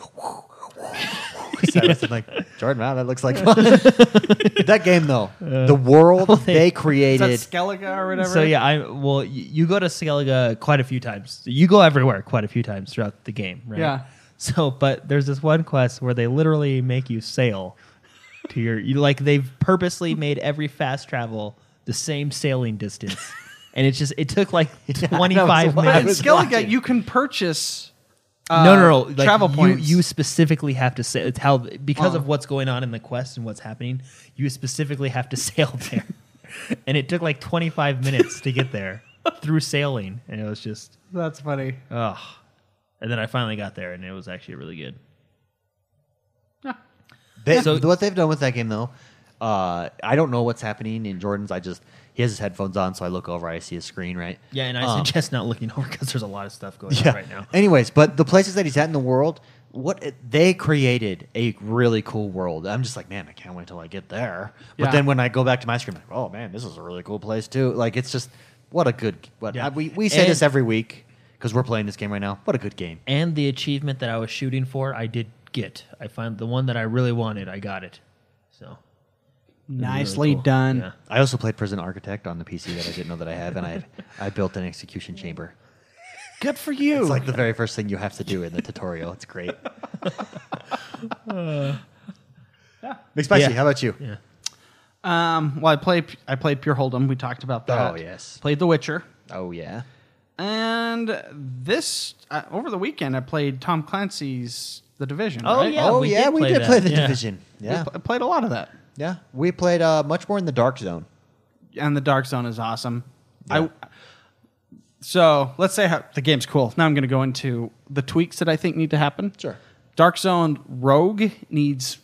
Speaker 1: He's at us, I'm like Jordan, wow, that looks like fun. <laughs> that game though, the world
Speaker 2: <laughs>
Speaker 3: they-
Speaker 1: they
Speaker 2: Is that
Speaker 1: created.
Speaker 2: Skellige or whatever?
Speaker 3: So yeah, I well, y- you go to Skellige quite a few times. You go everywhere quite a few times throughout the game, right?
Speaker 2: Yeah.
Speaker 3: So, but there's this one quest where they literally make you sail to your you like they've purposely made every fast travel the same sailing distance, and it's just it took like
Speaker 1: know,
Speaker 3: 25
Speaker 1: what?
Speaker 2: At
Speaker 1: I was
Speaker 3: minutes.
Speaker 2: Skellige,
Speaker 1: watching.
Speaker 2: you can purchase. uh,
Speaker 3: no, no, no. like,
Speaker 2: travel
Speaker 3: you,
Speaker 2: points.
Speaker 3: You specifically have to sail. It's how because
Speaker 2: Oh.
Speaker 3: of what's going on in the quest and what's happening. You specifically have to <laughs> sail there, and it took like 25 minutes to get <laughs> there through sailing, and it was just
Speaker 2: That's funny.
Speaker 3: ugh. And then I finally got there, and it was actually really good.
Speaker 1: They,
Speaker 3: So-
Speaker 1: what they've done with that game, though, uh, I don't know what's happening in Jordan's. I just he has his headphones on, so I look over, I see his screen, right?
Speaker 3: Yeah, and I
Speaker 1: Um,
Speaker 3: suggest not looking <laughs> over because there's a lot of stuff going
Speaker 1: <laughs> yeah.
Speaker 3: on right now.
Speaker 1: Anyways, but the places that he's at in the world, what they created a really cool world. I'm just like, man, I can't wait till I get there. But
Speaker 2: Yeah.
Speaker 1: then when I go back to my screen, I'm like, oh man, this is a really cool place too. Like it's just what a good. What
Speaker 3: Yeah.
Speaker 1: I- we we say
Speaker 3: And-
Speaker 1: this every week because we're playing this game right now. What a good game.
Speaker 3: And the achievement that I was shooting for, I did get. I found the one that I really wanted. I got it. So it was really
Speaker 2: Nicely
Speaker 3: cool.
Speaker 2: done.
Speaker 3: Yeah.
Speaker 1: I also played Prison Architect on the PC that I didn't know that I have, and I I built an execution chamber.
Speaker 2: Good for you.
Speaker 1: It's like the very first thing you have to do in the tutorial. It's
Speaker 2: <laughs>
Speaker 1: great. Big Spicy,
Speaker 3: Yeah.
Speaker 1: how about you?
Speaker 3: Yeah.
Speaker 2: um, well, I play. I played Pure Hold'em. We talked about that.
Speaker 1: Oh, yes.
Speaker 2: Played The Witcher.
Speaker 1: Oh, yeah.
Speaker 2: And this uh, over the weekend, I played Tom Clancy's The Division.
Speaker 3: Oh,
Speaker 2: right?
Speaker 3: yeah.
Speaker 1: oh,
Speaker 3: we
Speaker 1: yeah,
Speaker 3: did
Speaker 1: we
Speaker 3: play
Speaker 1: did
Speaker 3: that.
Speaker 1: play The
Speaker 3: Yeah.
Speaker 1: Division. Yeah.
Speaker 2: I played a lot of that,
Speaker 1: yeah. We played uh, much more in the Dark Zone.
Speaker 2: and the Dark Zone is awesome. I so let's say how, the game's cool. Now I'm going to go into the tweaks that I think need to happen.
Speaker 1: Sure.
Speaker 2: Dark Zone Rogue needs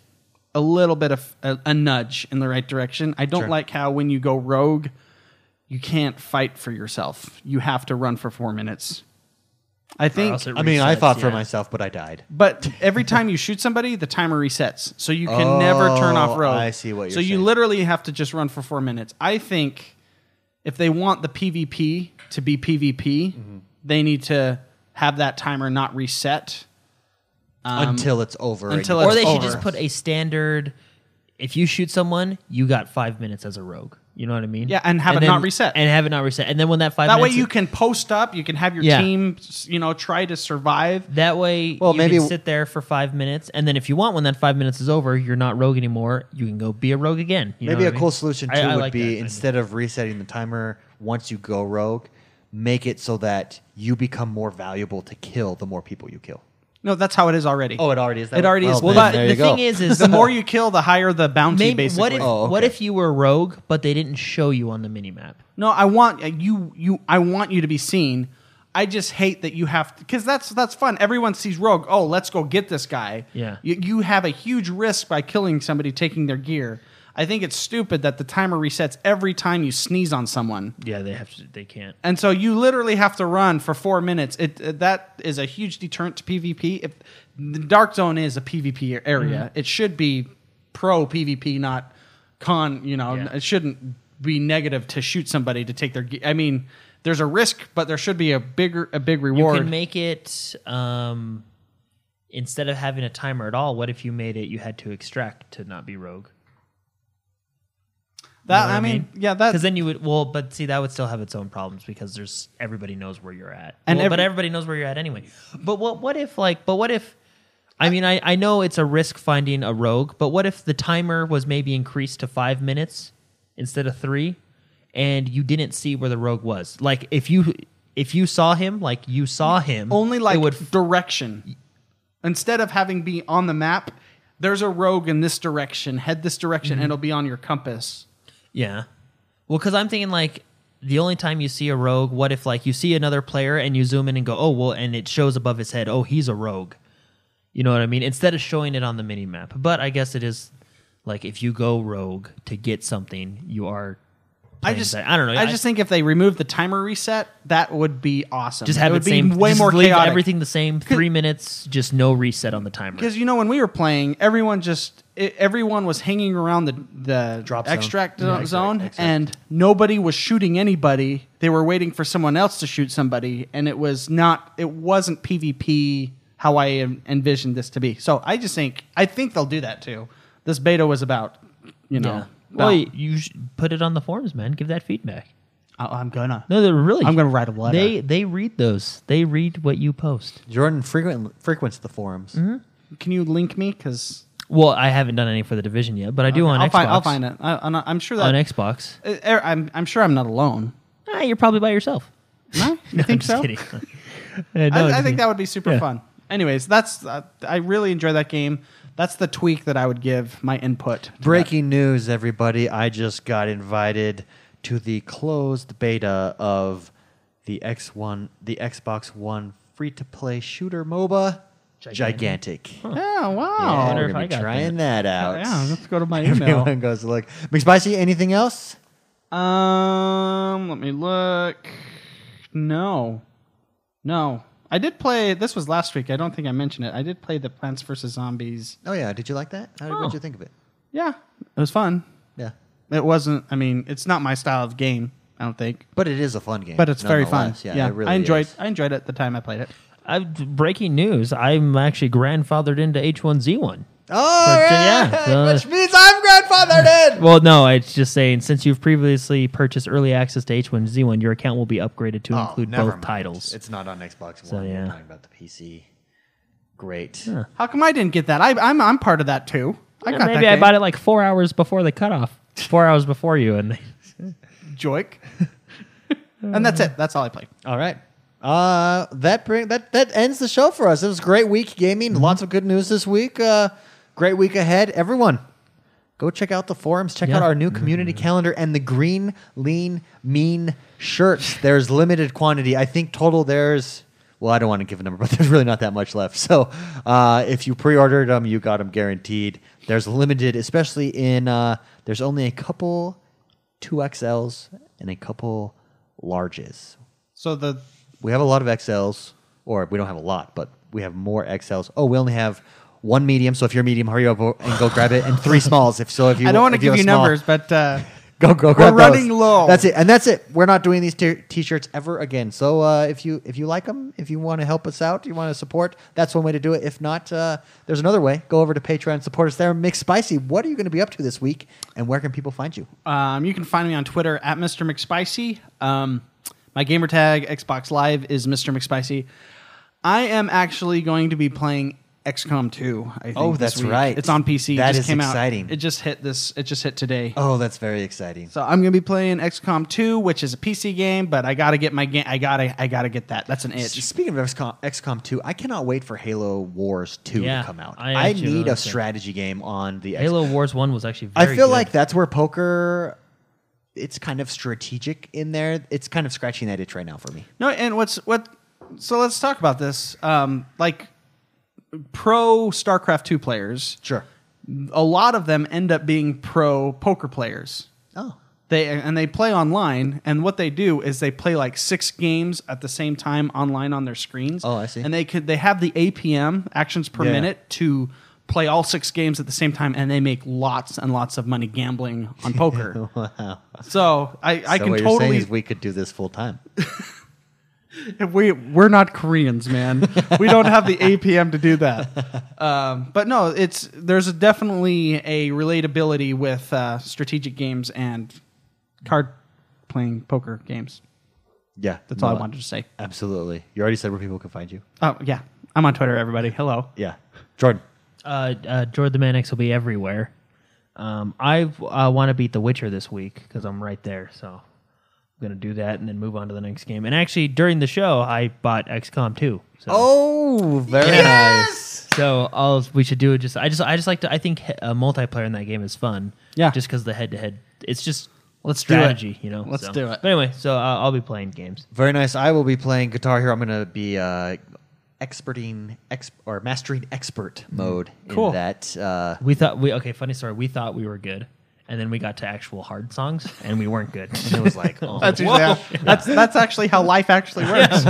Speaker 2: a little bit of a, a nudge in the right direction. I don't like how when you go rogue, you can't fight for yourself. You have to run for four minutes. I think
Speaker 3: else it
Speaker 1: I mean, I
Speaker 3: resets,
Speaker 1: fought for
Speaker 3: yeah.
Speaker 1: myself, but I died.
Speaker 2: But every time you shoot somebody, the timer resets, so you can never turn off
Speaker 1: Oh,
Speaker 2: road.
Speaker 1: I see what
Speaker 2: so
Speaker 1: you're
Speaker 2: you
Speaker 1: saying.
Speaker 2: literally have to just run for four minutes. I think if they want the PvP to be PvP,
Speaker 1: Mm-hmm.
Speaker 2: they need to have that timer not reset.
Speaker 3: Um,
Speaker 1: until it's over.
Speaker 2: until
Speaker 1: again.
Speaker 3: or
Speaker 2: it's
Speaker 3: they should
Speaker 2: over.
Speaker 3: just put a standard. If you shoot someone, you got five minutes as a rogue. You know what I mean?
Speaker 2: Yeah, and have it
Speaker 3: then-
Speaker 2: not reset.
Speaker 3: And have it not reset. And then when that five
Speaker 2: That way
Speaker 3: minutes
Speaker 2: you can post up. You can have your
Speaker 3: Yeah.
Speaker 2: team, s- you know, try to survive.
Speaker 3: That way,
Speaker 1: Well,
Speaker 3: you
Speaker 1: maybe
Speaker 3: can
Speaker 1: w-
Speaker 3: sit there for five minutes, and then if you want, when that five minutes is over, you're not rogue anymore. You can go be a rogue again. You know
Speaker 1: Maybe
Speaker 3: what
Speaker 1: a
Speaker 3: I mean?
Speaker 1: cool solution too
Speaker 3: I- I
Speaker 1: would
Speaker 3: like that
Speaker 1: be
Speaker 3: idea.
Speaker 1: instead of resetting the timer once you go rogue, make it so that you become more valuable to kill the more people you kill.
Speaker 2: No, that's how it is already.
Speaker 1: Oh, it already is. That
Speaker 2: It
Speaker 1: way?
Speaker 2: already is.
Speaker 1: Well,
Speaker 2: But
Speaker 1: then, there
Speaker 3: the
Speaker 1: you go.
Speaker 3: thing is,
Speaker 2: <laughs>
Speaker 3: is
Speaker 2: the more you kill, the higher the bounty.
Speaker 3: maybe
Speaker 2: basically,
Speaker 3: what if
Speaker 1: Oh, okay.
Speaker 3: what if you were rogue, but they didn't show you on the minimap?
Speaker 2: No, I want uh, you you I want you to be seen. I just hate that you have because that's that's fun. Everyone sees Rogue. Oh, let's go get this guy.
Speaker 3: Yeah.
Speaker 2: you, you have a huge risk by killing somebody, taking their gear. I think it's stupid that the timer resets every time you sneeze on someone,
Speaker 3: Yeah, they have to. They can't.
Speaker 2: and so you literally have to run for four minutes. It uh, that is a huge deterrent to PvP. If the Dark Zone is a PvP area,
Speaker 3: Mm-hmm.
Speaker 2: it should be pro PvP, not con. You know,
Speaker 3: Yeah.
Speaker 2: it shouldn't be negative to shoot somebody to take their. ge- I mean, there's a risk, but there should be a bigger a big
Speaker 3: You
Speaker 2: reward.
Speaker 3: can make it um, instead of having a timer at all. What if you made it? You had to extract to not be rogue.
Speaker 2: that
Speaker 3: know what
Speaker 2: I
Speaker 3: I
Speaker 2: mean,
Speaker 3: mean?
Speaker 2: yeah, that
Speaker 3: Because then you would well, but see that would still have its own problems because there's everybody knows where you're at,
Speaker 2: And
Speaker 3: Well, but
Speaker 2: every-
Speaker 3: everybody knows where you're at anyway. But what what if like, but what if? I mean, I, I know it's a risk finding a rogue, but what if the timer was maybe increased to five minutes instead of three, and you didn't see where the rogue was? Like if you if you saw him, like you saw him,
Speaker 2: only
Speaker 3: it
Speaker 2: like
Speaker 3: would
Speaker 2: direction. Instead of having be on the map, there's a rogue in this direction. Head this direction,
Speaker 3: Mm-hmm.
Speaker 2: and it'll be on your compass.
Speaker 3: Yeah. Well, because I'm thinking like the only time you see a rogue, what if like you see another player and you zoom in and go, oh well, and it shows above his head, oh he's a rogue. You know what I mean? Instead of showing it on the mini map. But I guess it is like if you go rogue to get something, you are.
Speaker 2: I
Speaker 3: playing
Speaker 2: just
Speaker 3: that- I don't know.
Speaker 2: I, just think if they remove the timer reset, that would be awesome.
Speaker 3: just have
Speaker 2: it
Speaker 3: it,
Speaker 2: would be
Speaker 3: same.
Speaker 2: way
Speaker 3: just
Speaker 2: more
Speaker 3: leave
Speaker 2: chaotic.
Speaker 3: Everything the same. Three minutes, just no reset on the timer.
Speaker 2: because you know when we were playing, everyone just i everyone was hanging around the the
Speaker 1: Drop zone.
Speaker 2: extract
Speaker 1: Yeah,
Speaker 2: zone,
Speaker 1: exact- exact.
Speaker 2: and nobody was shooting anybody. They were waiting for someone else to shoot somebody, and it was not. It wasn't PvP how I en- envisioned this to be. So I just think I think they'll do that too. This beta was about, you know.
Speaker 3: Yeah.
Speaker 2: about-
Speaker 3: Well, you- you sh- put it on the forums, man. Give that feedback.
Speaker 2: I- I'm gonna.
Speaker 3: No, they're really.
Speaker 2: I'm gonna write a letter.
Speaker 3: They they read those. They read what you post.
Speaker 1: Jordan frequent, frequents the forums.
Speaker 3: Mm-hmm.
Speaker 2: Can you link me? Because
Speaker 3: Well, I haven't done any for the division yet, but I do on
Speaker 2: I'll
Speaker 3: Xbox.
Speaker 2: find. I'll find it. I, I'm, I'm sure that
Speaker 3: on Xbox.
Speaker 2: Uh, er, I'm, I'm sure I'm not alone.
Speaker 3: Ah, you're probably by <laughs> yourself.
Speaker 2: No, you
Speaker 3: I'm
Speaker 2: think
Speaker 3: just
Speaker 2: so?
Speaker 3: kidding.
Speaker 2: <laughs>
Speaker 3: <laughs>
Speaker 2: I, I think that would be super
Speaker 3: Yeah.
Speaker 2: fun. Anyways, that's uh, I really enjoy that game. That's the tweak that I would give my input. to
Speaker 1: Breaking news, everybody! I just got invited to the closed beta of the X One, the Xbox One free-to-play shooter MOBA, Gigantic.
Speaker 2: that. Yeah,
Speaker 1: Yeah,
Speaker 2: wow.
Speaker 3: wonder
Speaker 1: we're
Speaker 3: if
Speaker 1: gonna be
Speaker 3: I got Oh,
Speaker 1: trying that, out.
Speaker 2: Yeah,
Speaker 1: <laughs>
Speaker 2: let's go to
Speaker 3: <laughs>
Speaker 2: my
Speaker 1: Everyone
Speaker 2: email.
Speaker 1: goes to look. McSpicy, anything else?
Speaker 2: um, let me look. No, no. I did play. This was last week. I don't think I mentioned it. I did play the Plants vs Zombies.
Speaker 1: Oh yeah, did you like that? How,
Speaker 3: Oh.
Speaker 1: What did you think of it?
Speaker 2: Yeah, it was fun.
Speaker 1: Yeah,
Speaker 2: It wasn't. I mean, it's not my style of game. I don't think,
Speaker 1: but it is a fun game.
Speaker 2: but it's very fun.
Speaker 1: nonetheless.
Speaker 2: Yeah,
Speaker 1: it really
Speaker 2: I enjoyed.
Speaker 1: is.
Speaker 2: I enjoyed it the time I played it.
Speaker 3: I, breaking news. I'm actually grandfathered into H1Z1.
Speaker 1: Oh
Speaker 3: But, uh,
Speaker 1: yeah,
Speaker 3: yeah, so-
Speaker 1: which means I'm
Speaker 3: <laughs>
Speaker 1: grandfathered in.
Speaker 3: Well, no, it's just saying since you've previously purchased early access to H1Z1, your account will be upgraded to
Speaker 1: Oh,
Speaker 3: include
Speaker 1: never
Speaker 3: both
Speaker 1: mind.
Speaker 3: titles.
Speaker 1: It's not on Xbox One.
Speaker 3: So,
Speaker 1: We're
Speaker 3: yeah.
Speaker 1: talking about the PC. Great.
Speaker 2: How come I didn't get that? I, I'm I'm part of that too. I
Speaker 3: Yeah,
Speaker 2: got
Speaker 3: maybe
Speaker 2: that
Speaker 3: I
Speaker 2: game.
Speaker 3: bought it like four hours before the cutoff. Four hours before you, and they,
Speaker 2: Joik. <laughs> and that's it. That's <laughs> all I played.
Speaker 1: All right. Uh, that bring that that ends the show for us. It was a great week gaming. Lots of good news this week. Uh, great week ahead, everyone. Go check out the forums. Check out
Speaker 3: Yeah.
Speaker 1: our new community calendar and the green, lean, mean shirts. There's limited quantity. I think total there's. Well, I don't want to give a number, <laughs> but there's really not that much left. So, uh, if you pre-ordered them, you got them guaranteed. There's limited, especially in. Uh, there's only a couple two XLs and a couple larges.
Speaker 2: So the
Speaker 1: We have a lot of XLs, or we don't have a lot, but we have more XLs. Oh, we only have one medium. So if you're medium, hurry up and go grab it, and three smalls. If so, if you
Speaker 2: I don't want to
Speaker 1: if have
Speaker 2: give
Speaker 1: a
Speaker 2: you
Speaker 1: small-
Speaker 2: numbers, but uh,
Speaker 1: Go go
Speaker 2: we're
Speaker 1: grab those.
Speaker 2: running low.
Speaker 1: That's it, and that's it. We're not doing these t- t-shirts ever again. So uh, if you if you like them, if you want to help us out, you want to support, that's one way to do it. If not, uh, there's another way. Go over to Patreon, and support us there. Mix Spicy, what are you going to be up to this week, and where can people find you?
Speaker 2: Um, you can find me on Twitter at Mr. McSpicy. Um, my gamer tag Xbox Live is Mr. McSpicy. I am actually going to be playing XCOM 2. I think,
Speaker 1: Oh,
Speaker 2: this
Speaker 1: that's
Speaker 2: week.
Speaker 1: right.
Speaker 2: It's on PC.
Speaker 1: That
Speaker 2: That
Speaker 1: is
Speaker 2: is it just came out.
Speaker 1: exciting.
Speaker 2: It just hit this. It just hit today.
Speaker 1: Oh, that's very exciting.
Speaker 2: So I'm gonna be playing XCOM 2, which is a PC game, but I gotta get my game. I gotta. I gotta get that. That's an itch.
Speaker 1: Speaking of XCOM, XCOM 2, I cannot wait for Halo Wars 2
Speaker 3: Yeah,
Speaker 1: to come out.
Speaker 3: I
Speaker 1: I, need
Speaker 3: actually really
Speaker 1: a
Speaker 3: like that.
Speaker 1: strategy game on the
Speaker 3: Halo Wars One was actually.
Speaker 1: I
Speaker 3: Very
Speaker 1: feel
Speaker 3: good.
Speaker 1: like that's where poker. It's kind of strategic in there. It's kind of scratching that itch right now for me.
Speaker 2: No, and what's what? So let's talk about this. Um, like pro StarCraft 2 players.
Speaker 1: Sure.
Speaker 2: a lot of them end up being pro poker players.
Speaker 1: Oh,
Speaker 2: They and they play online, and what they do is they play like six games at the same time online on their screens.
Speaker 1: Oh, I see.
Speaker 2: And they could they have the APM actions per
Speaker 1: Yeah.
Speaker 2: minute to play all six games at the same time, and they make lots and lots of money gambling
Speaker 1: <laughs>
Speaker 2: on poker.
Speaker 1: wow.
Speaker 2: so I, I
Speaker 1: so
Speaker 2: can
Speaker 1: what you're saying
Speaker 2: totally
Speaker 1: is we could do this full time.
Speaker 2: <laughs> we we're not Koreans,
Speaker 1: <laughs>
Speaker 2: man. we don't have the APM to do that. Um, but no, it's there's definitely a relatability with uh, strategic games and card playing poker games.
Speaker 1: <laughs> yeah,
Speaker 2: That's all I wanted to say.
Speaker 1: Absolutely. You already said where people can find you.
Speaker 2: Oh yeah, I'm on Twitter, everybody. Hello.
Speaker 1: Yeah, Jordan.
Speaker 3: uh, uh, Jordan the Man X will be everywhere. Um, I uh, want to beat The Witcher this week because I'm right there, so I'm gonna do that and then move on to the next game. And actually, during the show, I bought XCOM 2. So,
Speaker 1: Oh, very nice.
Speaker 3: so I'll, we should do it. Just I just I just like to. I think a multiplayer in that game is fun.
Speaker 2: Yeah.
Speaker 3: just because the head to head, it's just
Speaker 2: Let's do it.
Speaker 3: strategy. You know,
Speaker 2: Let's
Speaker 3: so.
Speaker 2: do it.
Speaker 3: But anyway, so uh, I'll be playing games.
Speaker 1: Very nice. I will be playing guitar here. I'm going to be uh, experting exp- or mastering expert mode
Speaker 2: Cool.
Speaker 1: in that. Uh,
Speaker 3: We thought we okay. Funny story. We thought we were good, and then we got to actual hard songs, and we weren't good.
Speaker 1: and it was
Speaker 3: <laughs>
Speaker 1: like, oh,
Speaker 2: <laughs> That's usually how,
Speaker 1: <laughs>
Speaker 2: that's that's actually how life actually works.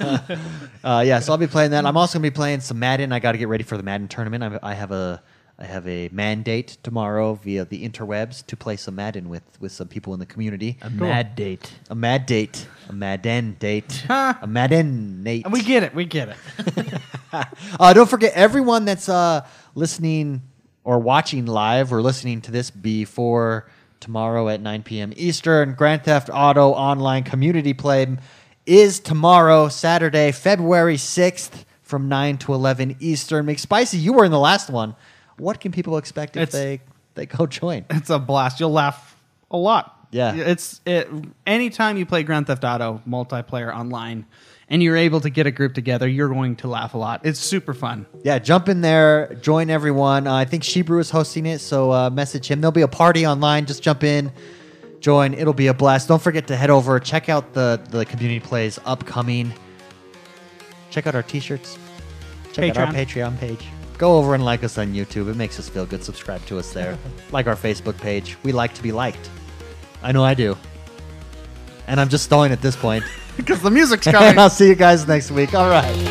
Speaker 1: <laughs> Uh, yeah, so I'll be playing that. I'm also gonna be playing some Madden. I got to get ready for the Madden tournament. I've, I have a I have a mandate tomorrow via the interwebs to play some Madden with with some people in the community.
Speaker 3: A mad date.
Speaker 1: A mad date, a Madden date,
Speaker 2: Huh.
Speaker 1: a Madden date.
Speaker 2: And we get it. We get it. <laughs>
Speaker 1: <laughs> Uh, don't forget everyone that's uh, listening or watching live or listening to this before tomorrow at 9 p.m. Eastern. Grand Theft Auto Online Community Play is tomorrow, Saturday, February 6th, from 9 to 11 Eastern. McSpicy, you were in the last one. What can people expect if
Speaker 2: It's-
Speaker 1: they they go join?
Speaker 2: It's a blast. You'll laugh a lot.
Speaker 1: Yeah.
Speaker 2: It's it anytime you play Grand Theft Auto multiplayer online and you're able to get a group together, you're going to laugh a lot. It's super fun. <laughs>
Speaker 1: Yeah, jump in there, join everyone. Uh, I think Shebrew is hosting it, so uh, message him. There'll be a party online. Just jump in, join. It'll be a blast. Don't forget to head over, check out the the community plays upcoming. Check out our t-shirts. Check out our Patreon page. Go over and like us on YouTube. It makes us feel good. Subscribe to us there. like our Facebook page. We like to be liked. I know I do. And I'm just stalling at this point.
Speaker 2: Because the music's
Speaker 1: and <laughs>
Speaker 2: coming.
Speaker 1: I'll see you guys next week. All right.